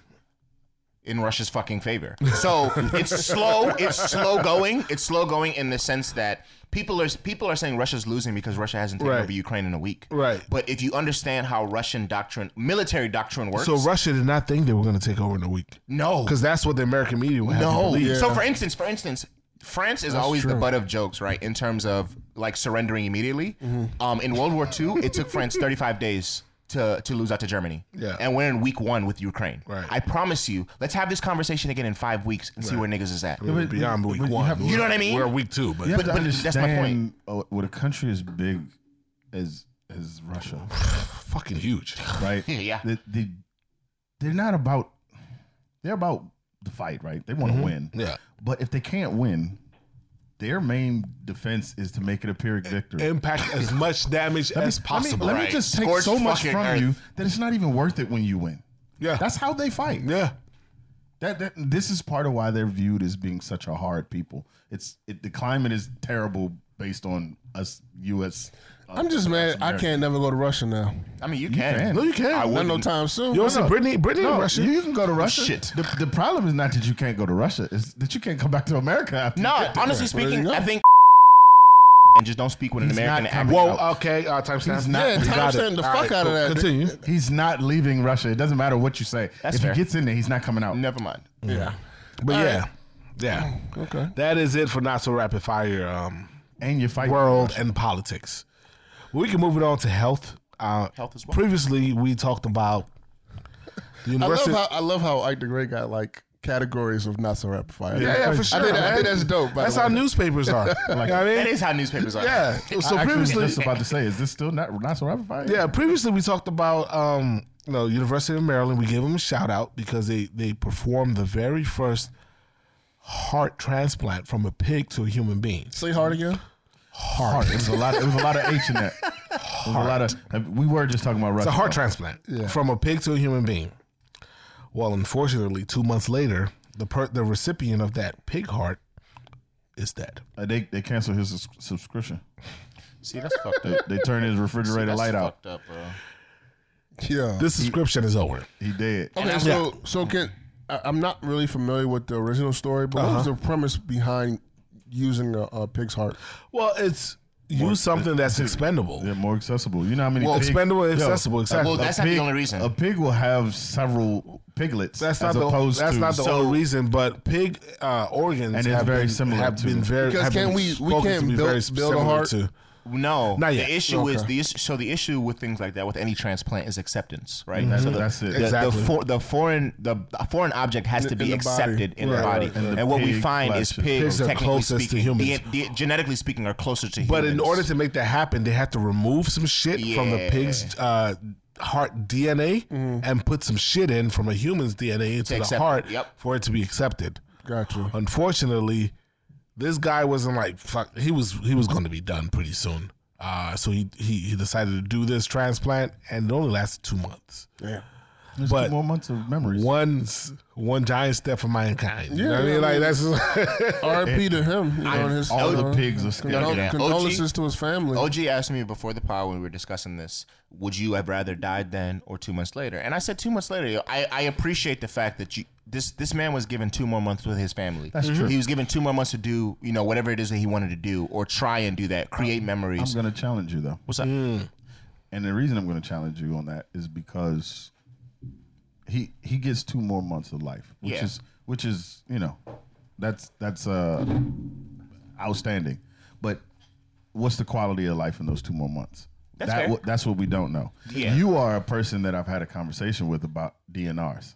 Speaker 4: in Russia's fucking favor. So it's slow. It's slow going. It's slow going in the sense that people are people are saying Russia's losing because Russia hasn't taken
Speaker 5: Right.
Speaker 4: over Ukraine in a week.
Speaker 5: Right.
Speaker 4: But if you understand how Russian doctrine, military doctrine works,
Speaker 5: So Russia did not think they were going to take over in a week
Speaker 4: no,
Speaker 5: because that's what the American media would have you
Speaker 4: no.
Speaker 5: believe.
Speaker 4: So for instance, for instance. France is always the butt of jokes, right? In terms of like surrendering immediately.
Speaker 5: Mm-hmm.
Speaker 4: Um, in World War II, it took France 35 days to, to lose out to Germany.
Speaker 5: Yeah.
Speaker 4: And we're in week one with Ukraine.
Speaker 5: Right.
Speaker 4: I promise you, let's have this conversation again in five weeks and see where niggas is at.
Speaker 2: But-
Speaker 5: beyond
Speaker 2: but
Speaker 5: week
Speaker 2: you
Speaker 5: one.
Speaker 2: have-
Speaker 4: You know what I mean?
Speaker 5: We're week two, but
Speaker 2: You have to
Speaker 4: but that's my
Speaker 2: understand uh, with a country as big as as Russia,
Speaker 5: fucking huge.
Speaker 2: right?
Speaker 4: Yeah.
Speaker 2: The- the- they're not about. They're about the fight, right? They
Speaker 4: Mm-hmm.
Speaker 2: want to win.
Speaker 5: Yeah.
Speaker 2: But if they can't win, their main defense is to make it a pyrrhic victory.
Speaker 5: Impact as much damage
Speaker 2: Let me-
Speaker 5: as possible.
Speaker 2: Let me, let me
Speaker 4: Right.
Speaker 2: just take
Speaker 4: Scorched
Speaker 2: so much
Speaker 4: fucking
Speaker 2: from
Speaker 4: earth.
Speaker 2: you that it's not even worth it when you win.
Speaker 5: Yeah.
Speaker 2: That's how they fight.
Speaker 5: yeah.
Speaker 2: That, that this is part of why they're viewed as being such a hard people. It's it, the climate is terrible based on us uh, U.S.
Speaker 1: I'm just mad I can't never go to Russia now.
Speaker 4: I mean, you can.
Speaker 2: can.
Speaker 5: No, you can't.
Speaker 1: I Not no time soon.
Speaker 5: Yo, listen, Brittany, Brittany,
Speaker 2: No,
Speaker 5: Russia.
Speaker 2: you can go to Russia.
Speaker 4: Shit.
Speaker 2: The, the problem is not that you can't go to Russia; it's that you can't come back to America. After you
Speaker 4: No,
Speaker 2: get there.
Speaker 4: honestly
Speaker 1: There you
Speaker 4: speaking,
Speaker 1: go.
Speaker 4: I think and just don't speak with an
Speaker 2: He's
Speaker 4: American
Speaker 2: not
Speaker 4: accent.
Speaker 2: coming
Speaker 4: Whoa,
Speaker 2: out.
Speaker 5: Well, okay, uh, timestamp.
Speaker 2: not-
Speaker 1: Yeah,
Speaker 2: You
Speaker 1: time
Speaker 2: got it.
Speaker 1: stand the fuck out of that. dude.
Speaker 5: Continue.
Speaker 2: he's not leaving Russia. It doesn't matter what you say.
Speaker 4: That's
Speaker 2: if
Speaker 4: fair.
Speaker 2: he gets in there, he's not coming out.
Speaker 4: never mind.
Speaker 1: Yeah.
Speaker 5: Mm. But yeah, yeah.
Speaker 1: Okay.
Speaker 5: That is it for not so rapid fire um,
Speaker 2: And you fight.
Speaker 5: world and politics. We can move it on to health. Uh,
Speaker 4: Health as well.
Speaker 5: Previously, we talked about the
Speaker 1: I love
Speaker 5: university.
Speaker 1: how I love how Ike the Great got like categories of not so rapid fire.
Speaker 5: Yeah, yeah, for
Speaker 1: I
Speaker 5: sure.
Speaker 1: think, I
Speaker 5: man.
Speaker 1: think that's dope. By
Speaker 5: That's
Speaker 1: the
Speaker 5: how
Speaker 1: way.
Speaker 5: newspapers are. You know what I mean?
Speaker 4: That is how newspapers are.
Speaker 5: Yeah. So
Speaker 2: I actually was
Speaker 5: previously,
Speaker 2: just about to say, is this still not not so rapid fire?
Speaker 5: yeah, previously we talked about um, you know, University of Maryland. We gave them a shout out because they they performed the very first heart transplant from a pig to a human being.
Speaker 1: Say hard again.
Speaker 2: heart. It was a lot. It was a lot of H in that. It was a lot of. uh, We were just talking about Russia.
Speaker 5: It's a heart transplant from a pig to a human being. Well, unfortunately, two months later, the per- the recipient of that pig heart is dead.
Speaker 2: Uh, they they canceled his sus- subscription.
Speaker 4: See, that's fucked
Speaker 2: They,
Speaker 4: up.
Speaker 2: they turned his refrigerator
Speaker 4: That's
Speaker 2: light out.
Speaker 4: fucked up, bro.
Speaker 1: Yeah.
Speaker 5: This subscription is over.
Speaker 2: He dead.
Speaker 1: okay, so so can I, I'm not really familiar with the original story, but what was the premise behind using a, a pig's heart?
Speaker 5: Well, it's use something that's expendable.
Speaker 2: They're more accessible. You know how many
Speaker 5: Well,
Speaker 2: pig-
Speaker 5: expendable,
Speaker 2: Yo,
Speaker 5: accessible, exactly.
Speaker 4: Well, that's not the only reason.
Speaker 2: A pig will have several piglets.
Speaker 5: that's
Speaker 2: as
Speaker 5: not the
Speaker 2: opposed
Speaker 5: that's
Speaker 2: to,
Speaker 5: not the only reason, but pig uh, organs
Speaker 2: it's
Speaker 5: have
Speaker 2: very
Speaker 5: been,
Speaker 2: similar
Speaker 5: have
Speaker 2: to-
Speaker 5: been very
Speaker 1: Because
Speaker 5: have been
Speaker 1: can't we- we
Speaker 5: spoken to
Speaker 1: can't
Speaker 5: be
Speaker 1: build-
Speaker 5: very
Speaker 1: build a
Speaker 5: similar
Speaker 1: heart?
Speaker 5: to-
Speaker 4: No,
Speaker 5: Not yet.
Speaker 4: the issue is the issue. So the issue with things like that, with any transplant, is acceptance, right? So the,
Speaker 2: That's it.
Speaker 4: The, the
Speaker 5: Exactly.
Speaker 4: for, the foreign the, the foreign object has to
Speaker 1: In-
Speaker 4: be
Speaker 1: in the body.
Speaker 4: accepted in
Speaker 1: Right,
Speaker 4: the body,
Speaker 1: right,
Speaker 4: and,
Speaker 2: right. The
Speaker 4: what we
Speaker 2: pig
Speaker 4: find is
Speaker 2: flesh is-
Speaker 4: pigs,
Speaker 5: Pigs are
Speaker 4: technically
Speaker 5: closest to
Speaker 4: speaking,
Speaker 5: humans.
Speaker 4: the- the- genetically speaking, are closer to humans.
Speaker 5: But in order to make that happen, they had to remove some shit from the
Speaker 4: Yeah.
Speaker 5: pig's uh, heart DNA
Speaker 1: Mm-hmm.
Speaker 5: and put some shit in from a human's DNA into the
Speaker 4: accept-
Speaker 5: heart
Speaker 4: yep.
Speaker 5: for it to be accepted.
Speaker 1: Gotcha.
Speaker 5: Unfortunately, this guy wasn't like fuck. He was he was going to be done pretty soon. Uh, so he, he he decided to do this transplant, and it only lasted two months.
Speaker 1: Yeah.
Speaker 2: There's
Speaker 5: but-
Speaker 2: two more months of memories.
Speaker 5: One s- one giant step for mankind. You know what I
Speaker 1: Yeah,
Speaker 5: mean?
Speaker 1: I
Speaker 5: Like
Speaker 1: mean-
Speaker 5: that's
Speaker 1: R.I.p. to him. You know, and his,
Speaker 2: All
Speaker 1: uh,
Speaker 2: the pigs are scared.
Speaker 1: condol-
Speaker 4: Yeah. OG.
Speaker 1: Condolences to his family.
Speaker 4: OG asked me before the pod when we were discussing this, would you have rather died then or two months later? And I said two months later. yo. I, I appreciate the fact that you this this man was given two more months with his family. That's true. He was given two more months to do, you know, whatever it is that he wanted to do or try and do that, create
Speaker 2: I'm
Speaker 4: memories.
Speaker 2: gonna challenge you though.
Speaker 4: What's up?
Speaker 2: And the reason I'm going to challenge you on that is because he he gets two more months of life, which
Speaker 4: Yeah.
Speaker 2: is which is you know that's that's uh outstanding. But what's the quality of life in those two more months?
Speaker 4: That's
Speaker 2: that
Speaker 4: fair.
Speaker 2: what that's what we don't know.
Speaker 4: Yeah.
Speaker 2: You are a person that I've had a conversation with about DNRs.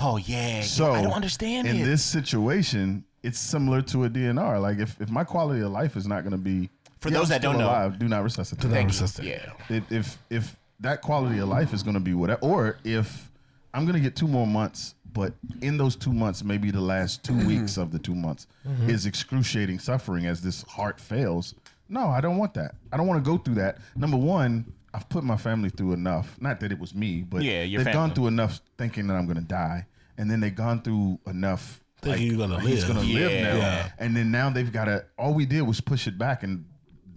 Speaker 4: Oh yeah.
Speaker 2: So
Speaker 4: So I don't understand
Speaker 2: in
Speaker 4: it.
Speaker 2: this situation, it's similar to a DNR. Like if, if my quality of life is not going to be
Speaker 4: For
Speaker 2: Yeah,
Speaker 4: those
Speaker 2: I'm
Speaker 4: that don't
Speaker 2: still
Speaker 4: know.
Speaker 2: alive, do not resuscitate.
Speaker 4: Thank you.
Speaker 5: resistant.
Speaker 4: Yeah.
Speaker 2: it, if if that quality of life is going to be what, I- or if I'm going to get two more months, but in those two months, maybe the last two
Speaker 4: Mm-hmm.
Speaker 2: weeks of the two months is excruciating suffering as this heart fails. No, I don't want that. I don't want to go through that. Number one, I've put my family through enough. Not that it was me, but
Speaker 4: Yeah, your
Speaker 2: they've gone
Speaker 4: family.
Speaker 2: through enough thinking that I'm going to die, and then they've gone through enough
Speaker 5: Thinking you're gonna
Speaker 2: he's
Speaker 5: live.
Speaker 2: gonna live
Speaker 4: Yeah.
Speaker 2: now.
Speaker 5: Yeah.
Speaker 2: And then now they've got to. All we did was push it back, and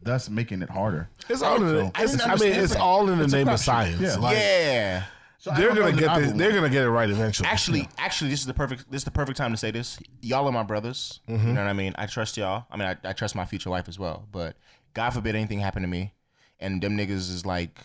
Speaker 2: thus making it harder.
Speaker 5: It's all in. The,
Speaker 4: I didn't
Speaker 5: it's, I mean,
Speaker 4: understand
Speaker 5: it's
Speaker 4: that.
Speaker 5: all in the name of
Speaker 2: crapshoot.
Speaker 5: science.
Speaker 2: Yeah.
Speaker 5: Like,
Speaker 4: yeah.
Speaker 2: So I
Speaker 5: They're
Speaker 2: don't know
Speaker 5: gonna
Speaker 2: that
Speaker 5: get.
Speaker 2: I
Speaker 5: This,
Speaker 2: would
Speaker 5: they're gonna get it right eventually.
Speaker 4: Actually, actually, this is the perfect. This is the perfect time to say this. Y'all are my brothers.
Speaker 1: Mm-hmm.
Speaker 4: You know what I mean. I trust y'all. I mean, I, I trust my future wife as well. But God forbid anything happen to me, and them niggas is like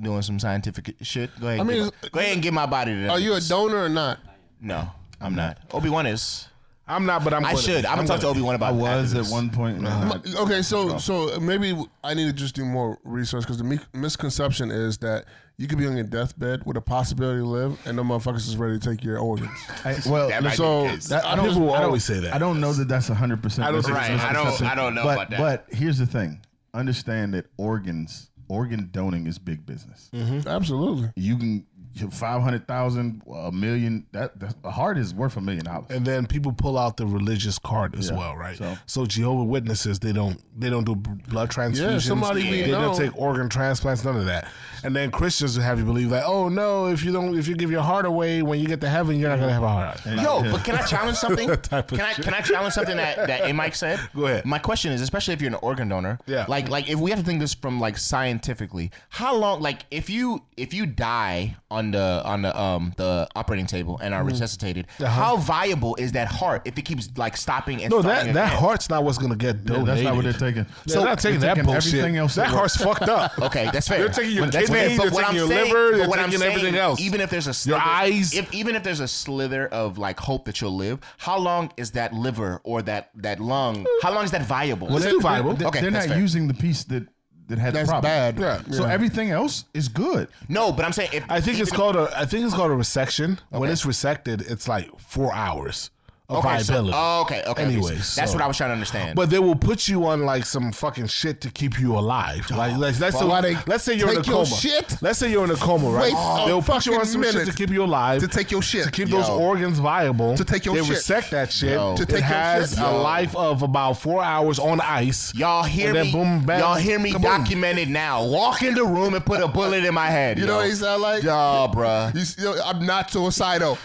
Speaker 4: doing some scientific shit. Go ahead.
Speaker 1: I
Speaker 4: and
Speaker 1: mean,
Speaker 4: give my- go ahead and give my body to them.
Speaker 1: Are you a
Speaker 4: niggas.
Speaker 1: donor or not?
Speaker 4: No, I'm not. Obi Wan is.
Speaker 5: I'm not, but I'm.
Speaker 4: I
Speaker 5: gonna
Speaker 4: should.
Speaker 5: be.
Speaker 4: I'm gonna talk to Obi Wan
Speaker 2: I
Speaker 4: about.
Speaker 2: was
Speaker 4: after
Speaker 2: at
Speaker 4: this.
Speaker 2: one point. and I'm not-
Speaker 1: Okay, so so maybe I need to just do more research because the mi- misconception is that you could be on your deathbed with a possibility to live, and the motherfuckers is ready to take your organs.
Speaker 2: I- well,
Speaker 4: That might be
Speaker 1: so
Speaker 4: the case.
Speaker 2: that- I don't,
Speaker 5: People will
Speaker 2: I don't-
Speaker 5: always say that.
Speaker 2: I don't know that that's hundred percent.
Speaker 5: I don't think so. Right, I
Speaker 4: don't- I don't know
Speaker 2: but,
Speaker 4: about that.
Speaker 2: But here's the thing: understand that organs, organ donating is big business.
Speaker 1: Absolutely.
Speaker 2: You can five hundred thousand, a million. That, that a heart is worth a million dollars.
Speaker 5: and then people pull out the religious card as well, right? So,
Speaker 2: so-
Speaker 5: Jehovah Witnesses they don't they don't do b- blood transfusions.
Speaker 1: somebody we
Speaker 5: they don't
Speaker 1: know-
Speaker 5: take organ transplants, none of that. And then Christians will have you believe like, oh no, if you don't if you give your heart away when you get to heaven, you're not gonna have a heart.
Speaker 4: Yo, but can I challenge something? can I can I challenge something that that A Mike said?
Speaker 5: Go ahead.
Speaker 4: My question is, especially if you're an organ donor,
Speaker 5: Yeah.
Speaker 4: Like like if we have to think this from like scientifically, how long? Like if you if you die on the on the um the operating table and are
Speaker 5: Mm.
Speaker 4: resuscitated, how viable is that heart if it keeps like stopping and
Speaker 5: Uh-huh. No,
Speaker 4: starting
Speaker 5: that that
Speaker 4: again?
Speaker 5: heart's not what's gonna get
Speaker 2: Yeah,
Speaker 5: donated.
Speaker 2: that's not what they're taking.
Speaker 5: So not taking
Speaker 2: They're
Speaker 5: that bullshit.
Speaker 2: Everything else
Speaker 5: that
Speaker 2: that works.
Speaker 5: heart's fucked up.
Speaker 4: Okay, that's fair.
Speaker 5: They're taking your
Speaker 4: But that's fair.
Speaker 5: kidney,
Speaker 4: But
Speaker 5: they're
Speaker 4: what
Speaker 5: taking
Speaker 4: I'm
Speaker 5: your
Speaker 4: saying-
Speaker 5: liver,
Speaker 4: but
Speaker 5: they're
Speaker 4: what I'm
Speaker 5: taking
Speaker 4: saying,
Speaker 5: everything else.
Speaker 4: Even if there's a slither,
Speaker 5: Your eyes.
Speaker 4: if even if there's a slither of like hope that you'll live, how long is that liver or that that lung? How long is that viable?
Speaker 5: Let's do viable.
Speaker 2: They're,
Speaker 4: Okay,
Speaker 2: they're
Speaker 4: that's
Speaker 2: not
Speaker 4: fair.
Speaker 2: using the piece that that had
Speaker 1: That's
Speaker 2: the problem.
Speaker 1: bad. Yeah,
Speaker 2: So
Speaker 1: yeah.
Speaker 2: everything else is good.
Speaker 4: No, but I'm saying if
Speaker 5: I think it's
Speaker 4: even-
Speaker 5: called a. I think it's called a resection. When it's resected, it's like four hours of
Speaker 4: Okay, so-
Speaker 5: viability.
Speaker 1: uh,
Speaker 4: oh, okay, okay.
Speaker 5: Anyway,
Speaker 4: Anyways, that's
Speaker 5: so-
Speaker 4: what I was trying to understand.
Speaker 5: but they will put you on like some fucking shit to keep you alive. Like let's let's,
Speaker 1: Oh, why they
Speaker 5: let's say you're in a
Speaker 1: take your
Speaker 5: coma.
Speaker 1: shit?
Speaker 5: Let's say you're in a coma,
Speaker 1: Wait
Speaker 5: right?
Speaker 1: a
Speaker 5: They'll put you on
Speaker 1: fucking
Speaker 5: some shit
Speaker 1: minute
Speaker 5: to keep you alive.
Speaker 1: to take your shit.
Speaker 5: To keep
Speaker 1: Yo.
Speaker 5: those organs viable.
Speaker 1: To take your
Speaker 5: they
Speaker 1: shit.
Speaker 5: resect that shit.
Speaker 1: To
Speaker 5: it
Speaker 1: take your
Speaker 5: has
Speaker 1: shit.
Speaker 5: a
Speaker 1: Yo.
Speaker 5: life of about four hours on ice.
Speaker 4: y'all hear
Speaker 5: and then
Speaker 4: me?
Speaker 5: boom, bam,
Speaker 4: y'all hear me?
Speaker 5: kaboom.
Speaker 4: Documented now. Walk in the room and put a bullet in my head.
Speaker 1: You know what he sound like?
Speaker 4: Y'all, bruh.
Speaker 1: You s- yo, I'm not suicidal.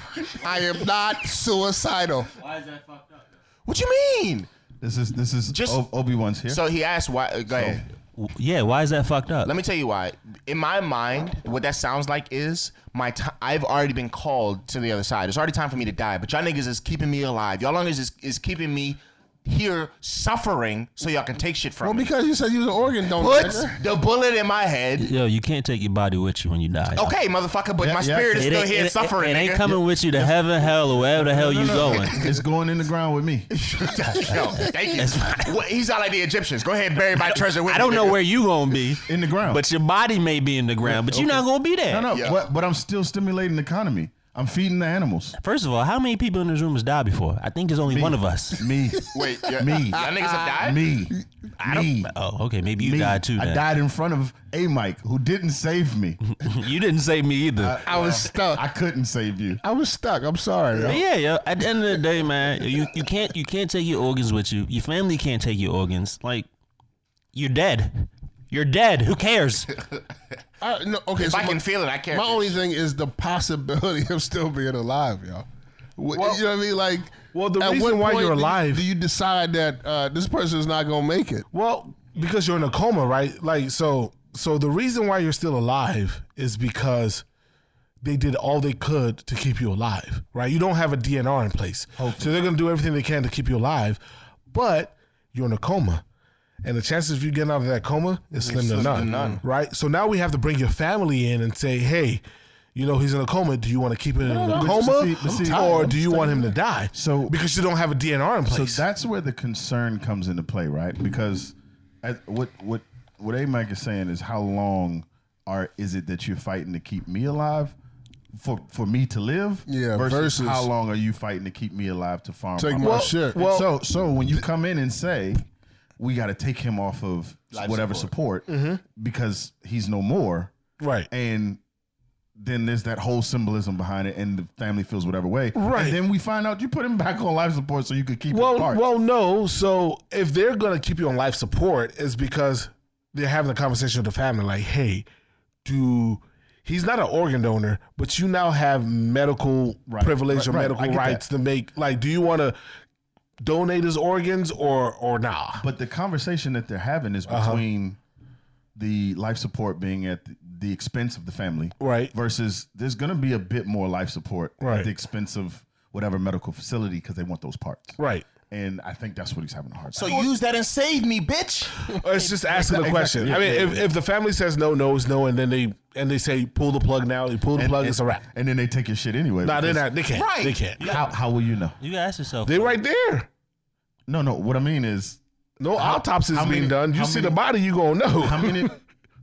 Speaker 1: I am not suicidal.
Speaker 4: What you mean?
Speaker 2: This is this is
Speaker 4: Just-
Speaker 2: Obi Wan's here.
Speaker 4: So he asked why. uh, Go ahead.
Speaker 9: W- Yeah, why is that fucked up?
Speaker 4: Let me tell you why. In my mind, what that sounds like is my t- I've already been called to the other side. It's already time for me to die. But y'all niggas is keeping me alive. Y'all niggas is, is keeping me here suffering so y'all can take shit from
Speaker 1: Well,
Speaker 4: me.
Speaker 1: because you said you was an organ donor.
Speaker 4: Put
Speaker 1: nigga.
Speaker 4: the bullet in my head.
Speaker 9: Yo, you can't take your body with you when you die.
Speaker 4: Okay, motherfucker, but
Speaker 2: yeah.
Speaker 4: my spirit is still
Speaker 9: ain't-
Speaker 4: here
Speaker 9: it-
Speaker 4: suffering.
Speaker 9: It, ain't
Speaker 4: nigga.
Speaker 9: coming with you to heaven, hell, or wherever the hell you going.
Speaker 2: it's going in the ground with me.
Speaker 4: Yo, thank you. What- he's not like the Egyptians. Go ahead and bury my treasure with
Speaker 9: I don't
Speaker 4: me,
Speaker 9: know
Speaker 4: nigga.
Speaker 9: where you gonna be,
Speaker 2: In the ground.
Speaker 9: but your body may be in the ground, but you're not gonna be there.
Speaker 2: no, no.
Speaker 4: Yeah.
Speaker 2: But, but I'm still stimulating the economy. I'm feeding the animals.
Speaker 9: First of all, how many people in this room has died before? I think there's only one of us.
Speaker 2: Me.
Speaker 4: Wait, yeah,
Speaker 2: Me.
Speaker 4: Y'all niggas have died?
Speaker 2: me. I don't, me.
Speaker 9: Oh, okay, maybe you
Speaker 2: me.
Speaker 9: died too.
Speaker 2: I
Speaker 9: Then.
Speaker 2: died in front of a Mike who didn't save me.
Speaker 9: you didn't save me either.
Speaker 1: I was stuck.
Speaker 2: I couldn't save you.
Speaker 1: I was stuck. I'm sorry. yo.
Speaker 2: Oh.
Speaker 9: But yeah, yo. At the end of the day, man, you, you can't you can't take your organs with you. Your family can't take your organs. Like, you're dead. You're dead. Who cares?
Speaker 1: I, no, okay,
Speaker 4: If
Speaker 1: so
Speaker 4: I
Speaker 1: my,
Speaker 4: can feel it, I can't.
Speaker 1: my only thing is the possibility of still being alive, y'all. Wh- you know what I mean? Like,
Speaker 5: Well, the
Speaker 1: at
Speaker 5: reason
Speaker 1: what
Speaker 5: why
Speaker 1: point
Speaker 5: you're
Speaker 1: do you-
Speaker 5: alive-
Speaker 1: do you decide that uh, this person is not gonna make it?
Speaker 5: Well, because you're in a coma, right? Like so so the reason why you're still alive is because they did all they could to keep you alive, right? You don't have a DNR in place. So they're going to do everything they can to keep you alive, but you're in a coma. And the chances of you getting out of that coma is slim to none, right? So now we have to bring your family in and say, "Hey, you know he's in a coma. Do you want to keep him in
Speaker 2: no,
Speaker 5: a
Speaker 2: but
Speaker 5: coma,
Speaker 2: see- but see-
Speaker 5: or do you want him to die?"
Speaker 2: So-
Speaker 5: because you don't have a DNR in
Speaker 2: So
Speaker 5: place,
Speaker 2: that's where the concern comes into play, right? Because at, what what what A Mike is saying is how long are is it that you're fighting to keep me alive for for me to live?
Speaker 1: Yeah,
Speaker 2: Versus,
Speaker 1: versus-
Speaker 2: how long are you fighting to keep me alive to farm?
Speaker 1: Take
Speaker 2: my
Speaker 1: my
Speaker 2: product?
Speaker 1: shit.
Speaker 2: And so so when you come in and say we got to take him off of whatever support,
Speaker 5: Mm-hmm.
Speaker 2: because he's no more,
Speaker 5: right?
Speaker 2: and then there's that whole symbolism behind it, and the family feels whatever way.
Speaker 5: Right.
Speaker 2: And then we find out you put him back on life support so you could keep
Speaker 5: Well,
Speaker 2: his parts.
Speaker 5: well, no. So if they're gonna keep you on life support, is because they're having a conversation with the family, like, "Hey, do he's not an organ donor, but you now have medical
Speaker 2: Right,
Speaker 5: privilege or
Speaker 2: right, right. I
Speaker 5: medical
Speaker 2: get
Speaker 5: rights to make like, do you want to donate his organs or or nah?"
Speaker 2: But the conversation that they're having
Speaker 5: Uh-huh.
Speaker 2: is between the life support being at the- the expense of the family,
Speaker 5: Right.
Speaker 2: Versus there's going to be a bit more life support
Speaker 5: Right.
Speaker 2: at the expense of whatever medical facility because they want those parts,
Speaker 5: Right.
Speaker 2: And I think that's what he's having a hard
Speaker 4: so
Speaker 2: time.
Speaker 4: use that and save me, bitch.
Speaker 5: It's just asking the
Speaker 2: exactly,
Speaker 5: question.
Speaker 2: yeah,
Speaker 5: I mean,
Speaker 2: yeah,
Speaker 5: if, if the family says no, no is no, and then they and they say pull the plug now, you pull the plug, it's a wrap.
Speaker 2: And then they take your shit anyway.
Speaker 5: Nah, they're
Speaker 2: because-
Speaker 5: not. They can't.
Speaker 4: Right.
Speaker 5: They can't.
Speaker 2: How, how will you know?
Speaker 9: You ask yourself.
Speaker 5: They're right there.
Speaker 2: No, no. What I mean is,
Speaker 5: No autopsies
Speaker 2: how
Speaker 5: being
Speaker 2: many-
Speaker 5: done. You
Speaker 2: how
Speaker 5: see
Speaker 2: many-
Speaker 5: the body, you gonna know.
Speaker 2: how many,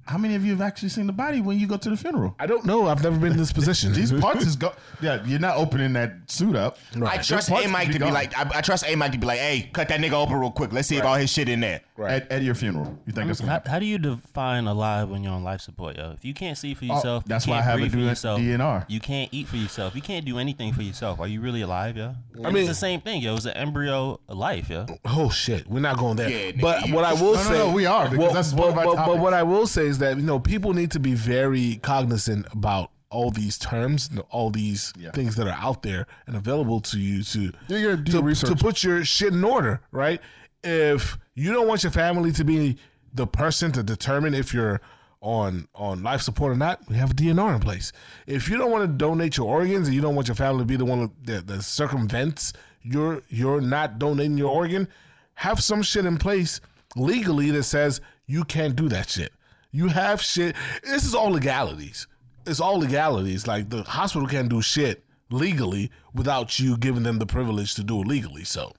Speaker 2: how many of you have actually seen the body when you go to the funeral?
Speaker 5: I don't know. I've never been in this position.
Speaker 2: These parts is go. Yeah, you're not opening that suit up.
Speaker 4: I
Speaker 2: Those
Speaker 4: trust
Speaker 2: parts
Speaker 4: A Mike
Speaker 2: could
Speaker 4: to be
Speaker 2: gone.
Speaker 4: like, I, I trust A Mike to be like, hey, cut that nigga open real quick. Let's see if all his shit in there.
Speaker 2: at, at your funeral. You think that's gonna
Speaker 9: How,
Speaker 2: happen?
Speaker 9: how do you define alive when you're on life support, yo? If you can't see for yourself,
Speaker 2: Oh, that's
Speaker 9: you
Speaker 2: why I
Speaker 9: can't
Speaker 2: have a
Speaker 9: breathe for
Speaker 2: D-
Speaker 9: yourself,
Speaker 2: DNR.
Speaker 9: You can't eat for yourself. You can't do anything for yourself. Are you really alive, yo? I
Speaker 5: mean-
Speaker 9: it's the same thing, yo. It's an embryo life, yo.
Speaker 5: oh shit, we're not going there.
Speaker 4: Yeah, nigga,
Speaker 5: but
Speaker 4: you-
Speaker 5: what I will
Speaker 2: No, no,
Speaker 5: say,
Speaker 2: no, we are, because
Speaker 5: Well,
Speaker 2: that's
Speaker 5: but,
Speaker 2: one of our
Speaker 5: but- but
Speaker 2: topics.
Speaker 5: what I will say is that you know people need to be very cognizant about all these terms, and all these things that are out there and available to you to
Speaker 1: You gotta do
Speaker 5: to,
Speaker 1: your research.
Speaker 5: to put your shit in order, right? If you don't want your family to be the person to determine if you're on on life support or not, we have a DNR in place. If you don't want to donate your organs and you don't want your family to be the one that, that circumvents your you're not donating your organ, have some shit in place legally that says you can't do that shit. You have shit. This is all legalities. It's all legalities. Like the hospital can't do shit legally without you giving them the privilege to do it legally. So,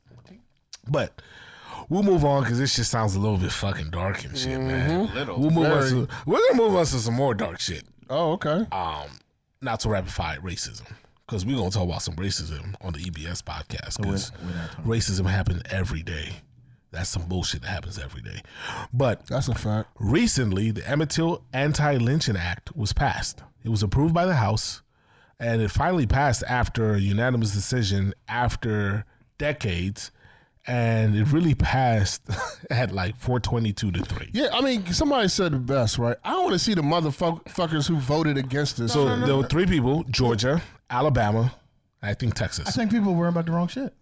Speaker 5: but We'll move on because this shit sounds a little bit fucking dark and shit, man. We'll move on to, we're gonna move on to some more dark shit.
Speaker 1: Oh, okay.
Speaker 5: Um, not to rapid fire racism because we're gonna talk about some racism on the EBS podcast because racism happens every day. That's some bullshit that happens every day. But
Speaker 1: That's a fact.
Speaker 5: recently the Emmett Till Anti-Lynching Act was passed. It was approved by the House, and it finally passed after a unanimous decision after decades, and it really passed at like 422 to three.
Speaker 1: Yeah, I mean, somebody said the best, right? I want to see the motherfuckers who voted against this.
Speaker 5: So there were three people: Georgia, Alabama, I think Texas.
Speaker 2: I think people worry about the wrong shit.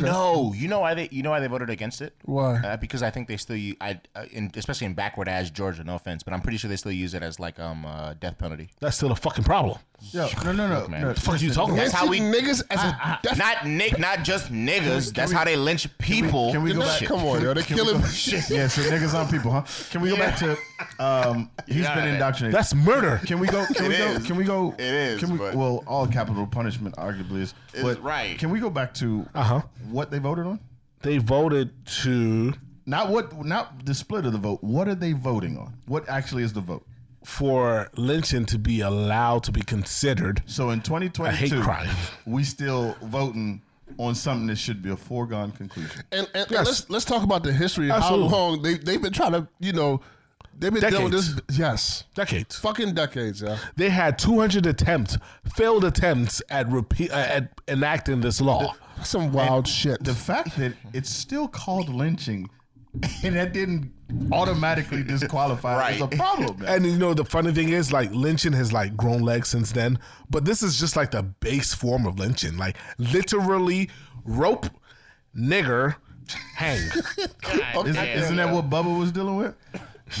Speaker 4: No, you know why they you know why they voted against it?
Speaker 1: Why?
Speaker 4: Uh, because I think they still u- I uh, in, especially in backward ass Georgia. No offense, but I'm pretty sure they still use it as like um uh, death penalty.
Speaker 5: That's still a fucking problem.
Speaker 2: Yo, no, no, no.
Speaker 4: man.
Speaker 2: no.
Speaker 5: The fuck are you talking
Speaker 4: That's
Speaker 5: about?
Speaker 4: how we
Speaker 1: niggas as a death.
Speaker 4: not nick not just niggas. That's how they lynch people.
Speaker 2: Can we go back?
Speaker 4: Shit.
Speaker 1: Come on, yo, they killing.
Speaker 2: Yeah, so niggas on people, huh? Can we go back to? Um, he's
Speaker 4: Yeah,
Speaker 2: been
Speaker 4: man.
Speaker 2: indoctrinated.
Speaker 5: That's murder.
Speaker 2: Can we go? Can
Speaker 4: It
Speaker 2: we
Speaker 4: is.
Speaker 2: go? Can we go?
Speaker 4: It is,
Speaker 2: Can we,
Speaker 4: but-
Speaker 2: well, all capital punishment arguably is.
Speaker 4: Is
Speaker 2: but
Speaker 4: right.
Speaker 2: Can we go back to
Speaker 5: Uh-huh.
Speaker 2: what they voted on?
Speaker 5: They voted to
Speaker 2: Not what. Not the split of the vote. What are they voting on? What actually is the vote?
Speaker 5: for lynching to be allowed to be considered.
Speaker 2: So in 2022,
Speaker 5: A hate crime.
Speaker 2: we still voting on something that should be a foregone conclusion.
Speaker 1: And, and, and let's let's talk about the history of
Speaker 5: Absolutely.
Speaker 1: how long they they've been trying to you know they've been dealing with this yes
Speaker 5: Decades.
Speaker 1: fucking decades yeah
Speaker 5: They had 200 attempts, failed attempts at repeat uh, at enacting this law.
Speaker 1: That's some wild shit.
Speaker 2: The fact that it's still called lynching, and that didn't automatically disqualify it is a
Speaker 4: Right.
Speaker 2: problem. man.
Speaker 5: And you know the funny thing is, like lynching has like grown legs since then. But this is just like the base form of lynching, like literally rope, nigger, hang.
Speaker 2: Is, isn't that what Bubba was dealing with?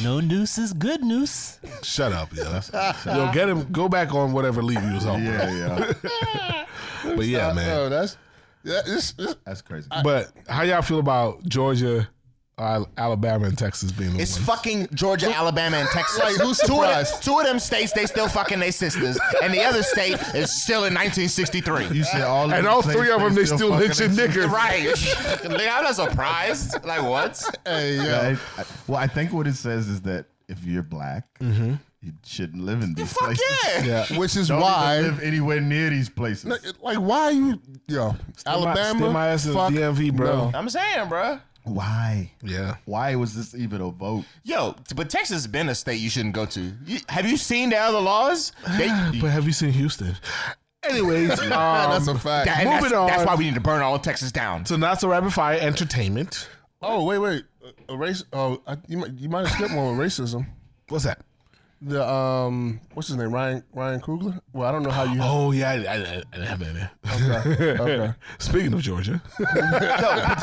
Speaker 9: No noose is good noose.
Speaker 5: Shut up, yo. yo, get him. Go back on whatever leave you was on. bro.
Speaker 2: yeah.
Speaker 5: But yeah, man.
Speaker 1: Oh, that's that, it's, it's,
Speaker 2: That's crazy.
Speaker 5: But how y'all feel about Georgia, Al- Alabama, and Texas being the
Speaker 4: It's
Speaker 5: ones?
Speaker 4: fucking Georgia, Alabama, and Texas.
Speaker 1: Like, who's
Speaker 4: two, of them,
Speaker 1: surprised?
Speaker 4: two of them states, they still fucking their sisters, and the other state is still in 1963.
Speaker 2: You said all of
Speaker 5: and
Speaker 2: them
Speaker 5: all
Speaker 2: say
Speaker 5: three of them, they still
Speaker 2: fucking
Speaker 5: lynching nigger.
Speaker 4: Right? Nigga, I'm not surprised. Like what?
Speaker 1: hey, yeah.
Speaker 2: Yeah, I- I- well, I think what it says is that if you're black,
Speaker 5: Mm-hmm.
Speaker 2: you shouldn't live in these
Speaker 4: Fuck
Speaker 2: places.
Speaker 4: yeah.
Speaker 1: which is
Speaker 2: Don't
Speaker 1: why
Speaker 2: even live anywhere near these places.
Speaker 1: like why are you yo
Speaker 5: my-
Speaker 1: Alabama
Speaker 5: still my ass in the
Speaker 1: fuck
Speaker 5: DMV, bro.
Speaker 1: no.
Speaker 4: I'm saying, bruh.
Speaker 2: Why?
Speaker 5: Yeah.
Speaker 2: Why was this even a vote?
Speaker 4: Yo, but Texas has been a state you shouldn't go to. You, have you seen the other laws? They,
Speaker 5: But have you seen Houston? Anyways, um,
Speaker 1: that's a fact
Speaker 4: that- and
Speaker 5: Moving
Speaker 4: that's, that's
Speaker 5: on.
Speaker 4: why we need to burn all of Texas down.
Speaker 5: so not so rapid fire entertainment.
Speaker 1: oh wait wait uh, race oh I, you might you might have skipped one with racism
Speaker 5: What's that?
Speaker 1: the um what's his name Ryan Ryan Coogler well I don't know how you
Speaker 5: Oh yeah, I, I, I didn't have that. in there.
Speaker 1: okay.
Speaker 5: Speaking of Georgia,
Speaker 4: Yo,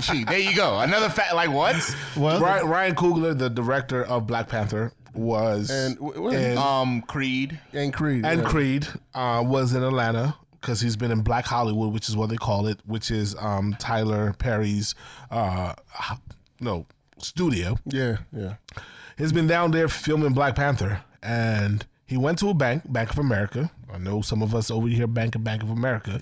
Speaker 4: gee, there you go. Another fact. Like what?
Speaker 2: Well,
Speaker 5: Ryan, Ryan Coogler, the director of Black Panther, was
Speaker 1: and wh- what-
Speaker 5: and,
Speaker 4: Um, Creed.
Speaker 1: and Creed
Speaker 5: and
Speaker 1: yeah.
Speaker 5: Creed uh, was in Atlanta because he's been in Black Hollywood, which is what they call it, which is um, Tyler Perry's uh, h- no studio.
Speaker 1: yeah yeah
Speaker 5: He's been down there filming Black Panther, and he went to a bank, Bank of America. I know some of us over here, Bank of Bank of America,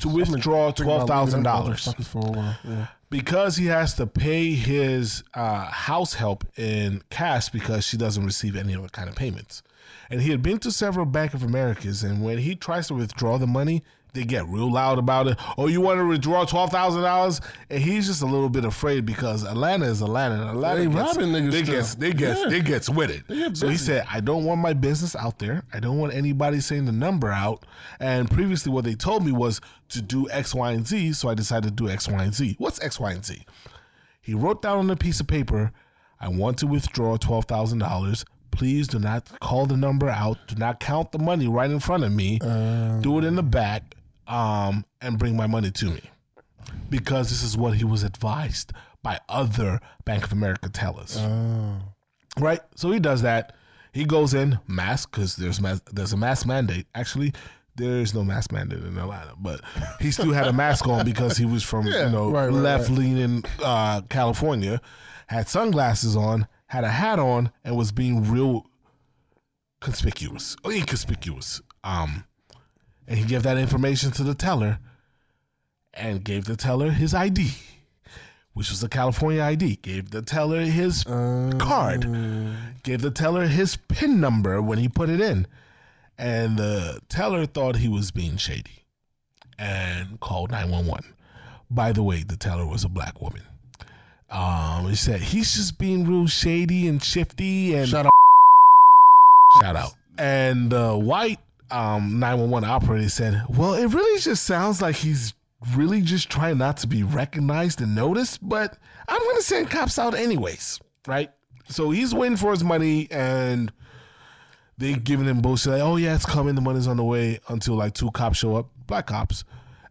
Speaker 5: to withdraw twelve thousand dollars
Speaker 1: Motherfuckers for a while yeah
Speaker 5: because he has to pay his uh, house help in cash because she doesn't receive any other kind of payments. And he had been to several Bank of Americas, and when he tries to withdraw the money, they get real loud about it. Oh, you want to withdraw twelve thousand dollars? And he's just a little bit afraid because Atlanta is Atlanta. And Atlanta
Speaker 1: They
Speaker 5: gets,
Speaker 1: robbing niggas
Speaker 5: They
Speaker 1: still.
Speaker 5: gets they gets
Speaker 1: Yeah.
Speaker 5: they gets with it.
Speaker 1: get
Speaker 5: So he
Speaker 1: busy.
Speaker 5: said, I don't want my business out there. I don't want anybody saying the number out. And previously, what they told me was to do X, Y, and Z. So I decided to do X, Y, and Z. What's X, Y, and Z? He wrote down on a piece of paper, I want to withdraw $12,000. Please do not call the number out. Do not count the money right in front of me.
Speaker 1: Uh.
Speaker 5: do it in the back um, and bring my money to me. Because this is what he was advised by other Bank of America tellers. Right? So he does that. He goes in mask because there's mas- there's a mask mandate. Actually, there is no mask mandate in Atlanta, but he still had a mask on because he was from you know
Speaker 1: right, right, right.
Speaker 5: left leaning uh, California, had sunglasses on, had a hat on, and was being real conspicuous, or inconspicuous. Um, and he gave that information to the teller, and gave the teller his ID which was a California ID, gave the teller his card,
Speaker 1: Oh.
Speaker 5: gave the teller his PIN number when he put it in. And the teller thought he was being shady and called 911. By the way, the teller was a black woman. Um, he said, he's just being real shady and shifty and
Speaker 1: Shout out.
Speaker 5: Shout out. And the white um, 911 operator said, Well, it really just sounds like he's really just trying not to be recognized and noticed, but I'm going to send cops out anyways, right? So he's waiting for his money and they giving him bullshit like, Oh, yeah, it's coming. The money's on the way until like two cops show up, black cops,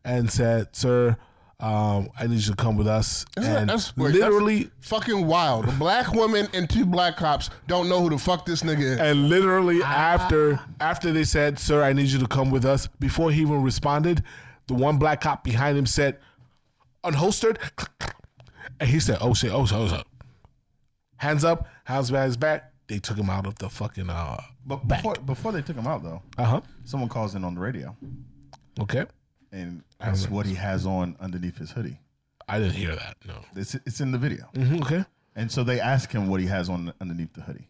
Speaker 5: and said, Sir, um, I need you to come with us.
Speaker 1: Isn't that-
Speaker 5: and
Speaker 1: that's- wait, that's-
Speaker 5: literally.
Speaker 1: Fucking wild. A black woman and two black cops don't know who the fuck this nigga is.
Speaker 5: And literally after after they said, "Sir, I need you to come with us," before he even responded, the one black cop behind him said, "Unholstered," and he said, "Oh shit! Oh shit! Oh shit!" Hands up, hands behind his back. They took him out of the fucking uh
Speaker 2: But before, before they took him out, though,
Speaker 5: uh huh.
Speaker 2: someone calls in on the radio,
Speaker 5: Okay,
Speaker 2: and that's what he has on underneath his hoodie.
Speaker 5: I didn't hear that. No.
Speaker 2: It's, it's in the video.
Speaker 5: hmm okay.
Speaker 2: And so they ask him what he has on underneath the hoodie.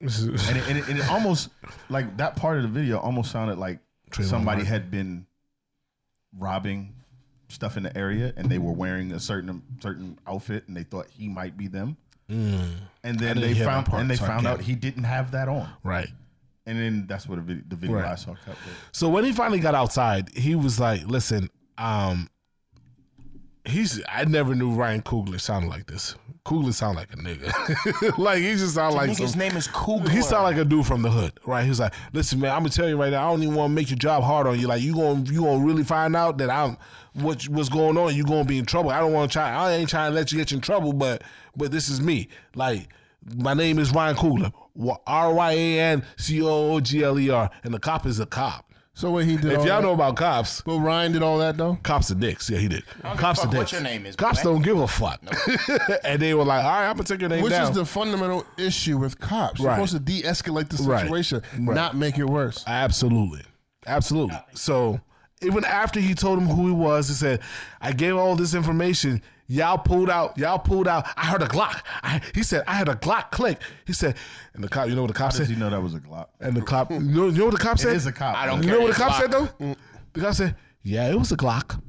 Speaker 5: This is-
Speaker 2: And it, and it, and it almost, like that part of the video almost sounded like
Speaker 5: Trayvon
Speaker 2: somebody
Speaker 5: Martin.
Speaker 2: had been robbing stuff in the area and they were wearing a certain certain outfit and they thought he might be them. And then
Speaker 5: Mm. didn't
Speaker 2: they
Speaker 5: hear that
Speaker 2: found
Speaker 5: part,
Speaker 2: and they
Speaker 5: so I
Speaker 2: found
Speaker 5: can't-
Speaker 2: out he didn't have that on.
Speaker 5: right.
Speaker 2: And then that's what the video, the video
Speaker 5: Right.
Speaker 2: I saw cut with.
Speaker 5: So when he finally got outside, he was like, "Listen, um, he's I never knew Ryan Coogler sounded like this. Coogler sound like a nigga. like he just sound like
Speaker 4: Nigga's
Speaker 5: some,
Speaker 4: name is Coogler.
Speaker 5: he sound like a dude from the hood, right? He was like, "Listen, man, I'm gonna tell you right now. I don't even want to make your job hard on you. Like you gonna you gonna really find out that I'm what what's going on. You gonna be in trouble. I don't want to try. I ain't trying to let you get you in trouble, but but this is me. Like my name is Ryan Coogler, R Y A N C O O G L E R, and the cop is a cop.
Speaker 1: So what he did?
Speaker 5: If
Speaker 1: all
Speaker 5: y'all
Speaker 1: that-
Speaker 5: know about cops,
Speaker 1: but Ryan did all that though.
Speaker 5: cops are dicks. Yeah, he did. Cops are
Speaker 4: fuck
Speaker 5: dicks.
Speaker 4: what your name is,
Speaker 5: Cops
Speaker 4: black.
Speaker 5: don't give a fuck. and they were like, all right, I'm gonna take your name
Speaker 1: Which
Speaker 5: down.
Speaker 1: is the fundamental issue with cops. You're
Speaker 5: Right.
Speaker 1: supposed to de-escalate the
Speaker 5: Right.
Speaker 1: situation,
Speaker 5: Right.
Speaker 1: not make it worse.
Speaker 5: Absolutely. Absolutely. So even after he told him who he was, he said, I gave all this information. Y'all pulled out. Y'all pulled out. I heard a Glock. I, he said, I heard a Glock click. He said, and the cop, you know what the cop
Speaker 2: Because you
Speaker 5: said?
Speaker 2: know that was a Glock.
Speaker 5: And the cop, you know, you know what the cop
Speaker 2: It
Speaker 5: said?
Speaker 2: is a cop. Mm.
Speaker 4: I don't
Speaker 5: You
Speaker 4: care.
Speaker 5: know what the
Speaker 4: It's
Speaker 5: cop
Speaker 4: Glock.
Speaker 5: said though? The cop said, "Yeah, it was a Glock."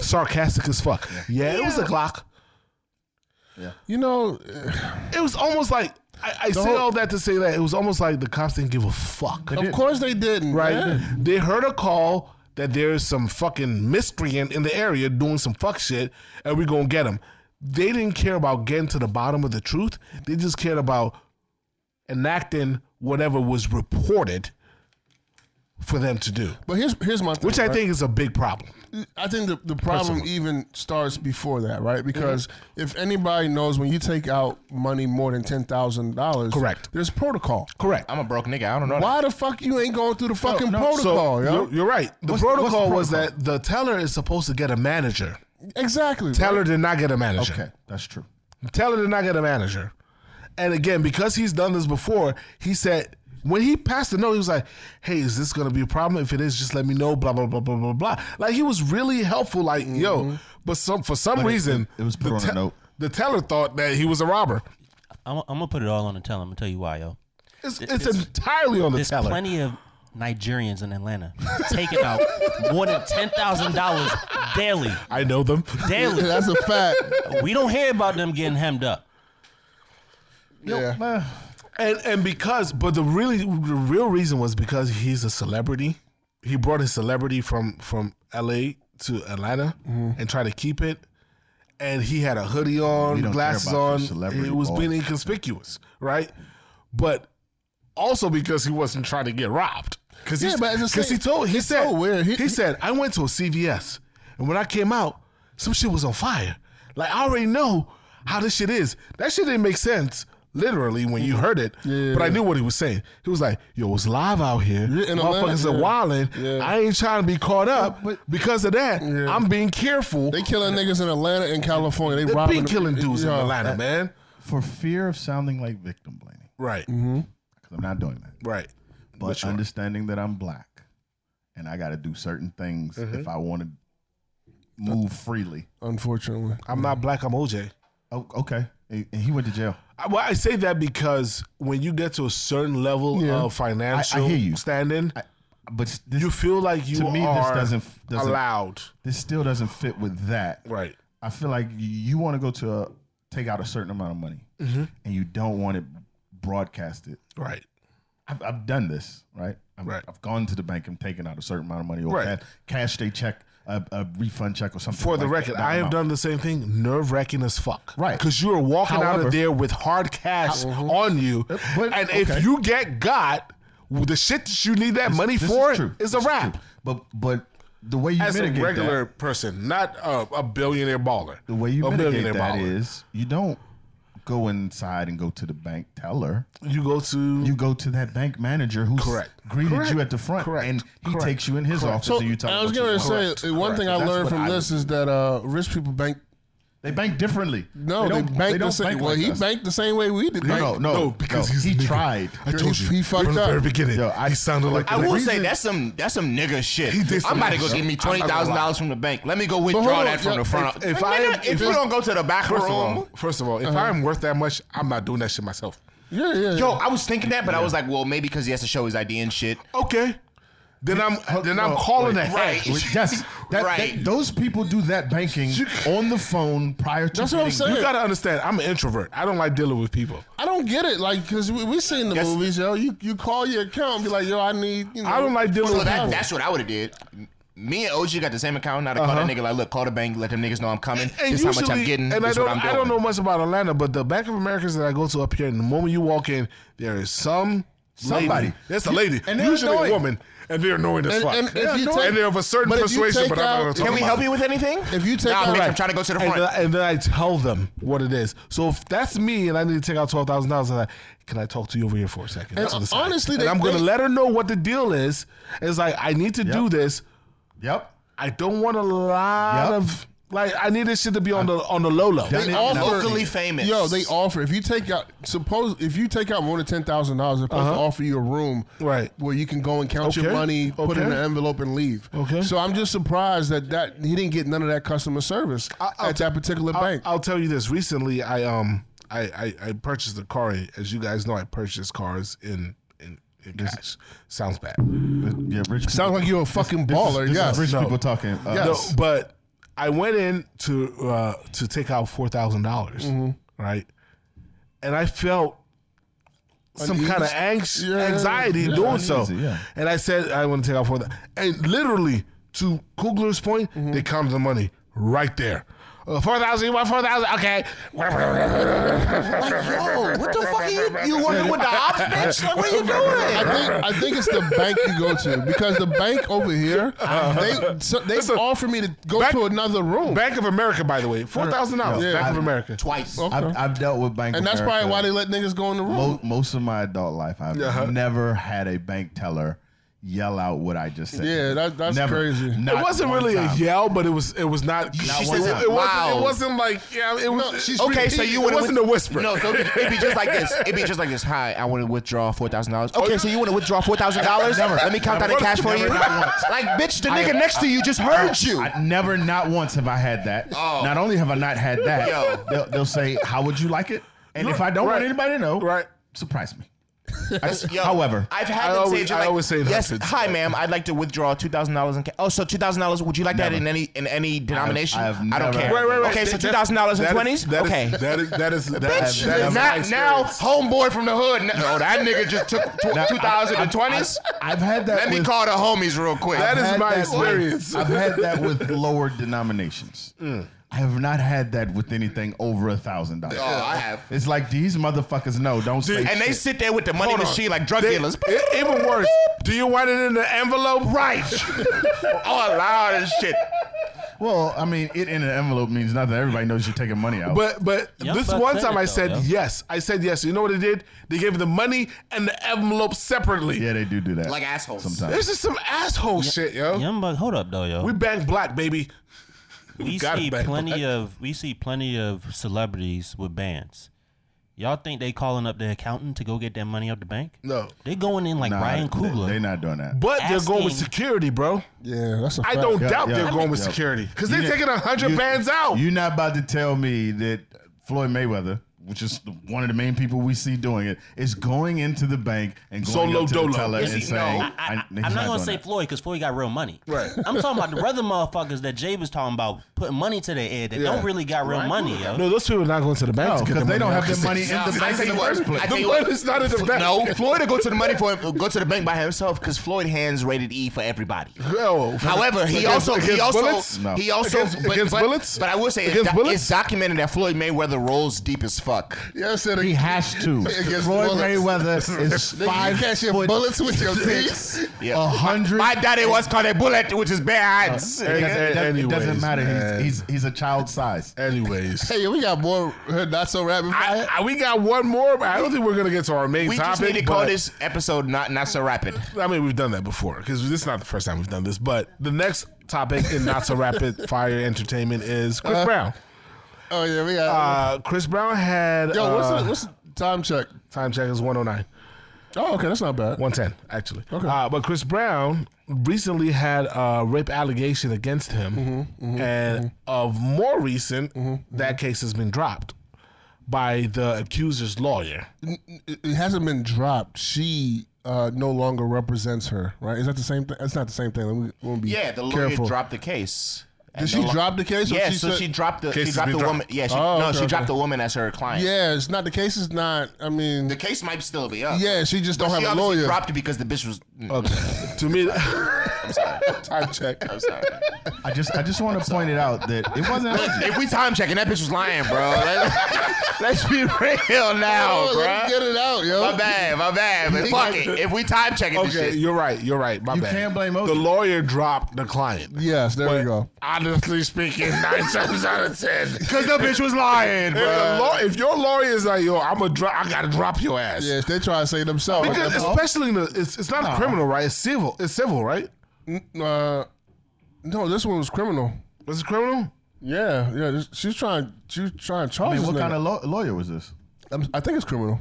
Speaker 5: Sarcastic as fuck. Yeah, it was a Glock.
Speaker 1: You know,
Speaker 5: It was almost like I, I say all that to say that it was almost like the cops didn't give a fuck,
Speaker 1: of course they didn't,
Speaker 5: right?
Speaker 1: man.
Speaker 5: They heard a call that there's some fucking miscreant in the area doing some fuck shit, and we're gonna get him. They didn't care about getting to the bottom of the truth. They just cared about enacting whatever was reported for them to do,
Speaker 1: But here's here's my thing,
Speaker 5: which I
Speaker 1: right?
Speaker 5: think is a big problem.
Speaker 1: I think the, the problem even starts before that,
Speaker 5: Mm-hmm.
Speaker 1: right? Because if anybody knows when you take out money more than ten thousand dollars,
Speaker 5: Correct.
Speaker 1: There's protocol.
Speaker 5: Correct.
Speaker 4: I'm a broke nigga. I don't know.
Speaker 1: Why the fuck you ain't going through the fucking
Speaker 2: no, so
Speaker 1: protocol, yo?
Speaker 5: You're, you're right. The
Speaker 2: What's-
Speaker 5: protocol,
Speaker 2: what's the
Speaker 5: was
Speaker 2: protocol?
Speaker 5: that the teller is supposed to get a manager.
Speaker 1: exactly.
Speaker 5: Teller did not get a manager.
Speaker 2: Okay, that's true.
Speaker 5: Teller did not get a manager. And again, because he's done this before, he said when he passed the note, he was like, "Hey, is this gonna be a problem? If it is, just let me know." Blah blah blah blah blah blah. Like he was really helpful. Like yo, but some for some reason
Speaker 2: Mm-hmm. it was put
Speaker 5: the
Speaker 2: on a note.
Speaker 5: The teller thought that he was a robber.
Speaker 9: I'm, I'm gonna put it all on the teller. I'm gonna tell you why, yo.
Speaker 5: It's, it's, entirely on the
Speaker 9: There's
Speaker 5: teller.
Speaker 9: plenty of Nigerians in Atlanta taking out more than ten thousand dollars daily.
Speaker 5: I know them.
Speaker 9: Daily.
Speaker 1: That's a fact.
Speaker 9: We don't hear about them getting hemmed up.
Speaker 1: yeah.
Speaker 5: And and because, but the really the real reason was because he's a celebrity. He brought his celebrity from from L.A. to Atlanta and tried to keep it. And he had a hoodie on,
Speaker 2: We don't care
Speaker 5: glasses
Speaker 2: about your
Speaker 5: on.
Speaker 2: celebrity
Speaker 5: It was
Speaker 2: boy.
Speaker 5: being inconspicuous, right? But also because he wasn't trying to get robbed. Because
Speaker 1: Yeah, but it's the
Speaker 5: he
Speaker 1: same-
Speaker 5: told he said
Speaker 1: so weird.
Speaker 5: Oh, He,
Speaker 1: He-
Speaker 5: said I went to a CVS and when I came out, some shit was on fire. Like I already know how this shit is. That shit didn't make sense literally when you heard it. But I knew what he was saying. He was like, "Yo, it's live out here.
Speaker 1: Yeah, in Atlanta,
Speaker 5: Motherfuckers are
Speaker 1: yeah.
Speaker 5: wilding.
Speaker 1: Yeah.
Speaker 5: I ain't trying to be caught up because of that. I'm being careful.
Speaker 1: They killing niggas in Atlanta and California. They
Speaker 5: They
Speaker 1: robbing
Speaker 5: been killing dudes in
Speaker 1: Yeah.
Speaker 5: Atlanta, man.
Speaker 2: For fear of sounding like victim blaming,
Speaker 5: Right,
Speaker 1: Mm-hmm.
Speaker 2: because I'm not doing that.
Speaker 5: right.
Speaker 2: but
Speaker 5: Mm-hmm.
Speaker 2: understanding that I'm black and I got to do certain things if I want to move freely.
Speaker 1: Unfortunately,
Speaker 5: I'm not black. I'm OJ.
Speaker 2: Oh, okay. And and he went to jail.
Speaker 5: I- Well, I say that because when you get to a certain level of financial
Speaker 2: hear you.
Speaker 5: standing,
Speaker 2: But this,
Speaker 5: you feel like you
Speaker 2: to me,
Speaker 5: are
Speaker 2: this doesn't, doesn't
Speaker 5: allowed.
Speaker 2: This still doesn't fit with that.
Speaker 5: Right.
Speaker 2: I feel like y- you want to go to a, take out a certain amount of money,
Speaker 5: Mm-hmm.
Speaker 2: and you don't want it broadcasted.
Speaker 5: Right.
Speaker 2: I've, I've done this, right? i
Speaker 5: Right.
Speaker 2: I've gone to the bank and taken out a certain amount of money or
Speaker 5: Right.
Speaker 2: ca- cashed a check, a, a refund check or something.
Speaker 5: For the
Speaker 2: like
Speaker 5: record,
Speaker 2: that, that
Speaker 5: I have
Speaker 2: amount.
Speaker 5: done the same thing. Nerve wracking as fuck.
Speaker 2: Right.
Speaker 5: Because you are walking out
Speaker 2: However- uh-huh. Uh,
Speaker 5: of there with hard cash on you,
Speaker 2: but-
Speaker 5: and
Speaker 2: okay.
Speaker 5: if you get got, the shit that you need that money
Speaker 2: This
Speaker 5: for
Speaker 2: true.
Speaker 5: is a
Speaker 2: This
Speaker 5: wrap.
Speaker 2: true. But but the way you
Speaker 5: As a
Speaker 2: mitigate
Speaker 5: regular
Speaker 2: that,
Speaker 5: person, not a, a billionaire baller.
Speaker 2: the way you
Speaker 5: a
Speaker 2: mitigate
Speaker 5: billionaire
Speaker 2: that
Speaker 5: baller.
Speaker 2: is you don't go inside and go to the bank teller.
Speaker 5: you go to
Speaker 2: You go to that bank manager who's
Speaker 5: Correct.
Speaker 2: greeted
Speaker 5: Correct.
Speaker 2: you at the front,
Speaker 5: Correct.
Speaker 2: and he
Speaker 5: Correct.
Speaker 2: takes you in his office
Speaker 1: so
Speaker 2: and you tell him
Speaker 1: I was
Speaker 2: what you
Speaker 1: gonna
Speaker 2: want.
Speaker 1: say uh, one thing I
Speaker 2: That's
Speaker 1: learned
Speaker 2: what
Speaker 1: from
Speaker 2: I
Speaker 1: this
Speaker 2: would
Speaker 1: is that uh, rich people bank.
Speaker 2: they bank differently.
Speaker 1: No, they,
Speaker 2: don't-
Speaker 1: bank the
Speaker 2: don't
Speaker 1: same.
Speaker 2: bank
Speaker 1: well,
Speaker 2: like
Speaker 1: he
Speaker 2: us.
Speaker 1: banked the same way we did.
Speaker 2: No,
Speaker 1: Bank-
Speaker 2: no, no,
Speaker 5: because
Speaker 2: no.
Speaker 5: he's
Speaker 2: he
Speaker 5: nigga.
Speaker 2: tried.
Speaker 5: I told
Speaker 1: He-
Speaker 5: you
Speaker 1: he
Speaker 5: from
Speaker 1: fucked
Speaker 5: the
Speaker 1: up.
Speaker 5: very beginning.
Speaker 2: Yo,
Speaker 5: I,
Speaker 2: I-
Speaker 5: he sounded like
Speaker 4: I
Speaker 5: the
Speaker 4: will
Speaker 5: reason-
Speaker 4: say that's some that's some nigga shit.
Speaker 5: did some
Speaker 4: I'm about to
Speaker 5: nigga
Speaker 4: go
Speaker 5: shit.
Speaker 4: give me
Speaker 5: I'm
Speaker 4: twenty
Speaker 5: not gonna
Speaker 4: thousand dollars from the bank. Let me go withdraw
Speaker 1: hold on,
Speaker 4: that from
Speaker 1: yo,
Speaker 4: the front.
Speaker 5: if- if I am-
Speaker 4: nigga,
Speaker 5: if
Speaker 4: if you
Speaker 5: it's-
Speaker 4: don't go to the back
Speaker 5: First of all,
Speaker 4: room,
Speaker 5: first of all,
Speaker 2: Uh-huh.
Speaker 5: if I'm worth that much, I'm not doing that shit myself.
Speaker 1: Yeah, yeah.
Speaker 4: yo, I was thinking that, but I was like, well, maybe because he has to show his ID and shit.
Speaker 5: Okay. Then I'm then I'm
Speaker 2: no,
Speaker 5: calling
Speaker 2: wait,
Speaker 5: ahead.
Speaker 4: right.
Speaker 2: Which- yes, that,
Speaker 4: Right.
Speaker 2: that- those people do that banking on the phone prior to.
Speaker 1: That's what I'm
Speaker 2: getting-
Speaker 1: saying.
Speaker 5: You gotta understand, I'm an introvert. I don't like dealing with people.
Speaker 1: I don't get it. Like, cause we, we seen the
Speaker 4: Yes.
Speaker 1: movies, yo. You you call your account and be like, yo, I need. You know,
Speaker 5: I don't like dealing
Speaker 4: So
Speaker 5: with
Speaker 4: that,
Speaker 5: people.
Speaker 4: that's what I would have did. Me and OG got the same account. Now to call that nigga like, look, call the bank, let them niggas know I'm coming. this is how much I'm getting.
Speaker 5: Uh-huh. And
Speaker 4: this
Speaker 5: I
Speaker 4: is
Speaker 5: don't,
Speaker 4: what I'm
Speaker 5: I
Speaker 4: doing.
Speaker 5: don't know much about Atlanta, but the Bank of Americans that I go to up here, and the moment you walk in, there is some
Speaker 2: Somebody.
Speaker 5: lady. That's a lady,
Speaker 2: And they're
Speaker 5: usually
Speaker 2: annoying.
Speaker 5: a woman, and they're annoying as
Speaker 1: And-
Speaker 5: fuck.
Speaker 1: and if
Speaker 5: They're
Speaker 1: you
Speaker 5: annoying.
Speaker 1: take-
Speaker 5: And they're of a certain
Speaker 1: but if you
Speaker 5: persuasion,
Speaker 1: take
Speaker 5: but I'm not
Speaker 1: out-
Speaker 5: gonna
Speaker 4: Can
Speaker 5: talk
Speaker 4: we
Speaker 5: about
Speaker 4: help
Speaker 5: it.
Speaker 4: you with anything?
Speaker 1: If you take
Speaker 4: nah,
Speaker 1: out-
Speaker 4: bitch, I'm
Speaker 1: Right.
Speaker 4: trying to go to the
Speaker 5: and,
Speaker 4: front.
Speaker 5: then- and then I tell them what it is. So if that's me and I need to take out twelve thousand dollars, I can I talk to you over here for a second?
Speaker 1: And
Speaker 5: To the side.
Speaker 1: honestly,
Speaker 5: And
Speaker 1: they-
Speaker 5: I'm going to
Speaker 1: they-
Speaker 5: let her know what the deal is. It's like I need to do this.
Speaker 2: Yep.
Speaker 5: I don't want a lot
Speaker 2: Yep.
Speaker 5: of like I need this shit to be on the on the low low.
Speaker 1: They
Speaker 2: Now-
Speaker 1: offer,
Speaker 2: now-
Speaker 4: Locally famous.
Speaker 1: Yo, they offer if you take out suppose if you take out more than ten thousand dollars, they're supposed to offer you a room
Speaker 5: Uh-huh. Right.
Speaker 1: where you can go and count your
Speaker 5: Okay.
Speaker 1: money, put it in
Speaker 5: Okay.
Speaker 1: an envelope, and leave.
Speaker 5: Okay.
Speaker 1: So I'm just surprised that that he didn't get none of that customer service
Speaker 5: I'll
Speaker 1: at that particular
Speaker 5: I'll,
Speaker 1: bank.
Speaker 5: I'll tell you this. Recently, I um I, I I purchased a car. As you guys know, I purchased cars in in, in cash. Sounds bad.
Speaker 2: Yeah, rich.
Speaker 1: Sounds like you're a fucking baller.
Speaker 2: This is
Speaker 1: yes.
Speaker 2: rich people talking. Uh,
Speaker 1: Yes.
Speaker 5: No, but I went in to uh, to take out four dollars,
Speaker 1: Mm-hmm.
Speaker 5: right? And I felt some
Speaker 1: Uneasy?
Speaker 5: kind of anx-
Speaker 1: Yeah,
Speaker 5: anxiety doing so.
Speaker 2: uneasy, yeah.
Speaker 5: And I said I want to take out four. And literally, to Kugler's point,
Speaker 1: Mm-hmm.
Speaker 5: they count the money right there. Uh, four thousand, you want four thousand? Okay.
Speaker 4: Yo, what the fuck are you? You working with the ops, bitch? Like, what are you
Speaker 1: I
Speaker 4: doing?
Speaker 1: think, I think it's the bank you go to because the bank over here they so they offer me to go
Speaker 5: Uh-huh. Bank-
Speaker 1: to another room,
Speaker 5: Bank of America, by the way, four thousand dollars.
Speaker 1: Yeah.
Speaker 5: Bank of America.
Speaker 4: Twice.
Speaker 2: I've, I've dealt with bank,
Speaker 1: and that's probably why they let niggas go in the room.
Speaker 2: Most, most of my adult life, I've
Speaker 5: Uh-huh.
Speaker 2: never had a bank teller yell out what I just said.
Speaker 1: Yeah, that- that's
Speaker 2: Never.
Speaker 1: crazy.
Speaker 2: Not
Speaker 5: It wasn't
Speaker 2: one
Speaker 5: really a
Speaker 2: time.
Speaker 5: yell, but it was it was not.
Speaker 4: She
Speaker 5: it,
Speaker 4: says
Speaker 5: wasn't,
Speaker 4: it
Speaker 5: it wasn't.
Speaker 4: loud.
Speaker 5: It wasn't like yeah. It was
Speaker 1: she's
Speaker 4: Okay, so you
Speaker 5: it
Speaker 4: want
Speaker 5: wasn't a whisper.
Speaker 4: No, so it'd be just like this. It'd be just like this. Hi, I want to withdraw four thousand dollars. Okay, so you want to withdraw four thousand dollars? Let me count that in cash for you. Like, bitch, the nigga next to you just heard you.
Speaker 2: I never, not once have I had that.
Speaker 4: Oh.
Speaker 2: Not only have I not had that,
Speaker 4: Yo.
Speaker 2: they'll, they'll say, "How would you like it?" And if I don't want
Speaker 5: Right.
Speaker 2: anybody to know,
Speaker 5: Right.
Speaker 2: surprise me.
Speaker 4: Yo,
Speaker 2: However,
Speaker 4: I've had
Speaker 5: I
Speaker 4: them say
Speaker 5: always-
Speaker 4: just
Speaker 5: I
Speaker 4: like,
Speaker 5: always say that
Speaker 4: yes,
Speaker 5: to-
Speaker 4: hi, ma'am. I'd like to withdraw two thousand dollars in cash. Oh, so two thousand dollars? Would you like that in any in any denomination?
Speaker 2: I have
Speaker 4: don't
Speaker 2: never-
Speaker 4: care.
Speaker 2: Right, right,
Speaker 4: Okay, so
Speaker 5: That-
Speaker 4: two thousand dollars in
Speaker 5: that is-
Speaker 4: twenties.
Speaker 5: that is-
Speaker 4: Okay.
Speaker 5: that is that is that is- that is my
Speaker 4: not now,
Speaker 5: experience.
Speaker 4: homeboy from the hood. No, that nigga just took
Speaker 2: Now, I-
Speaker 4: two thousand and twenties.
Speaker 2: I- I've had that.
Speaker 4: Let me
Speaker 2: with-
Speaker 4: call the homies real quick.
Speaker 5: That
Speaker 2: I've
Speaker 5: is
Speaker 2: had
Speaker 5: my
Speaker 2: that
Speaker 5: experience.
Speaker 2: with- I've had that with lower denominations. I have not had that with anything over a thousand dollars.
Speaker 4: Mm. Oh, I have.
Speaker 2: It's like these motherfuckers know. Don't say.
Speaker 4: and they
Speaker 2: shit.
Speaker 4: sit there with the money
Speaker 5: Hold on.
Speaker 4: machine like drug
Speaker 5: They-
Speaker 4: dealers.
Speaker 5: e- even worse. Do you want it in the envelope? Right.
Speaker 4: All loud and shit.
Speaker 2: Well, I mean, it in an envelope means nothing. Everybody knows you're taking money out.
Speaker 5: But but
Speaker 9: Yeah,
Speaker 5: this
Speaker 9: but
Speaker 5: one
Speaker 9: said
Speaker 5: time
Speaker 9: it
Speaker 5: I
Speaker 9: though,
Speaker 5: said
Speaker 9: yeah.
Speaker 5: yes. I said yes. You know what they did? They gave the money and the envelope separately.
Speaker 2: yeah, they do do that.
Speaker 4: Like assholes.
Speaker 2: sometimes.
Speaker 5: This is some asshole shit, yo.
Speaker 9: Yeah, I'm like, hold up though, yo.
Speaker 5: Oh. We bank black, baby.
Speaker 9: we
Speaker 5: gotta
Speaker 9: see
Speaker 5: ban
Speaker 9: plenty of we see plenty of celebrities with bands. Y'all think they calling up the accountant to go get their money out the bank?
Speaker 5: No.
Speaker 9: They going in like
Speaker 2: Nah,
Speaker 9: Ryan
Speaker 2: they-
Speaker 9: Coogler.
Speaker 2: They, are not doing that.
Speaker 5: But they're going with
Speaker 9: Asking-
Speaker 5: security, bro.
Speaker 1: Yeah, that's a
Speaker 5: I
Speaker 1: fact.
Speaker 5: don't
Speaker 2: Yeah,
Speaker 5: doubt
Speaker 2: yeah.
Speaker 5: they're going with
Speaker 2: Yeah.
Speaker 5: security because
Speaker 2: You
Speaker 5: they're
Speaker 2: didn't-
Speaker 5: taking a hundred
Speaker 2: you-
Speaker 5: bands out.
Speaker 2: You're not about to tell me that Floyd Mayweather, which is the- one of the main people we see doing it, is going into the bank and going
Speaker 5: Solo
Speaker 2: up to
Speaker 5: dolo.
Speaker 2: the teller
Speaker 5: Is
Speaker 2: and
Speaker 9: No,
Speaker 2: saying,
Speaker 9: I,
Speaker 2: I-
Speaker 9: I,
Speaker 2: he's
Speaker 9: am not gonna
Speaker 2: doing
Speaker 9: say
Speaker 2: that.
Speaker 9: Floyd because Floyd got real money. Right. I'm talking about the other motherfuckers that Jay was talking about putting money to their head that don't really got real money, yo.
Speaker 10: No, those people are not going to the bank
Speaker 2: No,
Speaker 10: to get
Speaker 2: because
Speaker 10: their
Speaker 2: they
Speaker 10: money
Speaker 2: don't
Speaker 10: out.
Speaker 2: have their money in the bank in the first place.
Speaker 4: The
Speaker 1: money is not in the bank.
Speaker 4: No, Floyd will go to the money for him, go to the bank by himself because Floyd hands rated E for everybody. However, he also he
Speaker 1: against
Speaker 4: also
Speaker 1: bullets?
Speaker 2: No.
Speaker 4: he also
Speaker 1: Against-
Speaker 4: but,
Speaker 1: against
Speaker 4: but-
Speaker 1: bullets?
Speaker 4: But I will say it's,
Speaker 1: Against
Speaker 4: do-
Speaker 1: bullets?
Speaker 4: it's documented that Floyd Mayweather rolls deep as fuck.
Speaker 1: Yeah, I said
Speaker 2: He has to.
Speaker 1: Against
Speaker 2: Floyd
Speaker 1: bullets.
Speaker 2: Mayweather is
Speaker 1: Nigga, you
Speaker 2: five
Speaker 1: catch your
Speaker 2: foot
Speaker 1: bullets with your teeth.
Speaker 4: Yeah.
Speaker 2: a hundred.
Speaker 4: My daddy was called a bullet, which is
Speaker 1: Uh,
Speaker 4: bad.
Speaker 2: It doesn't- it doesn't- it
Speaker 10: Anyways,
Speaker 2: doesn't matter.
Speaker 10: man.
Speaker 2: He's, he's he's a child size.
Speaker 10: Anyways,
Speaker 1: Hey, we got more uh, not so rapid
Speaker 5: I,
Speaker 1: fire.
Speaker 5: I- we got one more, but I don't think we're gonna get to our main
Speaker 4: we just
Speaker 5: topic.
Speaker 4: need to call
Speaker 5: but-
Speaker 4: this episode not not so rapid.
Speaker 5: I mean, we've done that before because this is not the first time we've done this. But the next topic in not so rapid fire entertainment is Chris Brown.
Speaker 1: Oh yeah, we got.
Speaker 5: Uh, Chris Brown had
Speaker 1: yo, what's
Speaker 5: uh,
Speaker 1: the, what's the time check?
Speaker 5: time check is one oh nine.
Speaker 1: Oh, okay, that's not bad.
Speaker 5: 110 actually. Uh, but Chris Brown recently had a rape allegation against him, and of more recent, that case has been dropped by the accuser's lawyer.
Speaker 1: It it hasn't been dropped. She uh, no longer represents her, right? Is that the same thing? That's not the same thing. Let me, let me be
Speaker 4: Yeah, the lawyer
Speaker 1: careful.
Speaker 4: dropped the case. And
Speaker 1: Did she
Speaker 4: law-
Speaker 1: drop the case? or
Speaker 4: Yeah, so
Speaker 1: said-
Speaker 4: she dropped the she
Speaker 5: Case has
Speaker 4: dropped the
Speaker 5: been
Speaker 4: woman.
Speaker 5: dropped.
Speaker 4: Yeah, she,
Speaker 1: Oh,
Speaker 4: no,
Speaker 1: okay,
Speaker 4: she dropped
Speaker 1: okay.
Speaker 4: the woman as her client.
Speaker 1: Yeah, it's not the case. Is not. I mean,
Speaker 4: The case might still be up.
Speaker 1: yeah, she just
Speaker 4: But
Speaker 1: don't
Speaker 4: she
Speaker 1: have a
Speaker 4: obviously
Speaker 1: lawyer.
Speaker 4: dropped it because the bitch was.
Speaker 5: To me,
Speaker 4: I'm sorry.
Speaker 1: Time check.
Speaker 4: I'm sorry.
Speaker 2: I just I just want to point it out that it wasn't.
Speaker 4: if we time checking, that bitch was lying, bro. Let's, let's be real now,
Speaker 1: Oh, let me
Speaker 4: bro.
Speaker 1: get it out, yo.
Speaker 4: My bad, my bad. But fuck it. If we time checking this
Speaker 5: okay,
Speaker 4: shit,
Speaker 5: you're right. You're right. My
Speaker 2: You
Speaker 5: bad.
Speaker 2: can't blame
Speaker 5: The
Speaker 2: Oki.
Speaker 5: lawyer dropped the client.
Speaker 1: Yes, there we go.
Speaker 5: Honestly speaking, nine times out of ten. If,
Speaker 4: because the bitch was lying,
Speaker 5: the
Speaker 4: bro.
Speaker 5: law, if your lawyer is like, yo, I'm a dro- I gotta drop your ass.
Speaker 1: Yes, they try to say themselves.
Speaker 5: Because especially in the, it's, it's not criminal, right? It's civil. It's civil, right?
Speaker 1: uh, no, this one was criminal.
Speaker 5: Was it criminal?
Speaker 1: Yeah, yeah. This, she's trying. She's trying to charge
Speaker 2: I mean,
Speaker 1: this
Speaker 2: what
Speaker 1: nigga.
Speaker 2: kind of law- lawyer was this?
Speaker 1: I'm- I think it's criminal.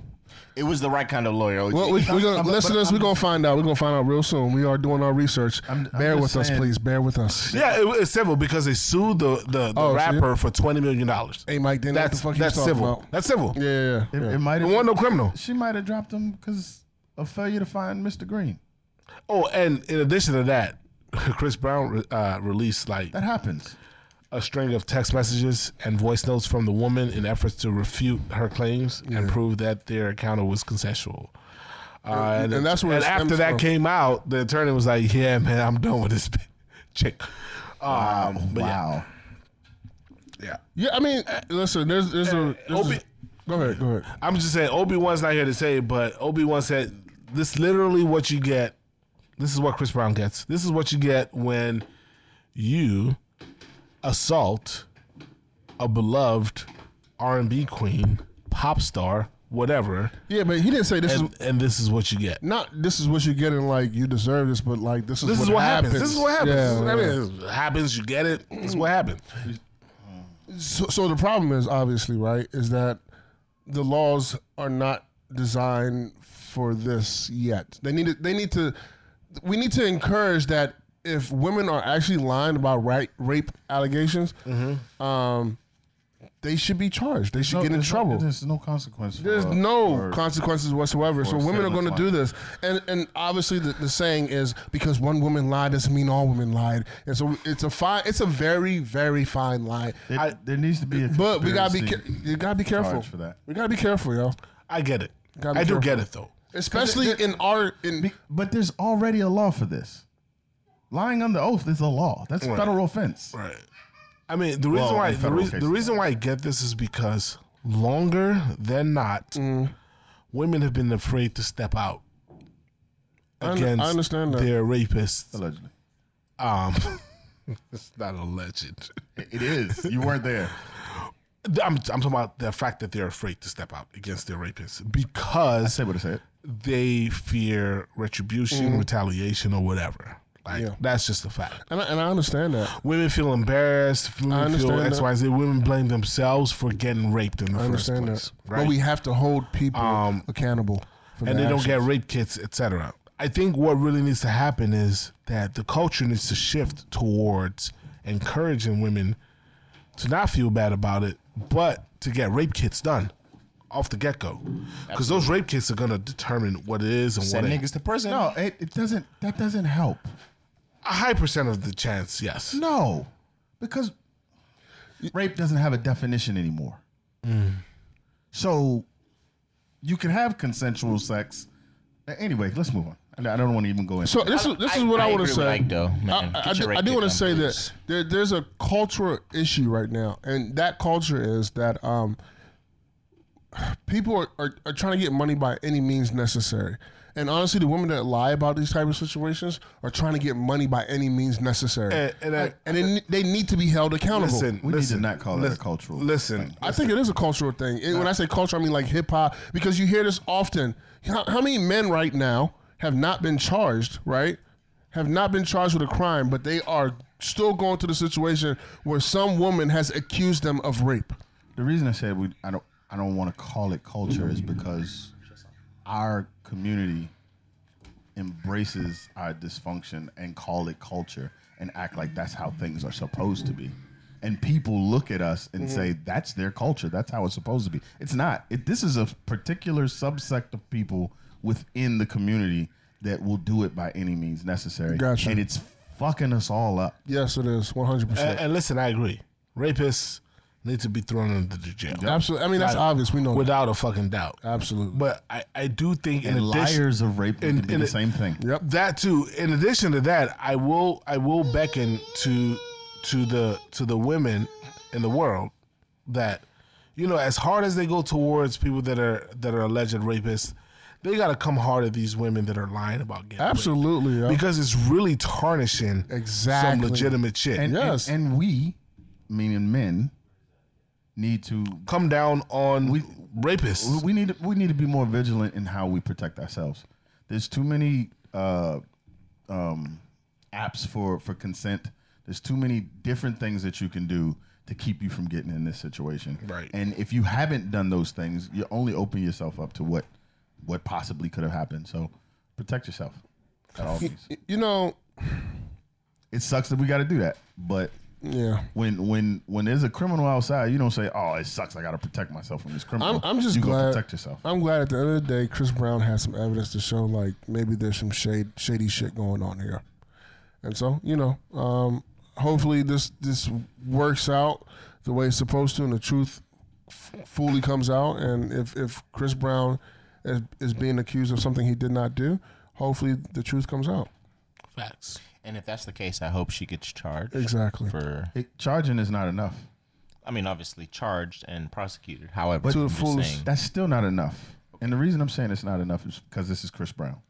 Speaker 4: It was the right kind of lawyer. OG.
Speaker 1: Well, we, we're gonna
Speaker 2: I'm- but
Speaker 1: listen to this. We're
Speaker 2: I'm-
Speaker 1: gonna find out. We're gonna find out real soon. We are doing our research.
Speaker 2: I'm- I'm
Speaker 1: Bear
Speaker 2: just
Speaker 1: with us,
Speaker 2: saying-
Speaker 1: please. Bear with us.
Speaker 5: Yeah, it, it's civil because they sued the the, the
Speaker 1: Oh, so
Speaker 5: rapper for twenty million dollars.
Speaker 1: Hey, Mike, then
Speaker 5: That's
Speaker 1: what the fuck
Speaker 5: that's
Speaker 1: you talking
Speaker 5: civil.
Speaker 1: about?
Speaker 5: That's civil.
Speaker 1: Yeah, yeah, yeah.
Speaker 2: It,
Speaker 1: yeah.
Speaker 2: it might
Speaker 5: It
Speaker 2: have.
Speaker 5: wasn't no criminal.
Speaker 2: She might have dropped him because of failure to find Mr. Green.
Speaker 5: Oh, and in addition to that, Chris Brown uh, released like
Speaker 2: That happens.
Speaker 5: a string of text messages and voice notes from the woman in efforts to refute her claims and prove that their encounter was consensual. Uh,
Speaker 1: and that's where it
Speaker 5: And after
Speaker 1: stems
Speaker 5: that
Speaker 1: from.
Speaker 5: came out, the attorney was like, "Yeah, man, I'm done with this chick." Um, but yeah.
Speaker 2: wow.
Speaker 1: Yeah, I mean, listen. There's, there's a. There's
Speaker 5: Obi-
Speaker 1: a go ahead, go ahead.
Speaker 5: I'm just saying Obi Wan's not here to say, it, but Obi Wan said this literally what you get. This is what Chris Brown gets. This is what you get when you assault a beloved R&B queen, pop star, whatever,
Speaker 1: Yeah, but he didn't say this
Speaker 5: and,
Speaker 1: is
Speaker 5: and this is what you get.
Speaker 1: not. This is what you get, and like you deserve this, but like this is
Speaker 5: This
Speaker 1: what
Speaker 5: is what happens.
Speaker 1: happens.
Speaker 5: This is what happens.
Speaker 1: Yeah,
Speaker 5: This is-
Speaker 1: yeah.
Speaker 5: I mean, it happens. You get it. This is what happened.
Speaker 1: so, so the problem is obviously right is that the laws are not designed for this yet. They need to, they need to we need to encourage that if women are actually lying about right, rape allegations, um, they should be charged. They should
Speaker 2: Mm-hmm. No,
Speaker 1: get in
Speaker 2: there's no-
Speaker 1: trouble.
Speaker 2: there's no consequence.
Speaker 1: There's
Speaker 2: for,
Speaker 1: no
Speaker 2: for-
Speaker 1: consequences whatsoever. So
Speaker 2: for
Speaker 1: women are
Speaker 2: statements
Speaker 1: going to
Speaker 2: like
Speaker 1: do this, and and obviously the, the saying is because one woman lied doesn't mean all women lied, and so it's a fine, it's a very very fine line.
Speaker 2: There, there needs to be a.
Speaker 1: But we gotta be
Speaker 2: conspiracy.
Speaker 1: ca- you gotta be careful
Speaker 2: charge for that.
Speaker 1: We gotta be careful, yo.
Speaker 5: I get it.
Speaker 1: Gotta be
Speaker 5: I do
Speaker 1: careful.
Speaker 5: get it though.
Speaker 1: Especially in our in
Speaker 2: Be- But there's already a law for this. Lying under oath is a law. That's a federal offense.
Speaker 5: Right. I mean, the reason
Speaker 2: Well,
Speaker 5: why
Speaker 2: in
Speaker 5: the,
Speaker 2: federal
Speaker 5: reas- the
Speaker 2: cases.
Speaker 5: reason why I get this is because longer than not, women have been afraid to step out
Speaker 1: I un- I
Speaker 5: against
Speaker 1: understand that.
Speaker 5: their rapists.
Speaker 2: Allegedly,
Speaker 5: Um, it's not a legend.
Speaker 2: it is. You weren't there.
Speaker 5: I'm, I'm talking about the fact that they're afraid to step out against their rapists because
Speaker 2: Say what I said.
Speaker 5: they fear retribution, retaliation, or whatever. Like
Speaker 1: Yeah.
Speaker 5: that's just a fact.
Speaker 1: And I, and I understand that.
Speaker 5: Women feel embarrassed. Women feel
Speaker 1: understand
Speaker 5: X
Speaker 1: that.
Speaker 5: Y Z. Women blame themselves for getting raped in the
Speaker 1: I
Speaker 5: first
Speaker 1: understand
Speaker 5: place,
Speaker 1: that. But we have to hold people
Speaker 5: Um,
Speaker 1: accountable. For
Speaker 5: and they
Speaker 1: their
Speaker 5: don't
Speaker 1: actions.
Speaker 5: get rape kits, etc. I think what really needs to happen is that the culture needs to shift towards encouraging women to not feel bad about it, but to get rape kits done off the get go, because those rape kits are gonna determine what it is and
Speaker 4: Send
Speaker 5: what. ain't.
Speaker 4: niggas to prison.
Speaker 2: No, it, it doesn't. That doesn't help.
Speaker 5: a high percent of the chance, yes.
Speaker 2: No, because rape doesn't have a definition anymore. Mm. So you can have consensual sex. Anyway, let's move on. I I don't want to even go into.
Speaker 1: So this is this is
Speaker 4: I-
Speaker 1: what I,
Speaker 4: I
Speaker 1: want
Speaker 4: agree
Speaker 1: to
Speaker 4: with
Speaker 1: say.
Speaker 4: Ike, though, man.
Speaker 1: I, I,
Speaker 4: Get your
Speaker 1: do-
Speaker 4: right
Speaker 1: I do
Speaker 4: dick
Speaker 1: want to say
Speaker 4: done, please.
Speaker 1: that there, there's a cultural issue right now, and that culture is that um, people are, are, are trying to get money by any means necessary. And honestly, the women that lie about these type of situations are trying to get money by any means necessary,
Speaker 5: And- and I-
Speaker 1: Like, and they ne- they need to be held accountable.
Speaker 5: Listen,
Speaker 2: we
Speaker 5: listen,
Speaker 2: need to not call that a
Speaker 5: listen,
Speaker 2: cultural.
Speaker 5: Listen,
Speaker 1: I think it is a cultural thing. And when I say culture, I mean like hip hop because you hear this often. How, how many men right now have not been charged, right? Have not been charged with a crime, but they are still going through the situation where some woman has accused them of rape.
Speaker 2: The reason I said we, I don't, I don't want to call it culture is because our community embraces our dysfunction and call it culture and act like that's how things are supposed to be. And people look at us and say
Speaker 5: Mm-hmm.
Speaker 2: that's their culture. That's how it's supposed to be. It's not. It, this is a particular subsect of people within the community that will do it by any means necessary.
Speaker 1: Gotcha.
Speaker 2: And it's fucking us all up.
Speaker 1: Yes, it is one hundred
Speaker 5: and,
Speaker 1: percent.
Speaker 5: and listen, I agree. Rapists need to be thrown into the jail.
Speaker 1: Absolutely. I mean, that's
Speaker 5: Like,
Speaker 1: obvious. We know. that.
Speaker 5: Without a fucking doubt.
Speaker 1: Absolutely.
Speaker 5: But I, I do think
Speaker 2: And
Speaker 5: in addition,
Speaker 2: liars of rape
Speaker 5: in-
Speaker 2: need to be
Speaker 5: in
Speaker 2: the
Speaker 5: a-
Speaker 2: same thing.
Speaker 1: Yep.
Speaker 5: That too. In addition to that, I will I will beckon to to the to the women in the world that you know as hard as they go towards people that are that are alleged rapists, they got to come hard at these women that are lying about getting raped.
Speaker 1: Absolutely. yeah.
Speaker 5: because it's really tarnishing
Speaker 1: Exactly.
Speaker 5: some legitimate shit.
Speaker 2: and,
Speaker 1: Yes.
Speaker 2: and, and we, meaning men, need to
Speaker 5: come down on rapists.
Speaker 2: we need we need to be more vigilant in how we protect ourselves. There's too many uh, um, apps for for consent. There's too many different things that you can do to keep you from getting in this situation.
Speaker 5: Right.
Speaker 2: And if you haven't done those things, you only open yourself up to what what possibly could have happened. So protect yourself at all means.
Speaker 1: Y- you know.
Speaker 2: It sucks that we got to do that, but
Speaker 1: Yeah.
Speaker 2: when when when there's a criminal outside, you don't say, "Oh, it sucks. I got to protect myself from this criminal."
Speaker 1: I'm, I'm just
Speaker 2: you go
Speaker 1: glad.
Speaker 2: protect yourself.
Speaker 1: I'm glad at the end of the day, Chris Brown has some evidence to show like maybe there's some shade, shady shit going on here, and so you know, um, hopefully this this works out the way it's supposed to, and the truth f- fully comes out. And if if Chris Brown is, is being accused of something he did not do, hopefully the truth comes out.
Speaker 5: Facts.
Speaker 4: And if that's the case, I hope she gets charged.
Speaker 1: Exactly.
Speaker 4: For
Speaker 2: It- charging is not enough.
Speaker 4: I mean, obviously charged and prosecuted. However,
Speaker 1: To the
Speaker 4: I'm just
Speaker 1: fullest.
Speaker 4: saying,
Speaker 2: That's still not enough. And the reason I'm saying it's not enough is because this is Chris Brown,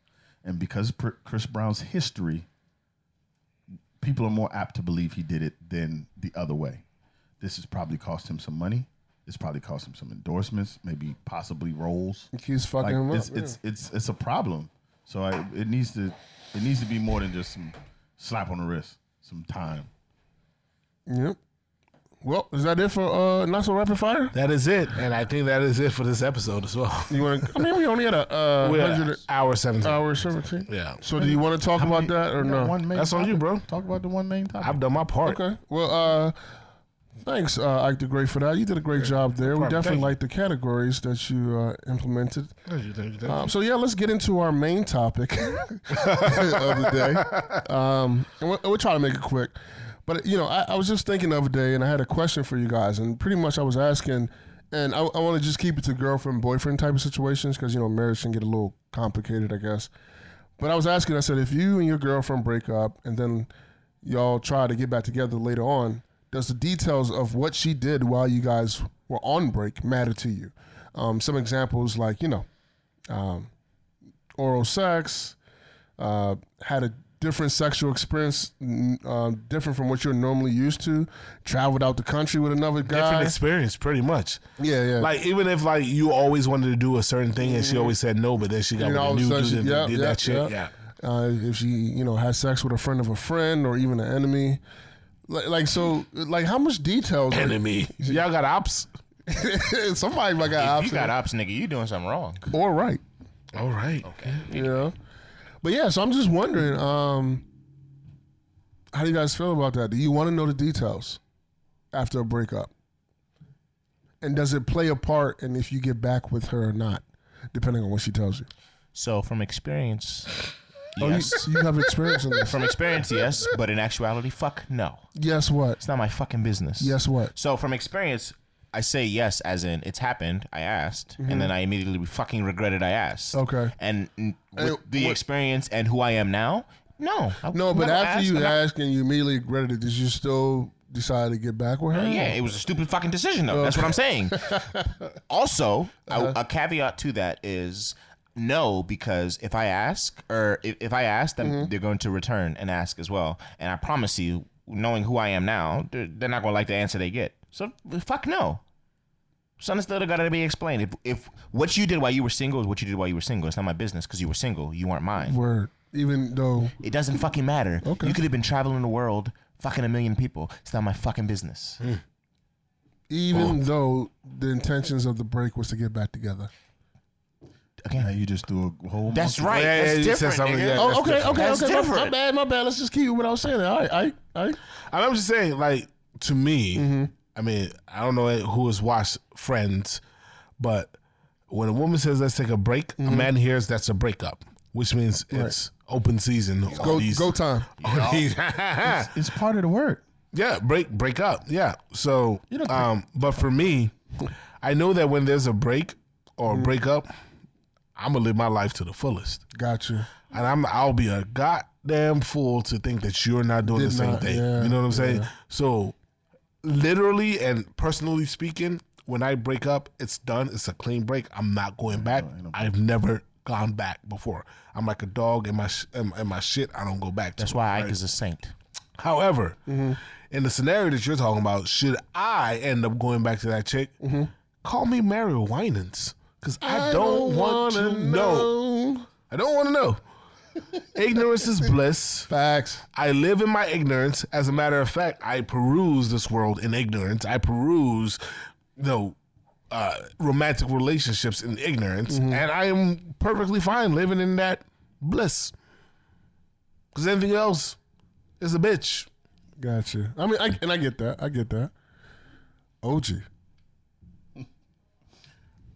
Speaker 2: and because pr- Chris Brown's history, people are more apt to believe he did it than the other way. This has probably cost him some money. This probably cost him some endorsements, maybe possibly roles.
Speaker 1: He's fucking
Speaker 2: like
Speaker 1: him up.
Speaker 2: it's, it's it's it's a problem. So I, it needs to it needs to be more than just some slap on the wrist, some time.
Speaker 1: yeah. Yep. Well, is that it for uh, not so rapid fire?
Speaker 5: That is it, and I think that is it for this episode as well.
Speaker 1: You want to? I mean, we only had a uh,
Speaker 5: We're at
Speaker 1: 100
Speaker 5: hour seventeen.
Speaker 1: hour seventeen.
Speaker 5: yeah,
Speaker 1: So do you want to talk
Speaker 2: How
Speaker 1: about
Speaker 2: many-
Speaker 1: that or
Speaker 2: we got
Speaker 1: no?
Speaker 2: One main
Speaker 5: that's on you,
Speaker 2: topic.
Speaker 5: bro.
Speaker 2: Talk about the one main topic.
Speaker 5: I've done my part.
Speaker 1: Okay. Well, uh, thanks, uh, Ike the Great, for that. You did a great job there. We
Speaker 5: problem. Thank
Speaker 1: definitely
Speaker 5: you.
Speaker 1: like the categories that you uh, implemented.
Speaker 5: Thank you, thank you, thank you.
Speaker 1: Um, so yeah, let's get into our main topic of the day. Um, and we'll, we'll try to make it quick. But you know, I, I was just thinking the other day, and I had a question for you guys, and pretty much I was asking, and I, I want to just keep it to girlfriend boyfriend type of situations because you know marriage can get a little complicated, I guess. But I was asking, I said, if you and your girlfriend break up, and then y'all try to get back together later on, does the details of what she did while you guys were on break matter to you? Um, some examples like you know um, oral sex, uh, had a different sexual experience, n- um, different from what you're normally used to, traveled out the country with another
Speaker 5: Different
Speaker 1: guy.
Speaker 5: experience, pretty much.
Speaker 1: yeah, yeah.
Speaker 5: Like even if like you always wanted to do a certain thing Mm-hmm. and she always said no, but then she got
Speaker 1: You know, all of
Speaker 5: with
Speaker 1: a
Speaker 5: a
Speaker 1: sudden
Speaker 5: new dude
Speaker 1: she-
Speaker 5: and
Speaker 1: yeah,
Speaker 5: did
Speaker 1: yeah,
Speaker 5: that shit.
Speaker 1: yeah.
Speaker 5: Yeah.
Speaker 1: uh, if she you know has sex with a friend of a friend or even an enemy. Like, like so, like how much details?
Speaker 5: Enemy. Y'all got ops?
Speaker 1: Somebody might got
Speaker 4: If you
Speaker 1: options
Speaker 4: got ops, nigga, you doing something wrong.
Speaker 1: or right.
Speaker 5: All right.
Speaker 1: you know. But yeah, so I'm just wondering, um, how do you guys feel about that? Do you want to know the details after a breakup? And does it play a part in if you get back with her or not, depending on what she tells you?
Speaker 4: So from experience,
Speaker 1: Oh, you-
Speaker 4: yes.
Speaker 1: you, have experience in this.
Speaker 4: From experience, yes, but in actuality, fuck no.
Speaker 1: Yes, what?
Speaker 4: It's not my fucking business.
Speaker 1: Yes, what?
Speaker 4: So from experience, I say yes, as in it's happened. I asked, and then I immediately fucking regretted I asked.
Speaker 1: Mm-hmm. Okay.
Speaker 4: And mm, with
Speaker 1: Uh,
Speaker 4: the
Speaker 1: what-
Speaker 4: experience and who I am now, no, I
Speaker 1: No, but
Speaker 4: never
Speaker 1: after
Speaker 4: asked.
Speaker 1: you
Speaker 4: I'm not-
Speaker 1: asked and you immediately regretted it, did you still decide to get back with her?
Speaker 4: Yeah, it was a stupid fucking decision, though. That's what I'm saying. also, a, a caveat to that is no, because if I ask, or if, if I ask, then they're going to return and ask as well. And I promise you, knowing who I am now, they're, they're not going to like the answer they get. So, fuck no. Something's still got to be explained. If, if what you did while you were single is what you did while you were single, it's not my business because you were single. You weren't mine.
Speaker 1: Word. Even though
Speaker 4: It doesn't fucking matter. You could have been traveling the world, fucking a million people. It's not my fucking business.
Speaker 1: even though the intentions of the break was to get back together.
Speaker 4: Okay.
Speaker 2: Now you just do a whole.
Speaker 4: That's right.
Speaker 5: yeah, yeah,
Speaker 4: that's
Speaker 5: you said
Speaker 4: different.
Speaker 5: something,
Speaker 4: nigga.
Speaker 5: yeah.
Speaker 1: Oh,
Speaker 5: That's
Speaker 1: okay,
Speaker 5: different.
Speaker 1: okay,
Speaker 4: That's
Speaker 1: okay. My, my
Speaker 4: different.
Speaker 1: bad, my bad. Let's just keep what I was saying. All right, all right, all right.
Speaker 5: I mean, I'm just saying, like, to me,
Speaker 1: Mm-hmm.
Speaker 5: I mean, I don't know who has watched Friends, but when a woman says, let's take a break,
Speaker 1: Mm-hmm.
Speaker 5: a man hears that's a breakup, which means it's open season. on
Speaker 1: Go,
Speaker 5: these-
Speaker 1: go time.
Speaker 5: on these-
Speaker 2: It's part of the work.
Speaker 5: yeah, break, break up. Yeah. So, um, but for me, I know that when there's a break or
Speaker 1: Mm.
Speaker 5: a breakup, I'm going to live my life to the fullest.
Speaker 1: Gotcha.
Speaker 5: and I'm I'll be a goddamn fool to think that you're not doing
Speaker 1: Did
Speaker 5: the same
Speaker 1: not,
Speaker 5: thing.
Speaker 1: yeah,
Speaker 5: you know what I'm saying? So, literally and personally speaking, when I break up, it's done. It's a clean break. I'm not going back. I've never gone back before. I'm like a dog in my sh- in, in my shit. I don't go back. To
Speaker 4: That's why Ike is a saint.
Speaker 5: However, in the scenario that you're talking about, should I end up going back to that chick? Call me Mary Winans because Mm-hmm. I, don't, want to know. I don't want to know. Ignorance is bliss.
Speaker 1: Facts.
Speaker 5: I live in my ignorance. As a matter of fact, I peruse this world in ignorance. I peruse, you know, uh, romantic relationships in ignorance, and I am perfectly fine living in that bliss. Because anything else is a bitch.
Speaker 1: Gotcha. I mean, I, and I get that. I get that. OG.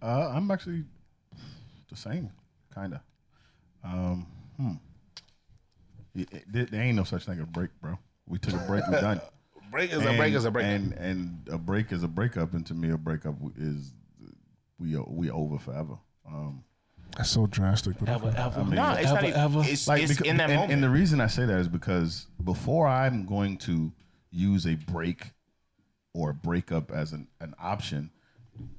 Speaker 2: Uh, I'm actually the same, kind of. Um, hmm. Y- it- there, there ain't no such thing as a break, bro. We took a break. We done.
Speaker 5: Break is a break is a break.
Speaker 2: And and a break is a breakup, and to me, a breakup is we are- we over forever. Um,
Speaker 1: That's so drastic. But okay.
Speaker 4: No, it's not even. It's, it's
Speaker 2: becau-
Speaker 4: in that
Speaker 2: and,
Speaker 4: moment.
Speaker 2: and the reason I say that is because before I'm going to use a break or a breakup as an, an option,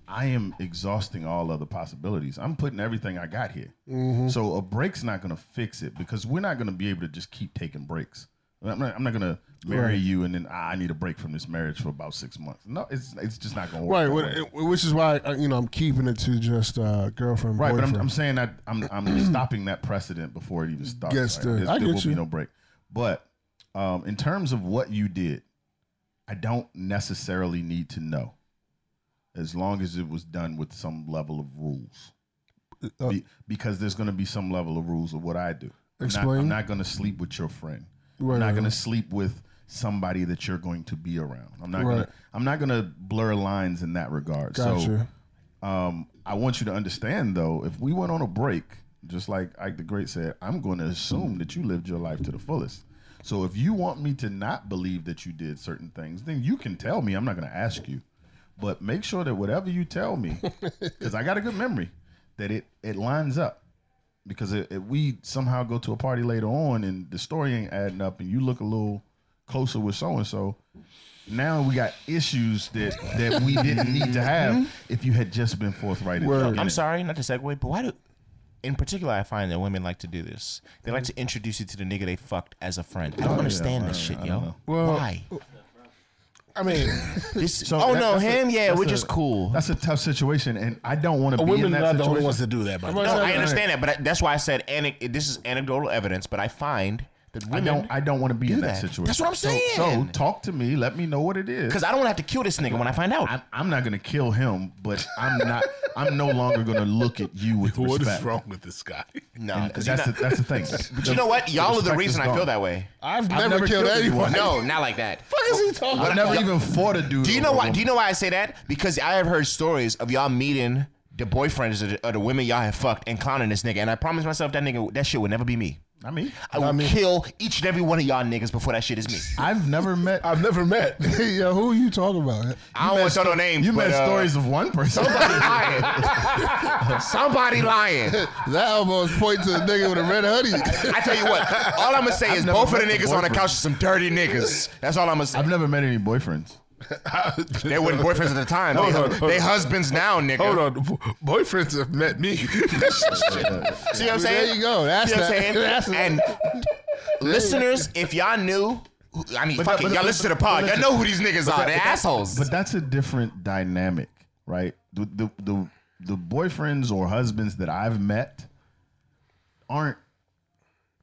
Speaker 2: I am exhausting all other possibilities. I'm putting everything I got here.
Speaker 1: Mm-hmm.
Speaker 2: So a break's not going to fix it because we're not going to be able to just keep taking breaks. I'm not, I'm not going to marry you and then "Ah, I need a break from this marriage for about six months. No, it's it's just not going to work.
Speaker 1: Right,
Speaker 2: that
Speaker 1: what-
Speaker 2: way.
Speaker 1: it- which is why uh, you know I'm keeping it to just uh, girlfriend,
Speaker 2: Right,
Speaker 1: boyfriend.
Speaker 2: but I'm, I'm saying that I'm, I'm stopping that precedent before it even starts.
Speaker 1: Yes,
Speaker 2: right?
Speaker 1: sir.
Speaker 2: There's-
Speaker 1: I
Speaker 2: there
Speaker 1: get
Speaker 2: will
Speaker 1: you.
Speaker 2: be no break. But um, in terms of what you did, I don't necessarily need to know, as long as it was done with some level of rules.
Speaker 1: Uh,
Speaker 2: Be- because there's going to be some level of rules of what I do. I'm not-
Speaker 1: Explain.
Speaker 2: I'm not, going to sleep with your friend.
Speaker 1: Right,
Speaker 2: I'm
Speaker 1: right,
Speaker 2: not going
Speaker 1: right.
Speaker 2: to sleep with somebody that you're going to be around. I'm not going
Speaker 1: Right.
Speaker 2: to. I'm not going to blur lines in that regard. So
Speaker 1: gotcha.
Speaker 2: um, I want you to understand, though, if we went on a break, just like Ike the Great said, I'm going to assume that you lived your life to the fullest. So if you want me to not believe that you did certain things, then you can tell me. I'm not going to ask you, but make sure that whatever you tell me, because I got a good memory, that it it lines up. Because if if we somehow go to a party later on and the story ain't adding up, and you look a little closer with so and so, now we got issues that that we didn't need to have
Speaker 4: Mm-hmm.
Speaker 2: if you had just been forthright. in- in
Speaker 4: I'm
Speaker 2: it.
Speaker 4: sorry, not to segue, but why do? In particular, I find that women like to do this. They like to introduce you to the nigga they fucked as a friend. I don't understand this shit, yo. Why?
Speaker 1: I mean,
Speaker 2: So
Speaker 4: oh
Speaker 2: that-
Speaker 4: no,
Speaker 2: that's a-
Speaker 4: him? yeah,
Speaker 2: that's
Speaker 4: we're
Speaker 2: a-
Speaker 4: just cool.
Speaker 2: That's a tough situation, and I don't want to be in
Speaker 11: Women are
Speaker 2: that
Speaker 11: not the only
Speaker 2: situation.
Speaker 11: ones to do that, by the way.
Speaker 4: No, I understand that, but I- that's why I said anec- this is anecdotal evidence. But I find that
Speaker 2: I
Speaker 4: women
Speaker 2: don't. I don't want to be in that,
Speaker 4: that.
Speaker 2: situation.
Speaker 4: That's what I'm
Speaker 2: So- So,
Speaker 4: saying.
Speaker 2: talk to me. Let me know what it is.
Speaker 4: because I don't want to have to kill this nigga when I find out.
Speaker 2: I'm, I'm not gonna kill him, but I'm not. I'm no longer gonna look at you with
Speaker 11: What
Speaker 2: respect.
Speaker 11: is wrong with this guy?
Speaker 4: no, because
Speaker 2: That's the, that's the thing.
Speaker 4: But you know what? Y'all are the
Speaker 2: respect
Speaker 4: reason
Speaker 2: is
Speaker 4: I feel
Speaker 2: gone.
Speaker 4: that way.
Speaker 1: I've never, killed, anyone.
Speaker 4: No, not like that.
Speaker 2: I never even fought a dude.
Speaker 4: Do you know
Speaker 2: over
Speaker 4: why?
Speaker 2: him.
Speaker 4: Do you know why I say that? Because I have heard stories of y'all meeting the boyfriends of the, of the women y'all have fucked and clowning this nigga. And I promise myself that nigga, that shit would never be me.
Speaker 2: I mean,
Speaker 4: I will kill each and every one of y'all niggas before that shit is me.
Speaker 2: I've never met.
Speaker 1: I've never met. Yo, who are you talking about?
Speaker 4: I don't want to know no names.
Speaker 2: you
Speaker 4: but,
Speaker 2: met
Speaker 4: uh,
Speaker 2: stories of one person.
Speaker 4: Somebody lying. Somebody lying.
Speaker 1: That almost point to the nigga with a red hoodie.
Speaker 4: I tell you what. All I'm gonna say is
Speaker 2: never
Speaker 4: both of the
Speaker 2: met the
Speaker 4: niggas on the
Speaker 2: boyfriend.
Speaker 4: couch are some dirty niggas. That's all I'm gonna say.
Speaker 2: I've never met any boyfriends.
Speaker 4: They weren't boyfriends at the time. They,
Speaker 5: on, hold
Speaker 4: they husbands now, nigga.
Speaker 5: Hold on, boyfriends have met me.
Speaker 4: See what I'm
Speaker 1: There
Speaker 4: saying?
Speaker 1: you go. That's
Speaker 4: See what I'm
Speaker 1: that-
Speaker 4: saying?
Speaker 1: that's that.
Speaker 4: and listeners, if y'all knew, I mean, fuck
Speaker 2: that- but-
Speaker 4: it, y'all
Speaker 2: but-
Speaker 4: listen to the
Speaker 2: but
Speaker 4: pod.
Speaker 2: listen.
Speaker 4: y'all know who these niggas
Speaker 2: that-
Speaker 4: are. They're
Speaker 2: but that-
Speaker 4: assholes.
Speaker 2: But that's a different dynamic, right? The, the the the boyfriends or husbands that I've met aren't.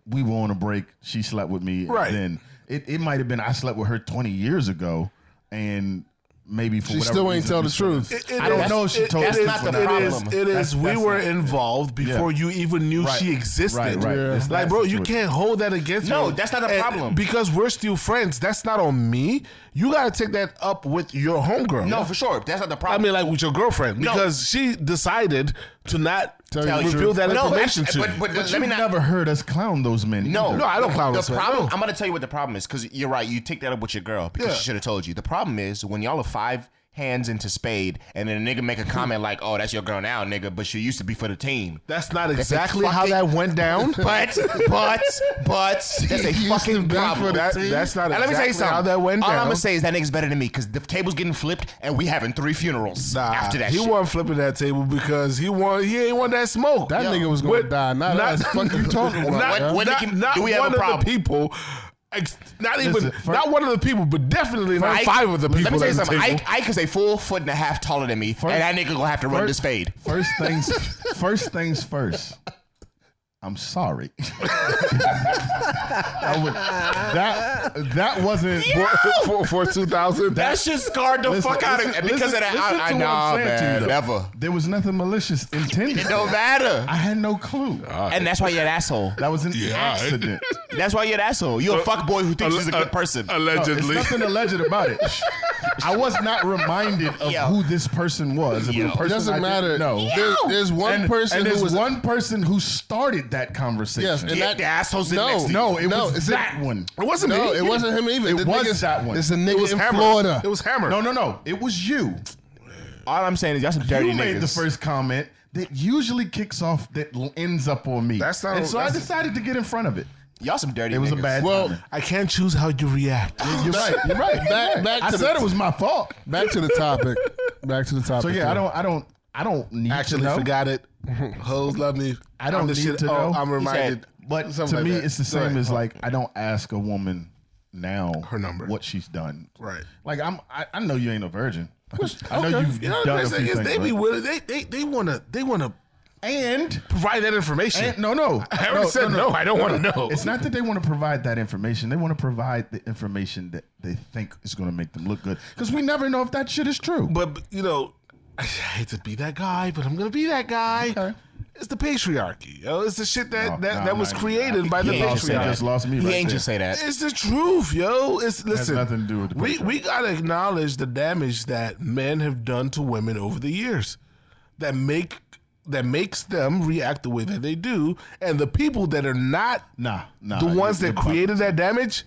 Speaker 2: We were on a break. She slept with me. and
Speaker 5: Right.
Speaker 2: Then it, it might have been I slept with her twenty years ago, and maybe for
Speaker 1: She
Speaker 2: whatever
Speaker 1: still ain't
Speaker 2: reason
Speaker 1: tell
Speaker 2: we
Speaker 1: the
Speaker 2: still-
Speaker 1: truth.
Speaker 5: It- it
Speaker 2: I don't
Speaker 5: is-
Speaker 2: know if she
Speaker 5: it-
Speaker 2: told
Speaker 5: it
Speaker 2: us
Speaker 5: is-
Speaker 4: That's not the
Speaker 5: it
Speaker 4: problem.
Speaker 5: is- it is.
Speaker 2: That's-
Speaker 5: we
Speaker 2: that's
Speaker 5: were
Speaker 2: not-
Speaker 5: involved before you even knew she existed.
Speaker 2: Right, right. Yeah. It's
Speaker 5: Like,
Speaker 2: not
Speaker 5: bro,
Speaker 2: the
Speaker 5: you
Speaker 2: truth.
Speaker 5: can't hold that against
Speaker 4: No,
Speaker 5: me.
Speaker 4: that's not the
Speaker 5: And
Speaker 4: problem.
Speaker 5: Because we're still friends. That's not on me. You got to take that up with your homegirl.
Speaker 4: no, for sure. That's not the
Speaker 5: I
Speaker 4: problem.
Speaker 5: mean, like with your girlfriend, because she decided to not
Speaker 1: Tell you the
Speaker 5: reveal
Speaker 1: truth.
Speaker 5: that
Speaker 4: no,
Speaker 5: information
Speaker 4: but-
Speaker 5: to
Speaker 4: but,
Speaker 5: you.
Speaker 4: but,
Speaker 2: But
Speaker 4: let me
Speaker 2: you've
Speaker 4: not.
Speaker 2: never heard us clown those men.
Speaker 4: no,
Speaker 2: either.
Speaker 5: No, I don't clown
Speaker 4: The
Speaker 5: this man.
Speaker 4: problem.
Speaker 5: No.
Speaker 4: I'm gonna tell you what the problem is because you're right. You take that up with your girl because she should have told you. The problem is when y'all are five hands into spade and then a nigga make a comment like, "Oh, that's your girl now, nigga," but she used to be for the team.
Speaker 5: That's not
Speaker 4: That's a
Speaker 5: exactly how
Speaker 4: fucking-
Speaker 5: that went down.
Speaker 4: But but but that's a
Speaker 1: Houston
Speaker 4: fucking
Speaker 1: been for
Speaker 4: problem.
Speaker 1: that-
Speaker 5: that's not
Speaker 4: And let me tell you
Speaker 5: exactly
Speaker 4: something.
Speaker 5: how that went
Speaker 4: All I'm
Speaker 5: down.
Speaker 4: gonna say is that nigga's better than me because the table's getting flipped and we having three funerals
Speaker 5: Nah,
Speaker 4: after that.
Speaker 5: Uh, he
Speaker 4: shit.
Speaker 5: wasn't flipping that table because he want he ain't want that smoke.
Speaker 1: That nigga was gonna
Speaker 5: With-
Speaker 1: die, not us. Fuck you talking about,
Speaker 5: Not,
Speaker 1: yeah?
Speaker 4: When
Speaker 5: not-
Speaker 4: Nicki-
Speaker 5: not
Speaker 4: do we have a
Speaker 5: one of
Speaker 4: problem?
Speaker 5: the people. ex- not even
Speaker 2: Listen, for-
Speaker 5: not one of the people, but definitely not
Speaker 4: Ike-
Speaker 5: five of the people.
Speaker 4: Let me tell you
Speaker 5: at the
Speaker 4: something.
Speaker 5: table.
Speaker 4: Ike, Ike is a full foot and a half taller than me, and that nigga gonna have to run this fade.
Speaker 2: First things first things first. I'm sorry. that, would- that that wasn't
Speaker 5: for, for two thousand.
Speaker 4: That shit scarred the
Speaker 2: Listen,
Speaker 4: fuck out of me
Speaker 2: listen-
Speaker 4: because of
Speaker 2: listen-
Speaker 4: that.
Speaker 2: listen
Speaker 4: I, I,
Speaker 2: to what
Speaker 4: nah,
Speaker 2: I'm saying to you,
Speaker 4: man,
Speaker 2: though.
Speaker 4: never.
Speaker 2: There was nothing malicious intended.
Speaker 4: It don't matter.
Speaker 2: I had no clue.
Speaker 4: uh, And that's why you're an asshole.
Speaker 2: that was an accidident.
Speaker 4: That's why you're an asshole. You're a fuck boy who thinks he's a good person.
Speaker 2: There's
Speaker 5: allegedly.
Speaker 2: nothing alleged about it. I was not reminded of
Speaker 4: Yo.
Speaker 2: who this person was. Of
Speaker 4: Yo.
Speaker 2: the person
Speaker 1: It doesn't
Speaker 2: I
Speaker 1: matter.
Speaker 2: didn't know.
Speaker 1: There- there's one
Speaker 2: and,
Speaker 1: person
Speaker 2: and
Speaker 1: who
Speaker 2: there's
Speaker 1: was
Speaker 2: one person who started that
Speaker 1: Yes,
Speaker 2: conversation.
Speaker 1: and
Speaker 4: Yeah,
Speaker 1: that,
Speaker 4: the asshole's sitting
Speaker 1: no,
Speaker 4: next to you.
Speaker 1: no,
Speaker 2: no, it
Speaker 1: no,
Speaker 2: was
Speaker 1: it's a-
Speaker 2: that one.
Speaker 5: It wasn't
Speaker 1: No,
Speaker 5: me.
Speaker 1: it wasn't him either.
Speaker 2: It
Speaker 1: The
Speaker 2: was
Speaker 1: nigga's-
Speaker 2: that one.
Speaker 1: It's a nigga
Speaker 5: It was
Speaker 1: in
Speaker 5: Hammer.
Speaker 1: Florida.
Speaker 5: It was Hammer.
Speaker 2: No, no, no. It was you.
Speaker 4: All I'm saying is y'all some dirty
Speaker 2: you made
Speaker 4: niggas.
Speaker 2: the first comment that usually kicks off that l- ends up on me.
Speaker 5: That's not-
Speaker 2: And so I
Speaker 5: that's-
Speaker 2: decided to get in front of it.
Speaker 4: y'all some dirty.
Speaker 2: It was a
Speaker 4: niggas.
Speaker 2: bad.
Speaker 1: Well,
Speaker 2: timing.
Speaker 5: I can't choose how you react.
Speaker 2: you're right. You're right.
Speaker 1: Back- back
Speaker 2: I
Speaker 1: to the-
Speaker 2: said it was my fault.
Speaker 1: Back to the topic. Back to the topic.
Speaker 2: So yeah, I don't. I don't. I don't need
Speaker 5: Actually,
Speaker 2: to know.
Speaker 5: forgot it. Hoes love me.
Speaker 2: I don't
Speaker 5: I'm the
Speaker 2: need
Speaker 5: shit.
Speaker 2: to
Speaker 5: oh,
Speaker 2: know.
Speaker 5: I'm
Speaker 2: He
Speaker 5: reminded.
Speaker 2: But to
Speaker 5: Something like
Speaker 2: me,
Speaker 5: that.
Speaker 2: it's the same
Speaker 5: Right.
Speaker 2: as like I don't ask a woman now her
Speaker 5: number.
Speaker 2: what she's done.
Speaker 5: Right.
Speaker 2: Like I'm. I, I know you ain't a virgin. I know
Speaker 5: Okay.
Speaker 2: you've
Speaker 5: You know,
Speaker 2: done a
Speaker 5: the
Speaker 2: few
Speaker 5: thing is,
Speaker 2: things.
Speaker 5: They be
Speaker 2: but-
Speaker 5: willing. They they they wanna they wanna
Speaker 2: and
Speaker 5: provide that information.
Speaker 2: And- no, no.
Speaker 5: I already said no, I don't wanna know.
Speaker 2: It's not that they want to provide that information. They want to provide the information that they think is going to make them look good. Because we never know if that shit is true.
Speaker 5: but but, you know, I hate to be that guy, but I'm gonna be that guy.
Speaker 2: Okay.
Speaker 5: It's the patriarchy. yo. It's the shit that
Speaker 2: No,
Speaker 5: that,
Speaker 2: no,
Speaker 5: that was
Speaker 2: no, no.
Speaker 5: created by the
Speaker 4: He ain't just say
Speaker 2: Patreon.
Speaker 4: that.
Speaker 2: Just lost me
Speaker 4: He
Speaker 2: right
Speaker 4: ain't
Speaker 2: there.
Speaker 4: just say that.
Speaker 5: It's the truth, yo. It's listen.
Speaker 2: nothing to do with the
Speaker 5: we
Speaker 2: Patreon.
Speaker 5: we gotta acknowledge the damage that men have done to women over the years, that make that makes them react the way that they do, and the people that are not
Speaker 2: nah, nah.
Speaker 5: the
Speaker 2: you-
Speaker 5: ones
Speaker 2: you're
Speaker 5: that
Speaker 2: bugging.
Speaker 5: created that damage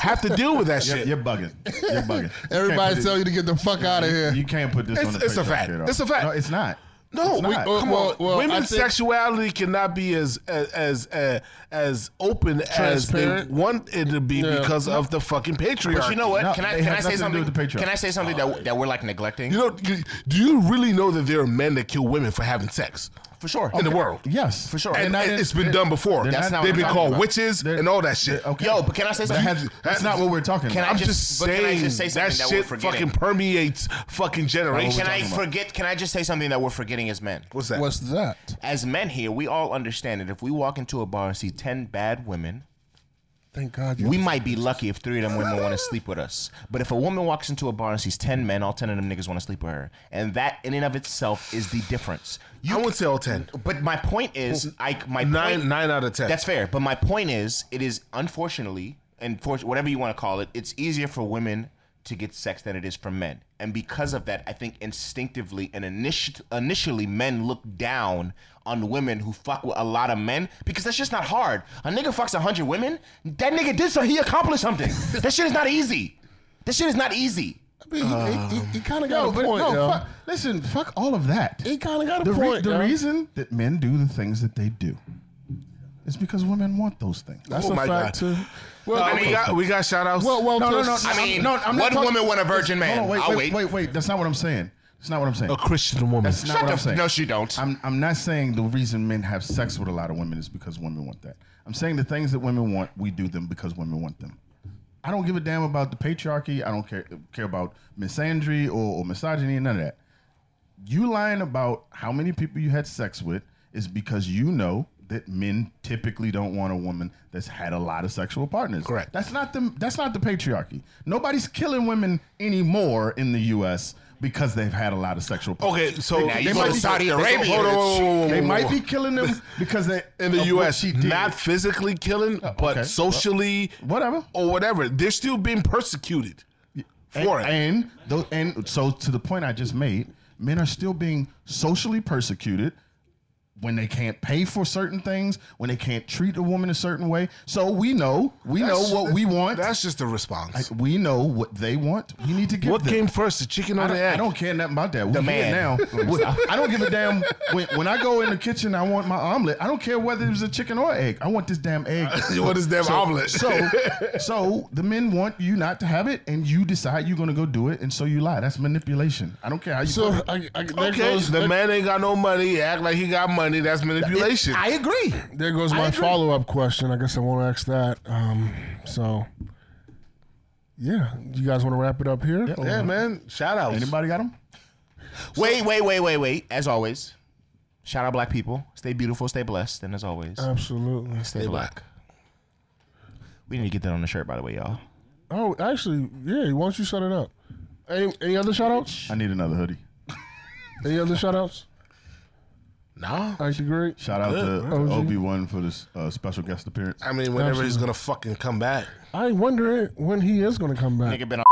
Speaker 5: have to deal with that
Speaker 2: You're,
Speaker 5: shit.
Speaker 2: you're bugging. You're bugging.
Speaker 1: Everybody tell you to get the fuck out of here.
Speaker 2: You can't put this
Speaker 5: It's-
Speaker 2: on the
Speaker 5: it's a
Speaker 2: Patreon
Speaker 5: fact.
Speaker 2: at all.
Speaker 5: It's a fact.
Speaker 2: No, it's not.
Speaker 5: No,
Speaker 2: It's
Speaker 5: we, uh,
Speaker 2: not.
Speaker 1: Well,
Speaker 5: come
Speaker 1: well,
Speaker 5: on.
Speaker 1: well, I
Speaker 5: Women's
Speaker 1: think-
Speaker 5: sexuality cannot be as as as uh, as open as they
Speaker 1: Transparent.
Speaker 5: want it to be because of the fucking patriarchy.
Speaker 4: But you know what?
Speaker 2: No,
Speaker 4: can I
Speaker 2: they
Speaker 4: can
Speaker 2: have
Speaker 4: I say
Speaker 2: nothing to do
Speaker 4: something?
Speaker 2: with the Patreon. Oh,
Speaker 4: Can I say something that that we're like neglecting?
Speaker 5: You know, do you really know that there are men that kill women for having sex?
Speaker 4: for sure.
Speaker 5: in the world.
Speaker 2: Yes,
Speaker 4: For sure.
Speaker 5: And,
Speaker 2: I
Speaker 5: and
Speaker 2: didn't-
Speaker 5: it's been
Speaker 2: it-
Speaker 5: done before.
Speaker 2: That's not
Speaker 5: They've
Speaker 2: what
Speaker 5: been
Speaker 2: I'm
Speaker 5: called
Speaker 2: talking about.
Speaker 5: witches and all that shit.
Speaker 2: Okay.
Speaker 4: Yo, but can I say
Speaker 2: That
Speaker 4: something?
Speaker 2: has- that's not what we're talking
Speaker 4: Can
Speaker 2: about.
Speaker 4: I
Speaker 5: I'm
Speaker 4: just-
Speaker 5: just
Speaker 4: but
Speaker 5: saying
Speaker 4: can I just say
Speaker 5: that
Speaker 4: something that we're
Speaker 5: shit fucking
Speaker 4: forgetting?
Speaker 5: permeates fucking generations.
Speaker 4: Can I forget? Can I just say something that we're forgetting as men?
Speaker 5: What's that?
Speaker 1: What's that?
Speaker 4: As men here, we all understand that if we walk into a bar and see ten bad women,
Speaker 1: Thank God. You
Speaker 4: we might be lucky if three of them women want to sleep with us. But if a woman walks into a bar and sees ten men, all ten of them niggas want to sleep with her, and that in and of itself is the difference.
Speaker 5: I wouldn't say all ten.
Speaker 4: But my point is, I my
Speaker 5: Nine,
Speaker 4: point,
Speaker 5: nine out of ten.
Speaker 4: That's fair. But my point is, it is unfortunately, and for, whatever you want to call it, it's easier for women to get sex than it is for men. And because of that, I think instinctively and initi- initially, men look down on women who fuck with a lot of men because that's just not hard. A nigga fucks a hundred women. That nigga did so. He accomplished something. that shit is not easy. That shit is not easy.
Speaker 1: I mean, he- he, he, kind of got
Speaker 2: um, No,
Speaker 1: a
Speaker 2: but
Speaker 1: point,
Speaker 2: no,
Speaker 1: yo.
Speaker 2: fuck, listen, fuck all of that.
Speaker 1: He kind of got a
Speaker 2: the re-
Speaker 1: point.
Speaker 2: the
Speaker 1: yo.
Speaker 2: reason that men do the things that they do is because women want those things.
Speaker 1: That's
Speaker 5: Oh
Speaker 1: a
Speaker 5: my
Speaker 1: fact
Speaker 5: God.
Speaker 1: too. Well,
Speaker 5: Uh, we got we got shout outs.
Speaker 1: well, well,
Speaker 2: no,
Speaker 1: to-
Speaker 2: no, no.
Speaker 1: I
Speaker 4: mean,
Speaker 2: no, I'm
Speaker 4: one
Speaker 2: not talking-
Speaker 4: woman want a virgin man.
Speaker 2: Hold on, wait,
Speaker 4: I'll
Speaker 2: wait,
Speaker 4: wait.
Speaker 2: wait, wait. That's not what I'm saying. That's not what I'm saying.
Speaker 5: a Christian woman.
Speaker 2: That's not what I'm
Speaker 4: the f-
Speaker 2: saying.
Speaker 4: no, she don't.
Speaker 2: I'm, I'm not saying the reason men have sex with a lot of women is because women want that. I'm saying the things that women want, we do them because women want them. I don't give a damn about the patriarchy. I don't care care about misandry or, or misogyny, none of that. You lying about how many people you had sex with is because you know that men typically don't want a woman that's had a lot of sexual partners.
Speaker 5: Correct.
Speaker 2: That's not the that's not the patriarchy. Nobody's killing women anymore in the US because they've had a lot of sexual partners.
Speaker 5: Okay, so
Speaker 4: Now you go to Saudi Arabia.
Speaker 5: Hold on, whoa, whoa, whoa, whoa,
Speaker 2: They
Speaker 5: whoa,
Speaker 2: might
Speaker 5: whoa.
Speaker 2: be killing them because they
Speaker 5: in the
Speaker 2: of what
Speaker 5: U.S.
Speaker 2: she did. Oh,
Speaker 5: Not physically killing, but
Speaker 2: okay.
Speaker 5: socially,
Speaker 2: Whatever.
Speaker 5: or whatever. They're still being persecuted for it.
Speaker 2: and, tho- and so to the point I just made, men are still being socially persecuted when they can't pay for certain things, when they can't treat a woman a certain way. So we know, we know what we want.
Speaker 5: That's just the response.
Speaker 2: we know what they want. We need to give
Speaker 5: what
Speaker 2: them.
Speaker 5: came first, the chicken
Speaker 2: I
Speaker 5: or
Speaker 2: don't,
Speaker 5: the
Speaker 2: I
Speaker 5: egg?
Speaker 2: don't care nothing about that. We the
Speaker 4: man.
Speaker 2: now. We- I don't give a damn. When, when I go in the kitchen, I want my omelet. I don't care whether it was a chicken or egg. I want this damn egg.
Speaker 5: What is damn omelet?
Speaker 2: So, so the men want you not to have it, and you decide you're gonna go do it, and so you lie. That's manipulation. I don't care how you.
Speaker 1: So I, I, there
Speaker 5: okay,
Speaker 1: goes
Speaker 5: the
Speaker 1: there,
Speaker 5: man ain't got no money. Act like he got money. That's manipulation.
Speaker 2: I agree.
Speaker 1: there goes my follow up question. I guess I won't ask that. Um, so yeah, you guys want to wrap it up here?
Speaker 5: yeah, man. Shout out.
Speaker 2: Anybody got them?
Speaker 4: Wait, wait, wait, wait, wait. As always, shout out black people. Stay beautiful, stay blessed, and as always,
Speaker 1: Absolutely.
Speaker 4: stay black. We need to get that on the shirt, by the way, y'all.
Speaker 1: Oh, actually, yeah. Why don't you shut it up? Any, any other shout outs?
Speaker 2: I need another hoodie.
Speaker 1: Any other shout outs?
Speaker 5: Nah.
Speaker 1: I agree.
Speaker 2: Shout out to
Speaker 1: OG.
Speaker 2: Obi One for this uh, special guest appearance.
Speaker 5: I mean, whenever he's gonna fucking come back,
Speaker 1: I wonder when he is going to come back.
Speaker 4: Nigga been on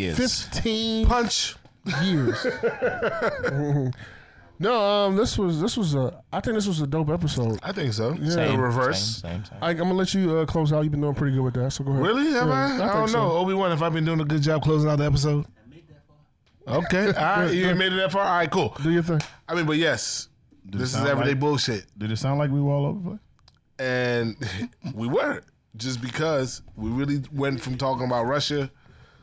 Speaker 4: years.
Speaker 1: Fifteen
Speaker 5: punch.
Speaker 1: years. no, um, this was this was a. I think this was a dope episode.
Speaker 5: I think so. Yeah.
Speaker 4: Same,
Speaker 5: reverse.
Speaker 4: Same, same, same.
Speaker 1: I, I'm gonna let you uh, close out. You've been doing pretty good with that, so go ahead.
Speaker 5: Really? Have
Speaker 1: Yeah,
Speaker 5: I? I,
Speaker 1: think
Speaker 5: don't
Speaker 1: so.
Speaker 5: know. Obi Wan, if I've been doing a good job closing out the episode. Okay. All right. You ain't made it that far? All right, cool.
Speaker 1: Do your thing.
Speaker 5: I mean, but yes, this is
Speaker 2: sound
Speaker 5: everyday
Speaker 2: like-
Speaker 5: bullshit.
Speaker 2: Did it sound like we were all over the place?
Speaker 5: And we were just because we really went from talking about Russia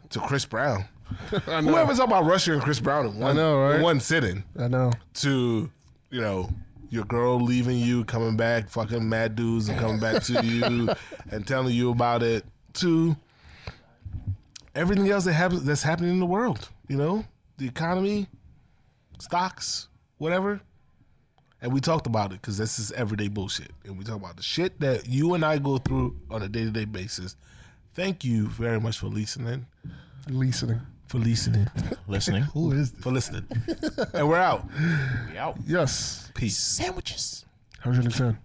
Speaker 5: to Chris Brown. Whoever talking about Russia and Chris Brown in one,
Speaker 1: know, right?
Speaker 5: in one sitting
Speaker 1: I know.
Speaker 5: to, you know, your girl leaving you, coming back, fucking mad dudes and coming back to you and telling you about it to everything else that happens that's happening in the world, you know? The economy, stocks, whatever. And we talked about it because this is everyday bullshit. And we talk about the shit that you and I go through on a day to day basis. Thank you very much for listening.
Speaker 1: Listening.
Speaker 5: For listening.
Speaker 4: Listening.
Speaker 2: Who is this?
Speaker 5: For listening. and we're out.
Speaker 4: We out.
Speaker 1: Yes.
Speaker 5: Peace.
Speaker 4: Sandwiches.
Speaker 1: Hundred and ten.